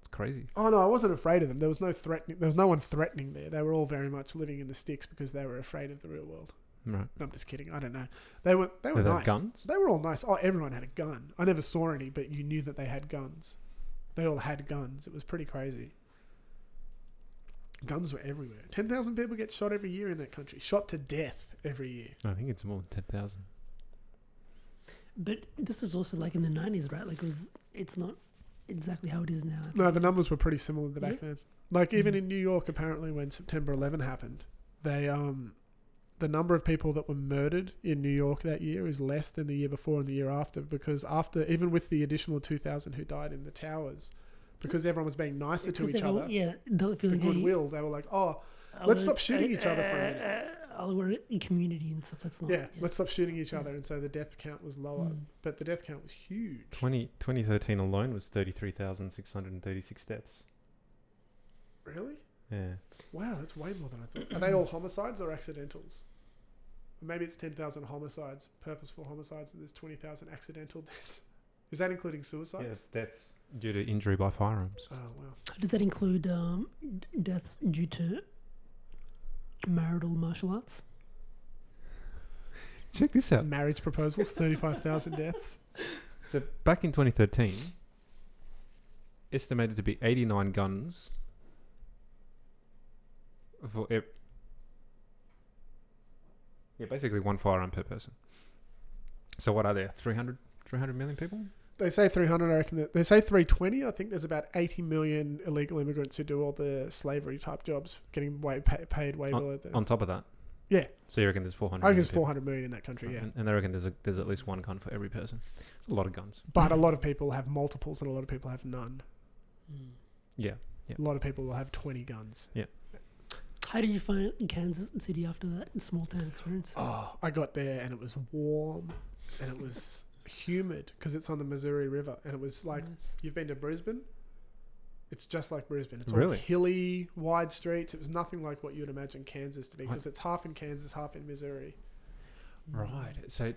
It's crazy.
Oh no, I wasn't afraid of them. There was no threatening. There was no one threatening there. They were all very much living in the sticks because they were afraid of the real world.
Right.
No, I'm just kidding. I don't know. They were they were
Without
nice.
guns?
They were all nice. Oh, everyone had a gun. I never saw any, but you knew that they had guns. They all had guns. It was pretty crazy. Guns were everywhere. Ten thousand people get shot every year in that country. Shot to death every year.
I think it's more than 10,000.
But this is also like in the nineties, right? Like it was, it's not exactly how it is now.
No, the numbers were pretty similar to back
Yeah.
then. Like even
Mhm.
in New York, apparently when September 11 happened, they um, the number of people that were murdered in New York that year is less than the year before and the year after because after even with the additional 2,000 who died in the towers, because everyone was being nicer to
Because
each
they were-
other,
Yeah, they were
the
feeling hey,
goodwill, they were like, oh
I
Let's
wanna-
stop shooting each other for a
Uh, uh, we're in community and stuff. That's not.
yeah, let's stop shooting each
Oh, Yeah.
other, and so the death count was lower,
Mm.
but the death count was huge.
20, 2013 alone was 33,636 deaths.
Really?
Yeah.
Wow, that's way more than I thought. Are they all homicides or accidentals? Maybe it's 10,000 homicides, purposeful homicides, and there's 20,000 accidental deaths. Is that including
Yes,
suicides?
deaths due to injury by firearms.
Oh, wow.
Mm. Does that include um, d- deaths due to marital martial arts?
Check this out.
Marriage proposals, 35,000 deaths.
So back in 2013, estimated to be 89 guns for ev- yeah, basically one firearm per person. So what are there? 300, 300 million people?
They say 300, I reckon. That, they say 320. I think there's about 80 million illegal immigrants who do all the slavery type jobs, getting way pay, paid way below the.
On top of that.
Yeah.
So you reckon there's 400
I reckon
million
it's
people?
400 million in that country, yeah.
And, and they reckon there's a, there's at least one gun for every person. It's a lot of guns.
But a lot of people have multiples and a lot of people have none.
Yeah.
A lot of people will have 20 guns.
How did you find Kansas City after that small town experience?
Oh, I got there and it was warm and it was humid because it's on the Missouri River and it was like
Mm.
you've been to Brisbane. It's just like Brisbane. It's all
Really?
hilly, wide streets. It was nothing like what you'd imagine Kansas to be because it's half in Kansas, half in Missouri.
Right. So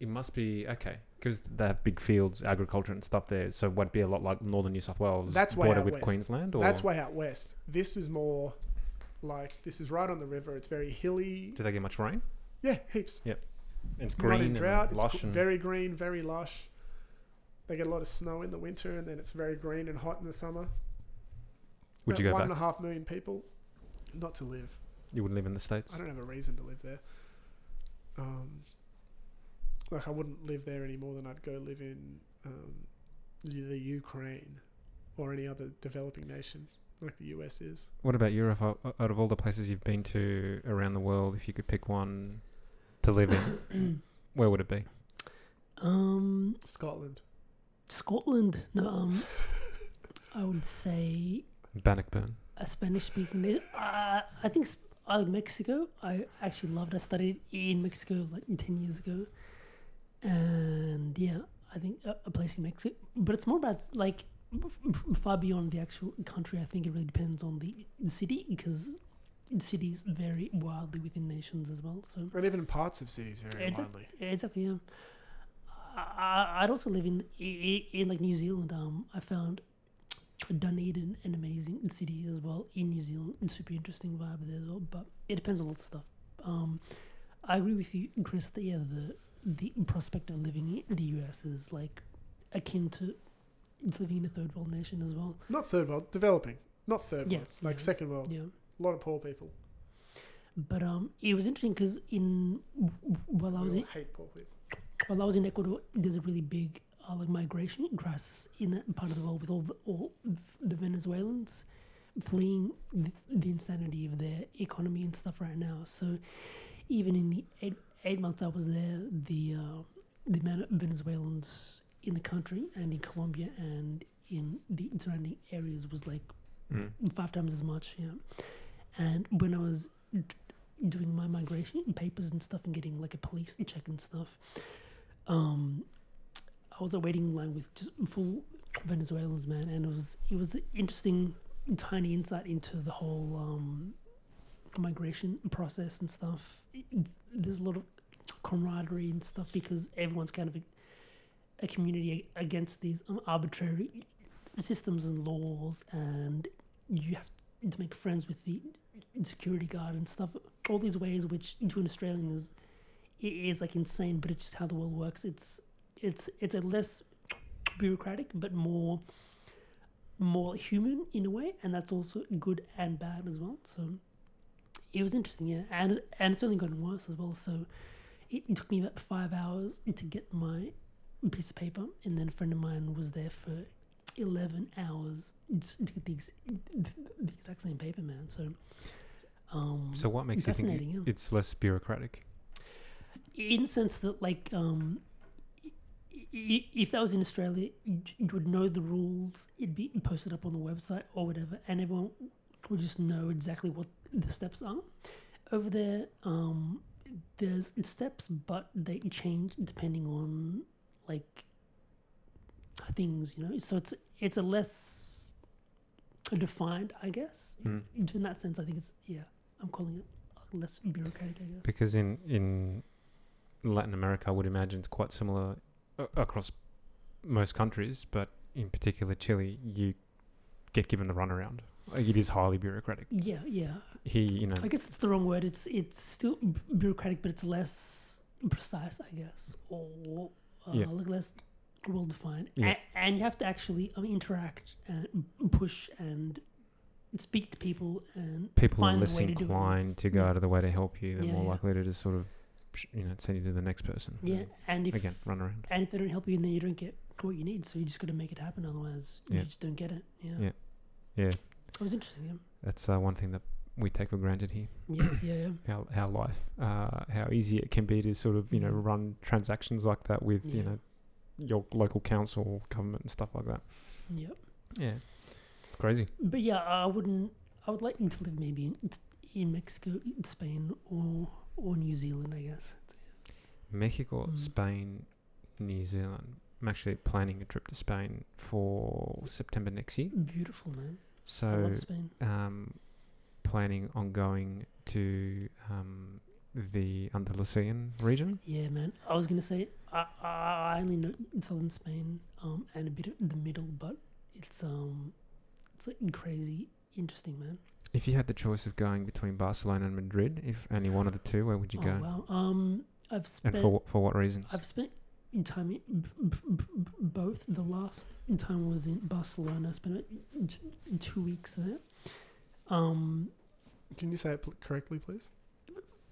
it must be okay because they have big fields, agriculture and stuff there. So would be a lot like northern New South Wales,
That's way
border
out
with
west.
Queensland, or
That's way out west. This is more like this is right on the river. It's very hilly.
do they get much rain?
Yeah, heaps.
It's
Not in
green
drought.
and
It's
lush
gr-
and
very green, very lush. They get a lot of snow in the winter, and then it's very green and hot in the summer.
Would you
About
go
one
back?
and a half million people, not to live.
You wouldn't live in the states.
I don't have a reason to live there. Um, like I wouldn't live there any more than I'd go live in um, y- the Ukraine or any other developing nation like the US is.
What about you? If I, out of all the places you've been to around the world, if you could pick one to live in, where would it be?
Um,
Scotland.
Scotland. No, um, I would say
Bannockburn.
a Spanish speaking nation. Uh, I think Sp- uh, Mexico. I actually loved. I studied in Mexico like ten years ago, and yeah, I think a, a place in Mexico. But it's more about like f- f- far beyond the actual country. I think it really depends on the city because cities vary wildly within nations as well. So
And even parts of cities very
It's a-
widely.
yeah, exactly. Yeah. I, I- I'd also live in, in in like New Zealand. Um, I found Dunedin an amazing city as well in New Zealand. It's super interesting vibe there as well. But it depends on lots of stuff. Um, I agree with you, Chris. That yeah, the the prospect of living in the US is like akin to living in a third world nation as well.
Not third world, developing. Not third
Yeah,
world, like
yeah.
second world.
Yeah.
A lot of poor people.
But um, it was interesting because in while I
We
was
all
in,
hate poor people.
while I was in Ecuador, there's a really big uh, like migration crisis in that part of the world with all the, all the Venezuelans fleeing the, the insanity of their economy and stuff right now. So even in the eight, eight months I was there, the uh, the amount of Venezuelans in the country and in Colombia and in the surrounding areas was like
Mm.
five times as much. Yeah, and when I was d- doing my migration papers and stuff and getting like a police check and stuff, um, I was waiting in line with just full Venezuelans, man, and it was it was an interesting, tiny insight into the whole um, migration process and stuff. There's a lot of camaraderie and stuff because everyone's kind of a, a community against these um, arbitrary systems and laws and you have to make friends with the security guard and stuff. All these ways, which to an Australian is i- is like insane, but it's just how the world works. It's it's it's a less bureaucratic, but more more human in a way, and that's also good and bad as well. So it was interesting, yeah, and and it's only gotten worse as well. So it, it took me about five hours to get my piece of paper, and then a friend of mine was there for 11 hours just to get the, ex- the exact same paper, man. So, um,
So what makes you think
fascinating, yeah.
it's less bureaucratic?
in the sense that, like, um, i- i- if that was in Australia, you you would know the rules, it'd be posted up on the website or whatever, and everyone would just know exactly what the steps are. Over there, um, there's steps, but they change depending on like things, you know. So it's it's a less defined, I guess.
Mm.
In that sense, I think it's yeah. I'm calling it less bureaucratic, I guess.
Because in in Latin America, I would imagine it's quite similar a- across most countries, but in particular Chile, you get given the runaround. Like, It is highly bureaucratic.
Yeah, yeah.
He, you know,
I guess it's the wrong word. It's it's still b- bureaucratic, but it's less precise, I guess, or uh,
Yeah.
like less well defined.
Yeah.
And, and you have to actually um, interact and push and speak to people and
people are
find
less
the way to do it.
inclined to, go
Yeah.
out of the way to help you. They're
Yeah,
more
yeah.
likely to just sort of, psh, you know, send you to the next person.
Yeah, and if
Again, run around.
and if they don't help you, then you don't get what you need. So you just got to make it happen. Otherwise,
Yeah.
you just don't get it. Yeah,
Yeah. Yeah,
it was interesting. Yeah.
that's uh, one thing that we take for granted here.
Yeah, yeah, yeah.
Our, our life, uh, how easy it can be to sort of, you know,
Mhm.
run transactions like that with, you
Yeah.
know, your local council, government, and stuff like that.
yeah.
Yeah, it's crazy.
But yeah, I wouldn't. I would like to live maybe in, in Mexico, Spain, or or New Zealand, I guess.
Mexico,
Mm.
Spain, New Zealand. I'm actually planning a trip to Spain for September next year.
Beautiful, man. I
So
love Spain.
um, planning on going to um, the Andalusian region.
Yeah, man. I was gonna say I, I, I only know southern Spain, um, and a bit of the middle, but it's um, it's like crazy interesting, man.
If you had the choice of going between Barcelona and Madrid, if only one of the two, where would you
oh
go?
wow. Um, I've
And
spent
for what, for what reasons?
I've spent time in b- b- b- b- both. The last time was in Barcelona. I spent uh, t- two weeks there. Um,
Can you say it pl- correctly, please?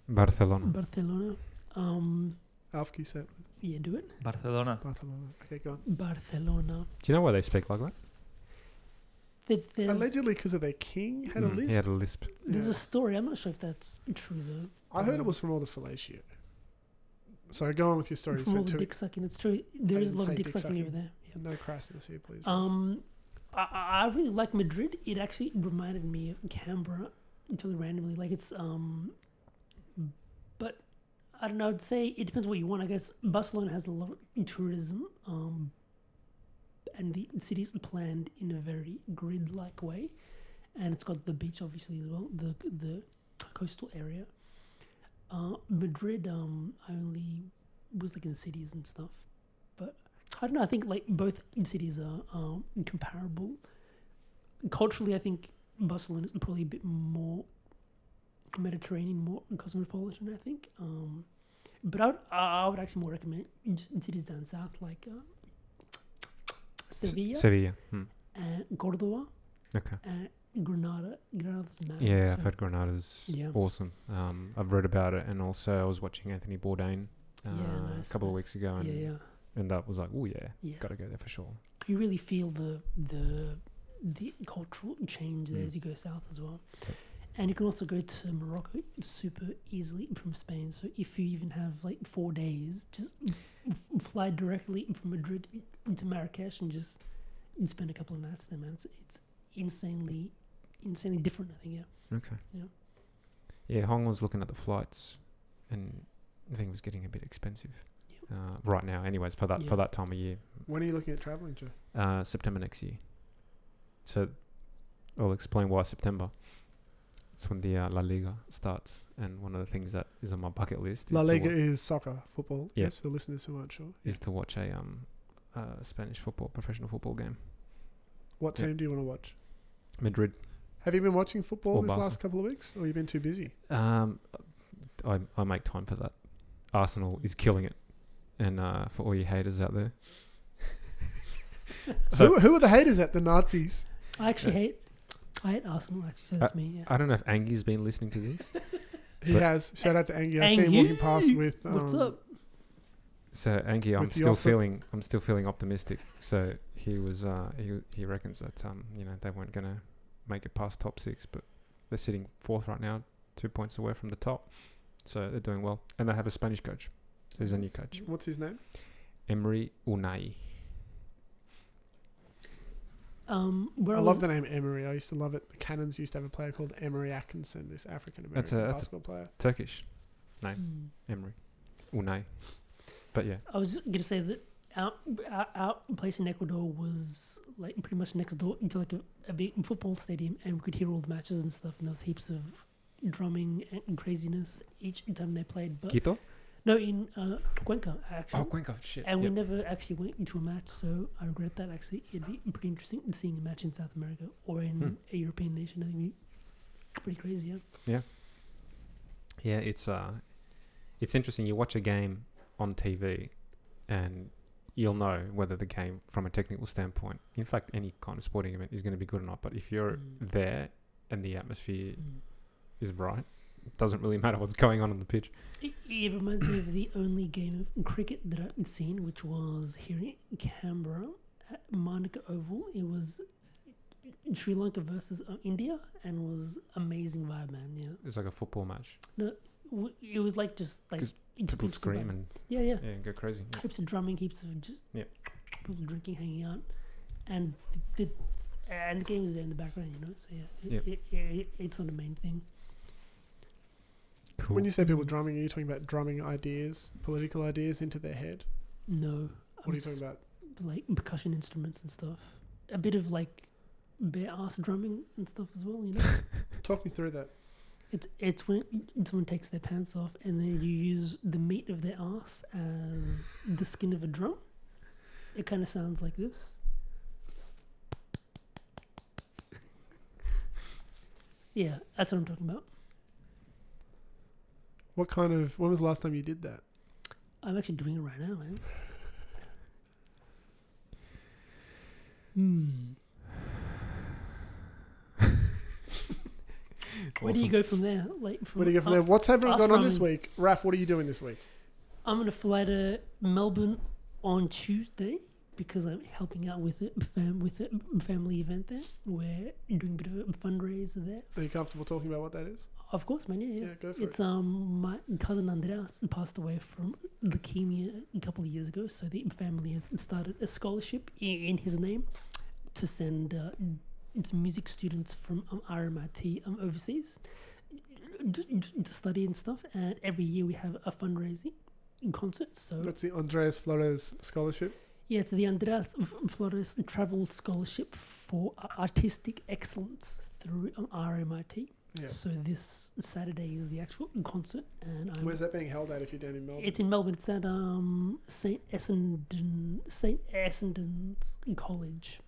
Barcelona.
Barcelona. Um,
Alf, can you say it, please?
yeah, do it.
Barcelona.
Barcelona. Okay, go on.
Barcelona.
Do you know why they speak like that?
There, there's,
Allegedly because of their king had a
Mm, He
lisp.
had a lisp.
there's
Yeah.
a story. I'm not sure if that's true though.
I heard it was from all the fellatio. Sorry, go on with your story. You
From all
spent
the
two
dick sucking, it's true. There is a
didn't
lot
say
of dick
dick
sucking
sucking.
over there. Yeah.
No crassness here, please.
Um, I- I, I really like Madrid. It actually reminded me of Canberra totally randomly. Like it's um, but I don't know. I'd say it depends what you want. I guess Barcelona has a lot of tourism. Um, and the city is planned in a very grid-like way, and it's got the beach obviously as well. The the coastal area. Uh, Madrid. Um, I only was like in the cities and stuff, but I don't know. I think like both cities are um, comparable. Culturally, I think Barcelona is probably a bit more Mediterranean, more cosmopolitan. I think, um, but I would, I would actually more recommend cities down south like uh,
S-
Sevilla Oh,
Sevilla. Mm.
and Cordoba
Okay.
and Granada. Granada's mad.
Yeah,
so-
I've heard Granada's
Yeah.
awesome. Um, I've read about it, and also I was watching Anthony Bourdain uh,
Yeah, nice,
a couple of
nice.
weeks ago, and,
Yeah, yeah,
and that was like, oh yeah,
yeah.
got to go there for sure.
You really feel the the the cultural change there
Mm.
as you go south as well.
Yep.
And you can also go to Morocco super easily from Spain. So if you even have like four days, just f- f- fly directly from Madrid to Marrakesh and just spend a couple of nights there, man. It's, it's insanely, insanely different. I think, yeah.
Okay.
Yeah.
Yeah, Hong was looking at the flights, and I think it was getting a bit expensive.
Yep.
Uh, right now, anyways, for that
Yeah.
for that time of year,
when are you looking at traveling, Joe?
uh, September next year. So, I'll explain why September. It's when the uh, La Liga starts, and one of the things that is on my bucket list is
La
to
Liga
wa-
is soccer, football.
Yeah.
Yes, for listeners who aren't sure.
is to watch a um, uh, Spanish football professional football game.
What
Yeah.
team do you want to watch?
Madrid.
Have you been watching football
Or
this
Barca.
last couple of weeks, or you've been too busy?
Um, I, I make time for that. Arsenal is killing it, and uh, for all you haters out there, So-
who, who are the haters at the Nazis?
I actually hate, I hate Arsenal. Actually,
Uh,
so that's me. Yeah.
I don't know if Angie's been listening to this.
He
But-
has. Shout out to Angie. I see him walking past
Angie!
with. Um,
What's up?
So Angie, I'm
With
still
Josip.
feeling I'm still feeling optimistic. So he was uh, he he reckons that um you know they weren't gonna make it past top six, but they're sitting fourth right now, two points away from the top. So they're doing well, and they have a Spanish coach. Who's their new coach?
What's his name?
Emery Unai.
Um, where
I
I was-
love the name Emery. I used to love it. The Cannons used to have a player called Emery Atkinson, this African
That's a-
American
that's a-
basketball player.
Turkish, name.
Hmm.
Emery Unai. But yeah,
I was going to say that our, our, our place in Ecuador was like pretty much next door to like a, a big football stadium, and we could hear all the matches and stuff, and there was heaps of drumming and craziness each time they played. But
Quito.
no, in uh, Cuenca actually.
Oh, Cuenca. Shit.
and we
Yep.
never actually went into a match, so I regret that. Actually, it'd be pretty interesting seeing a match in South America or in
Hmm.
a European nation. I think it'd be pretty crazy. Yeah.
Yeah, it's uh, it's interesting. You watch a game on TV, and you'll know whether the game, from a technical standpoint, in fact, any kind of sporting event, is going to be good or not. But if you're
Mm.
there and the atmosphere
Hmm.
is right, it doesn't really matter what's going on on the pitch.
It, it reminds me of the only game of cricket that I've seen, which was here in Canberra at Monica Oval. It was Sri Lanka versus uh, India, and was amazing vibe, man. Yeah,
It's like a football match.
W- it was like just like
'Cause
it's
People
it's good
scream
vibe.
and
Yeah, yeah,
yeah, go crazy. Yeah.
Heaps of drumming, heaps of just
Yeah.
people drinking, hanging out, and the and the game is there in the background, you know. So yeah, it, it, it, it's not the main thing.
cool.
When you say
Mm.
people drumming, are you talking about drumming ideas, political ideas into their head?
No.
What are you talking about?
Like percussion instruments and stuff. A bit of like bare ass drumming and stuff as well, you know?
Talk me through that.
It's it's when someone takes their pants off and then you use the meat of their ass as the skin of a drum. It kind of sounds like this. Yeah, that's what I'm talking about.
What kind of? When was the last time you did that?
I'm actually doing it right now, man.
Hmm.
Where do you
Awesome.
go from there? Like, from,
Where do you go from
uh,
there? What's everyone
ask
going on this
Roman.
week? Raf, what are you doing this week?
I'm gonna fly to Melbourne on Tuesday because I'm helping out with it, fam, with a family event there. We're doing a bit of a fundraiser there.
Are you comfortable talking about what that is?
Of course, man. Yeah, yeah.
Yeah, go for
It's um my cousin Andreas passed away from leukemia a couple of years ago, so the family has started a scholarship i- in his name to send uh, its music students from um, RMIT um, overseas to, to study and stuff. And every year we have a fundraising concert. So
it. That's the Andreas Flores Scholarship.
yeah, it's the Andreas F- Flores Travel Scholarship for A- Artistic Excellence through um, RMIT.
Yeah.
So this Saturday is the actual concert, and I'm,
Where's that being held at? If you're down in Melbourne,
it's in Melbourne. It's at um Saint Essendon Saint Essendon's College.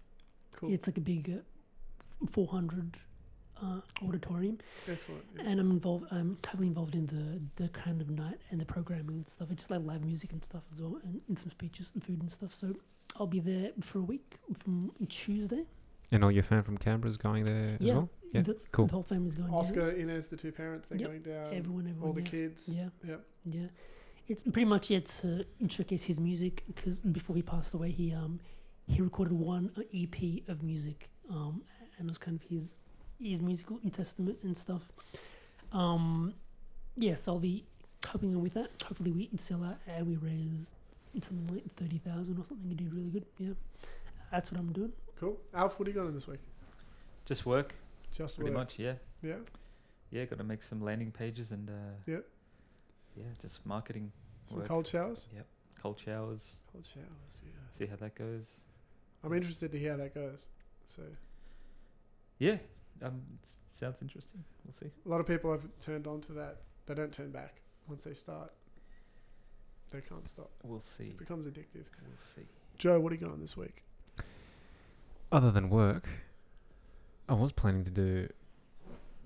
cool,
It's like a big uh, 400 uh, auditorium,
excellent. Yeah.
and I'm involved. I'm heavily involved in the the kind of night and the programming and stuff. It's just like live music and stuff as well, and, and some speeches and food and stuff. So I'll be there for a week from Tuesday.
and all your fan from Canberra's going there as
Yeah,
well. Yeah,
the,
cool.
The whole family's going. down.
Oscar, Inez, the two parents, they're
Yep,
going down.
everyone, everyone,
all the
yeah.
kids.
Yeah.
Yep.
Yeah. It's pretty much it to showcase his music because before he passed away, he um he recorded one uh, EP of music um and it was kind of his his musical testament and stuff. Um, yeah, so I'll be helping him with that. Hopefully, we can sell out and we raise something like thirty thousand or something. You did really good. Yeah, that's what I'm doing.
Cool. Alf, what are you going on this week?
Just work,
Just
pretty
work.
much. Yeah,
Yeah.
yeah. Got to make some landing pages and uh,
Yeah.
yeah, just marketing,
Some
Work.
cold showers.
cold showers.
Cold showers. Yeah.
See how that goes.
I'm interested to hear how that goes. So
Yeah, um, s- sounds interesting. We'll see.
a lot of people have turned on to that. They don't turn back once they start. They can't stop.
We'll see.
It becomes addictive.
We'll see.
Joe, what are you going on this week?
Other than work, I was planning to do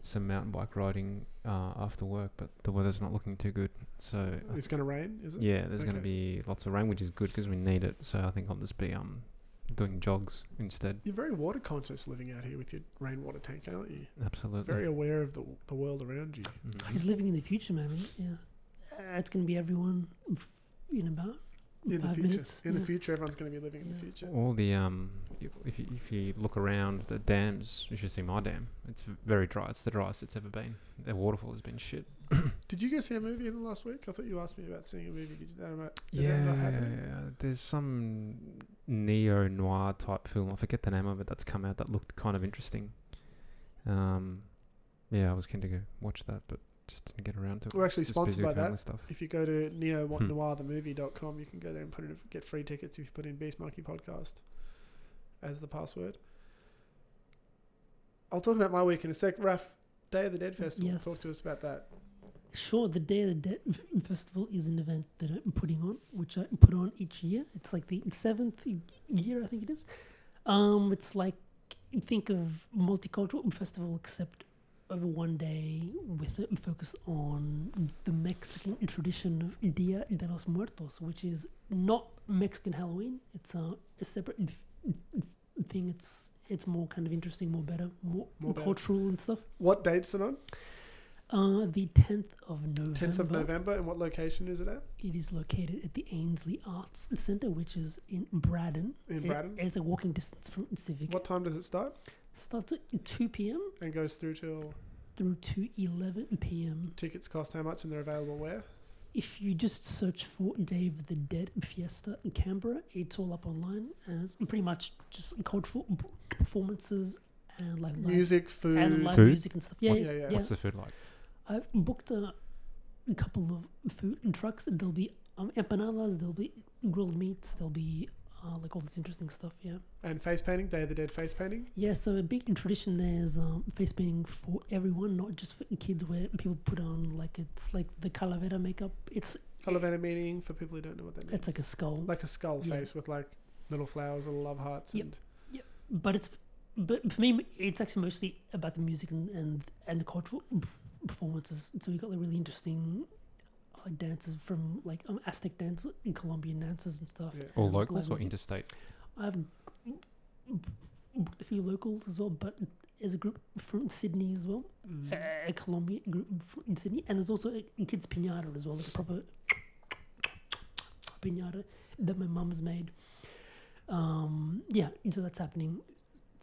some mountain bike riding uh, after work, but the weather's not looking too good. So I
It's going to rain, is it?
Yeah, there's going
Okay.
to be lots of rain, which is good because we need it. So I think I'll just be um doing jogs instead.
You're very water conscious living out here with your rainwater tank, aren't you?
Absolutely.
Very aware of the, the world around you.
Mhm.
He's living in the future, man. Yeah, uh, it's gonna be everyone f- in about
In the
five
future,
minutes.
in
yeah.
the future, everyone's going to be living in the
Yeah.
future.
All the um, y- if you, if you look around the dams, you should see my dam. It's v- very dry. It's the driest it's ever been. The waterfall has been shit.
Did you go see a movie in the last week? I thought you asked me about seeing a movie. Did you, that not, did that not happen?
Yeah, there's some neo noir type film. I forget the name of it that's come out that looked kind of interesting. Um, yeah, I was keen to go watch that, but just didn't get around to it.
We're actually
Just busy
sponsored
with
by
family
that.
Stuff.
If you go to
Hmm.
neowatnoirthemovie.com, you can go there and put in, get free tickets if you put in Beast Monkey Podcast as the password. I'll talk about my week in a sec. Raf, Day of the Dead Festival.
Yes.
Talk to us about that.
Sure, the Day of the Dead Festival is an event that I'm putting on, which I put on each year. It's like the seventh y- year, I think it is. Um, it's like think of multicultural festival except over one day with a focus on the Mexican tradition of Dia de los Muertos, which is not Mexican Halloween. It's a, a separate f- f- thing. It's it's more kind of interesting, more better, more,
More better.
cultural and stuff.
What date's it on?
Uh, the tenth of November.
10th of November. And what location is it at?
It is located at the Ainsley Arts Centre, which is in Braddon.
In
It-
Braddon?
It's a walking distance from Civic.
What time does it start?
Starts at 2 p.m.
And goes through till
through to 11 p.m.
tickets cost how much and they're available where?
If you just search for Day of the Dead Fiesta in Canberra, it's all up online. And it's pretty much just cultural p- performances and like live,
Music, food.
and live
Food?
music and stuff. Yeah,
Yeah,
yeah,
yeah.
yeah.
What's the food like?
I've booked a a couple of food trucks. There'll be um, empanadas. There'll be grilled meats. There'll be uh, like all this interesting stuff. Yeah.
And face painting, Day of the Dead face painting.
Yeah, so a big tradition there is um, face painting for everyone, not just for kids, where people put on like it's like the calavera makeup. It's
Calavera meaning for people who don't know what that means.
it's like a skull,
like a skull
Yeah.
face with like little flowers, little love hearts,
Yep.
and
but it's but for me, it's actually mostly about the music and and, and the cultural p- performances. So we got like really interesting like dances from like um, Aztec dance, Colombian dances and stuff.
Yeah.
Or
Um,
locals or
levels.
interstate?
I've a few locals as well, but there's a group from Sydney as well,
Mm.
a a Eh, Colombian group from in Sydney, and there's also a kids pinata as well, like a proper pinata that my mum's made. Um, yeah, so that's happening.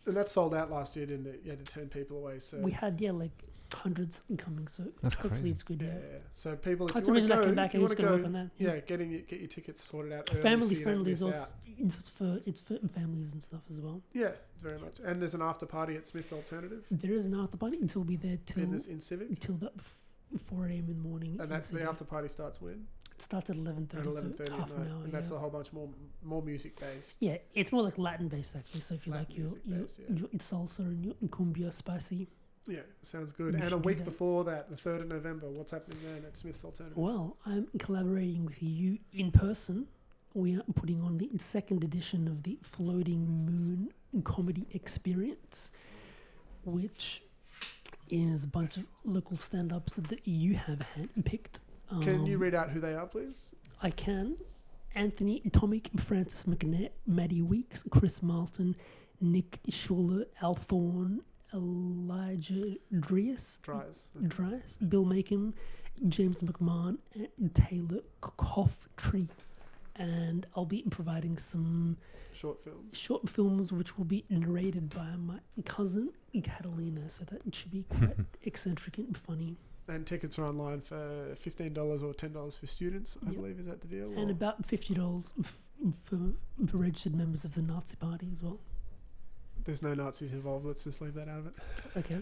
and that sold out last year, didn't it? You had to turn people away. So
We had yeah like hundreds coming, so
That's
hopefully
crazy.
it's good.
yeah,
Yeah,
yeah. so people. If
that's
you
the
want to
reason
go, if
I came back.
you
I used
want
to
to go,
work on that.
yeah, getting your, get your tickets sorted out. Early
family
so you don't
friendly
miss
is
out.
also it's for it's for families and stuff as well.
Yeah, very much. And there's an after party at Smith Alternative.
There is an after party, so we'll be there till
Then there's in Civic,
until about f- 4 a.m. in the morning. in
and that's the
Sydney.
after party starts when
It starts at 11:30,
at eleven
so
thirty
half
at night,
an hour.
and
yeah.
that's a whole bunch more more music based.
yeah, it's more like Latin based actually. So if you
Latin
like your
music
your,
based, yeah.
your salsa and your cumbia spicy,
Yeah, sounds good.
We
And a
should do
week
that.
before that, the third of November, what's happening then at Smith's Alternative?
well, I'm collaborating with you in person. We are putting on the second edition of the Floating Moon Comedy Experience, which is a bunch of local stand-ups that you have handpicked.
Can you
Um,
read out who they are, please?
I can. Anthony Tomic, Francis McNair, Maddie Weeks, Chris Martin, Nick Schuler, Al Thorne, Elijah Dries,
Dries.
Dries, Bill Macon, James McMahon, and Taylor Cofftree. And I'll be providing some
Short films.
short films which will be narrated by my cousin Catalina, so that should be quite eccentric and funny.
And tickets are online for fifteen dollars or ten dollars for students. I
Yep.
believe is that the deal.
And
or-
about fifty dollars f- for for registered members of the Nazi Party as well.
there's no Nazis involved. Let's just leave that out of it.
Okay.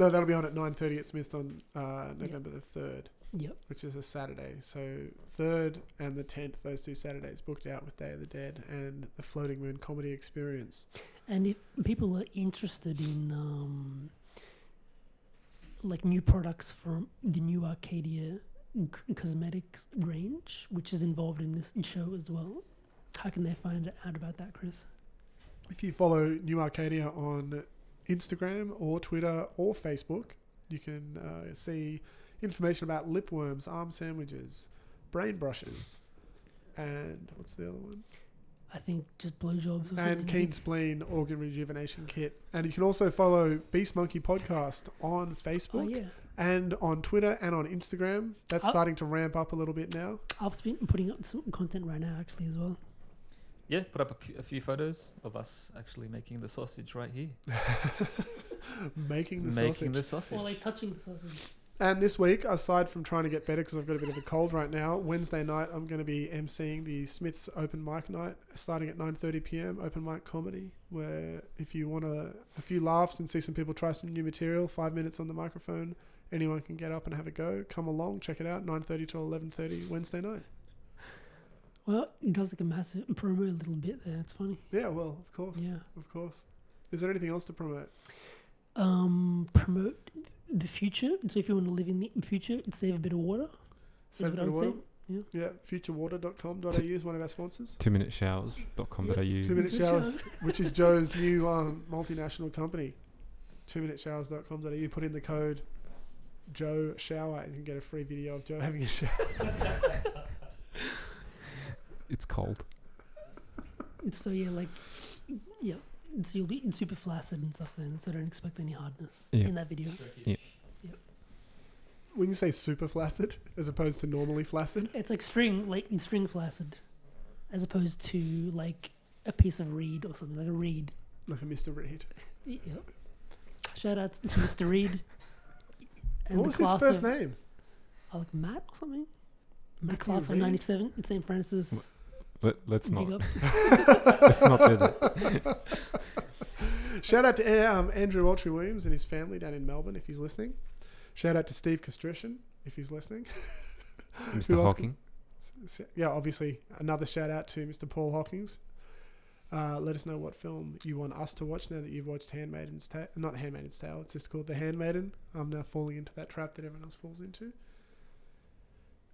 No, that'll be on at nine thirty at Smith's on uh, November the third.
Yep.
which is a Saturday. So third and the tenth, those two Saturdays booked out with Day of the Dead and the Floating Moon Comedy Experience.
And if people are interested in um, like new products from the new Arcadia C- Cosmetics range, which is involved in this show as well, how can they find out about that, Chris?
If you follow New Arcadia on Instagram or Twitter or Facebook, you can uh, see information about lip worms, arm sandwiches, brain brushes, and what's the other one?
I think just blowjobs or something.
and Keen Spleen Organ Rejuvenation Kit. And you can also follow Beast Monkey Podcast on
Oh
Facebook
yeah,
and on Twitter and on Instagram. That's
Oh.
starting to ramp up a little bit now.
I've been putting up some content right now actually as well.
Yeah, put up a p- a few photos of us actually making the sausage right here.
Making the
making
sausage.
the sausage.
Or like touching the sausage.
And this week, aside from trying to get better because I've got a bit of a cold right now, Wednesday night I'm going to be emceeing the Smiths Open Mic Night, starting at 9:30 p.m. Open mic comedy, where if you want a, a few laughs and see some people try some new material, five minutes on the microphone, anyone can get up and have a go. Come along, check it out. 9:30 till 11:30 Wednesday night.
Well, it does like a massive promo a little bit there. It's funny.
Yeah, well, of course,
Yeah.
of course. Is there anything else to promote?
Um, promote the future. So if you want to live in the future, save a bit of water. Is
Save
what
a
I
bit of
would say.
water. Yeah, futurewater.com.au is one of our sponsors.
Two minute showers.com.au.
Two minute
Good
showers, which is Joe's new um, multinational company. Two minute showers.com.au. Put in the code Joe Shower and you can get a free video of Joe having a shower.
It's cold.
So yeah, like yeah. So you'll be super flaccid and stuff then. So don't expect any hardness
Yeah.
in that video.
When you say super flaccid as opposed to normally flaccid,
It's like string, like string flaccid, as opposed to like a piece of reed or something like a reed.
like a Mr. Reed.
Yeah. Shout out to Mr. Reed. And
what
the
was his
class
first
of,
name?
Oh, like Matt or something.
Matthew
the class
Reed?
of '97 in St. Francis.
Let, let's
big
not.
ups.
Let's not do that.
Shout out to um, Andrew Autry Williams and his family down in Melbourne if he's listening. Shout out to Steve Castrician if he's listening.
Mr.
else
Hawking.
S- yeah, obviously, another shout out to Mr. Paul Hawkins. Uh, let us know what film you want us to watch now that you've watched Handmaiden's Tale. Not Handmaiden's Tale, it's just called The Handmaiden. I'm now falling into that trap that everyone else falls into.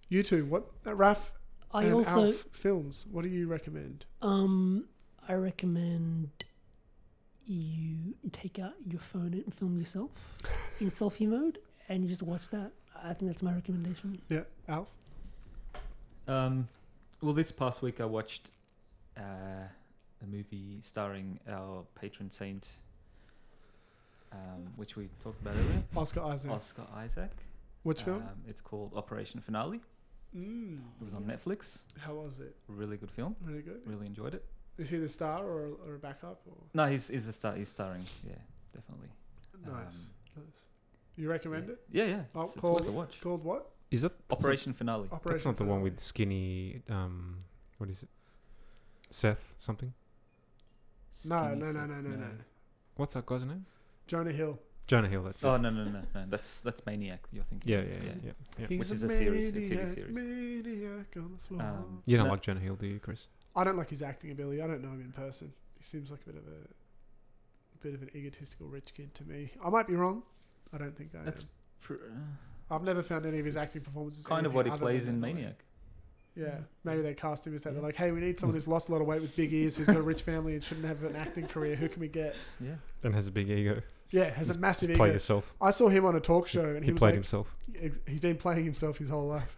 You two, what? Uh, Raf
I
and
also
Alf films, what do you recommend?
um I recommend you take out your phone and film yourself in selfie mode and you just watch that. I think that's my recommendation.
Yeah, Alf?
Um, well, this past week I watched uh, a movie starring our patron saint, um, which we talked about earlier,
Oscar Isaac.
Oscar Isaac.
Which film?
Um, it's called Operation Finale.
Mm.
It was on Netflix.
How was it?
Really good film.
Really good.
Really enjoyed it.
Is he the star or, or a backup? Or?
No, he's he's a star. He's starring. Yeah, definitely.
Nice.
Um,
nice. You recommend it?
Yeah, yeah.
Oh,
It's, it's
cool.
worth a
It's
watch.
called what?
Is that that's not-
Operation Finale.
Operation
That's not the one
Finale.
with skinny. Um, what is it? Seth something.
No,
Skinny
no, no,
Seth,
no, no, no.
What's that guy's name?
Jonah Hill.
Jonah Hill. That's
Oh
it.
no, no, no, no. That's that's Maniac. You're thinking.
Yeah,
of.
yeah, yeah, yeah. yeah.
Which is a series, a TV series.
maniac on the floor.
Um,
You don't
No.
like Jonah Hill, do you, Chris?
I don't like his acting ability. I don't know him in person. He seems like a bit of a, bit of an egotistical rich kid to me. I might be wrong. I don't think I
That's
am.
Pr- uh,
I've never found any of his acting performances.
kind of
anything
what he
other
plays
than
in
that, like-
Maniac.
Yeah, maybe they cast him as that. They're
Yeah.
like, hey, we need someone who's lost a lot of weight with big ears, who's got a rich family, and shouldn't have an acting career. Who can we get?
Yeah.
And has a big ego.
Yeah, has
Just-
a massive
just play
ego.
yourself.
I saw him on a talk show, and
he
he, was
played
like,
himself.
ex- he's been playing himself his whole life.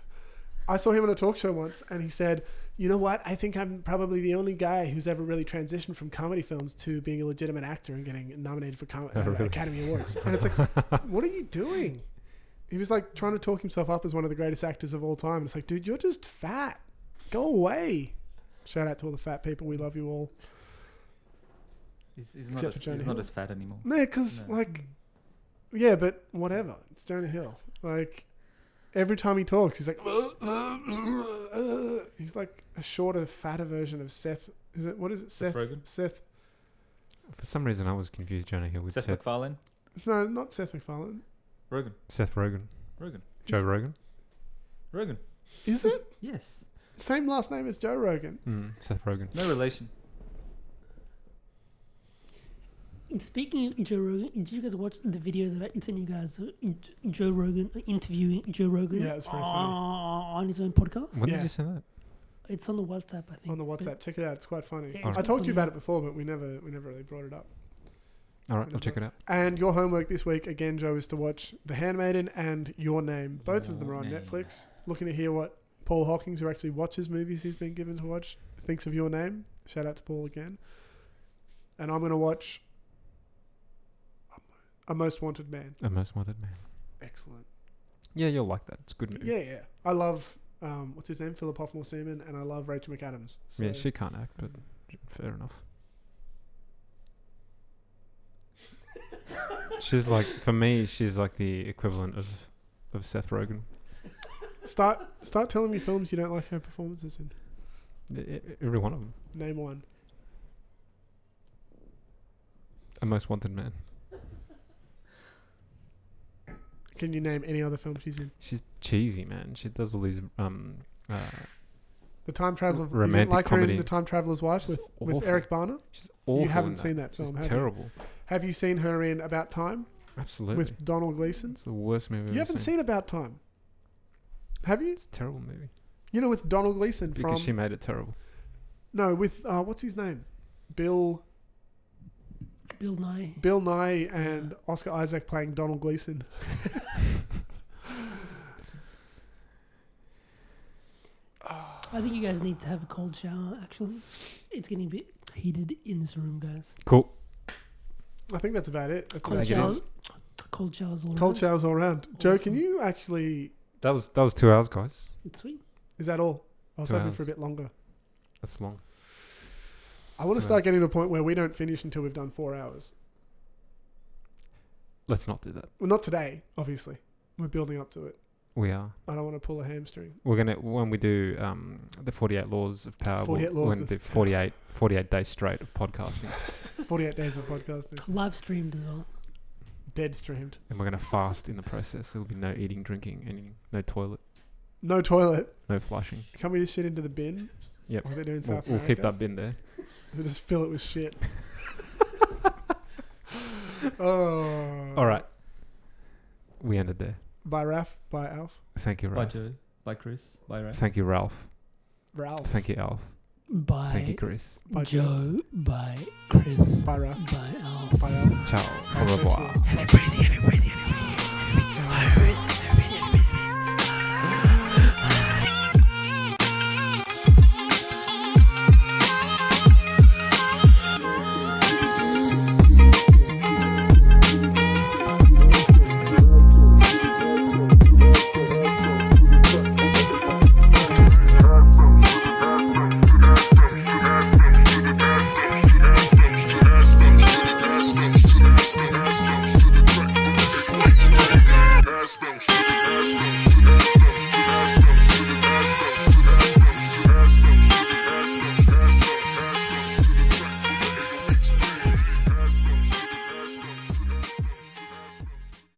I saw him on a talk show once, and he said, "You know what? I think I'm probably the only guy who's ever really transitioned from comedy films to being a legitimate actor and getting nominated for com-
Oh,
uh,
really?
Academy Awards." And it's like, what are you doing? He was like trying to talk himself up as one of the greatest actors of all time. It's like, dude, you're just fat. Go away. Shout out to all the fat people. We love you all.
He's, he's not
Except
as,
for Jonah
he's
Hill.
not as fat anymore.
No, because
No.
like, yeah, but whatever. It's Jonah Hill. Like, every time he talks, he's like, he's like a shorter, fatter version of Seth. Is it what is it?
Seth
Seth.
Rogen,
Seth.
For some reason, I was confused Jonah Hill with
Seth,
Seth Seth,
MacFarlane,
No, not Seth MacFarlane.
Rogen,
Rogen,
Rogen,
Joe Rogan.
Rogen.
Is it
Yes.
same last name as Joe Rogan?
Mm, Seth Rogen.
No relation.
And Speaking of Joe Rogan, did you guys watch the video that I sent you guys? uh, J- Joe Rogan interviewing Joe Rogan
Yeah, it's pretty funny.
on on his own podcast.
When
Yeah.
did you say that?
It's on the WhatsApp, I think.
On the
but-
WhatsApp, check it out. It's quite funny.
Yeah, it's
I
quite
told you
funny.
about it before, but we never we never really brought it up.
All right, I'll check it out.
And your homework this week, again, Joe, is to watch The Handmaiden and Your Name. Both of them are on
Your Name.
Netflix. Looking to hear what Paul Hawkins, who actually watches movies he's been given to watch, thinks of Your Name. Shout out to Paul again. And I'm going to watch A Most Wanted Man.
A Most Wanted Man.
Excellent.
Yeah, you'll like that. It's a good movie.
Yeah, yeah. I love, um, what's his name? Philip Hoffman Seaman. And I love Rachel McAdams. So
Yeah, she can't act, but fair enough. she's like, for me, she's like the equivalent of, of Seth Rogen.
Start, start telling me films you don't like her performances in.
E- e- Every one of them.
Name one.
A Most Wanted Man.
Can you name any other film she's in?
She's cheesy, man. She does all these um, uh,
The Time Traveler. you didn't
Romantic
like her in
comedy.
The Time Traveler's Wife with, with
awful.
Eric Barner?
She's awful.
you haven't
in
seen that
She's
film, have you?
terrible.
Have you seen her in About Time
Absolutely.
with Donald Gleason?
it's the worst movie. I've
You
ever
haven't seen About Time, have you?
It's a terrible movie
You know, with Donald Gleason
because
from
she made it terrible.
no, with uh, what's his name, Bill
Bill Nye.
Bill Nye and Oscar Isaac playing Donald Gleason.
I think you guys need to have a cold shower, actually. It's getting a bit heated in this room, guys.
Cool.
I think that's about it. That's
Cold
about
think it
shower.
is.
Cold showers all
Cold
around.
showers all around. Joe, can
Awesome.
you actually?
That was that was two hours, guys.
Sweet.
Is that all? I was
Two
hoping
hours.
for a bit longer.
That's long.
I want to
Two
start
hours.
getting to a point where we don't finish until we've done four hours.
Let's not do that.
Well, not today, obviously. We're building up to it.
We are.
I don't want to pull a hamstring.
We're gonna when we do um, the forty-eight laws of power.
48
we'll,
laws
We're
of-
gonna do 48, 48 days straight of podcasting,
Forty-eight days of podcasting,
Live streamed as well.
dead streamed.
and we're gonna fast in the process. There'll be no eating, drinking, anything, no toilet.
No toilet.
No flushing.
Can we just shit into the bin?
Yep.
Like they do in
We'll,
South
we'll keep
America?
that bin there.
We just fill it with shit. oh.
All right. We ended there.
By Raf, by Alf.
Thank you,
Bye,
Ralph.
Joe. Bye, Chris. Bye, Ray.
Thank you, Ralph.
Ralph.
Thank you, Alf.
By
Thank you, Chris.
By
Joe, by Chris,
By Raf.
by Alf.
By Alf.
Ciao. Au revoir.
Everybody, everybody, everybody.
Aspens to the track. Aspens to the aspens to the aspens.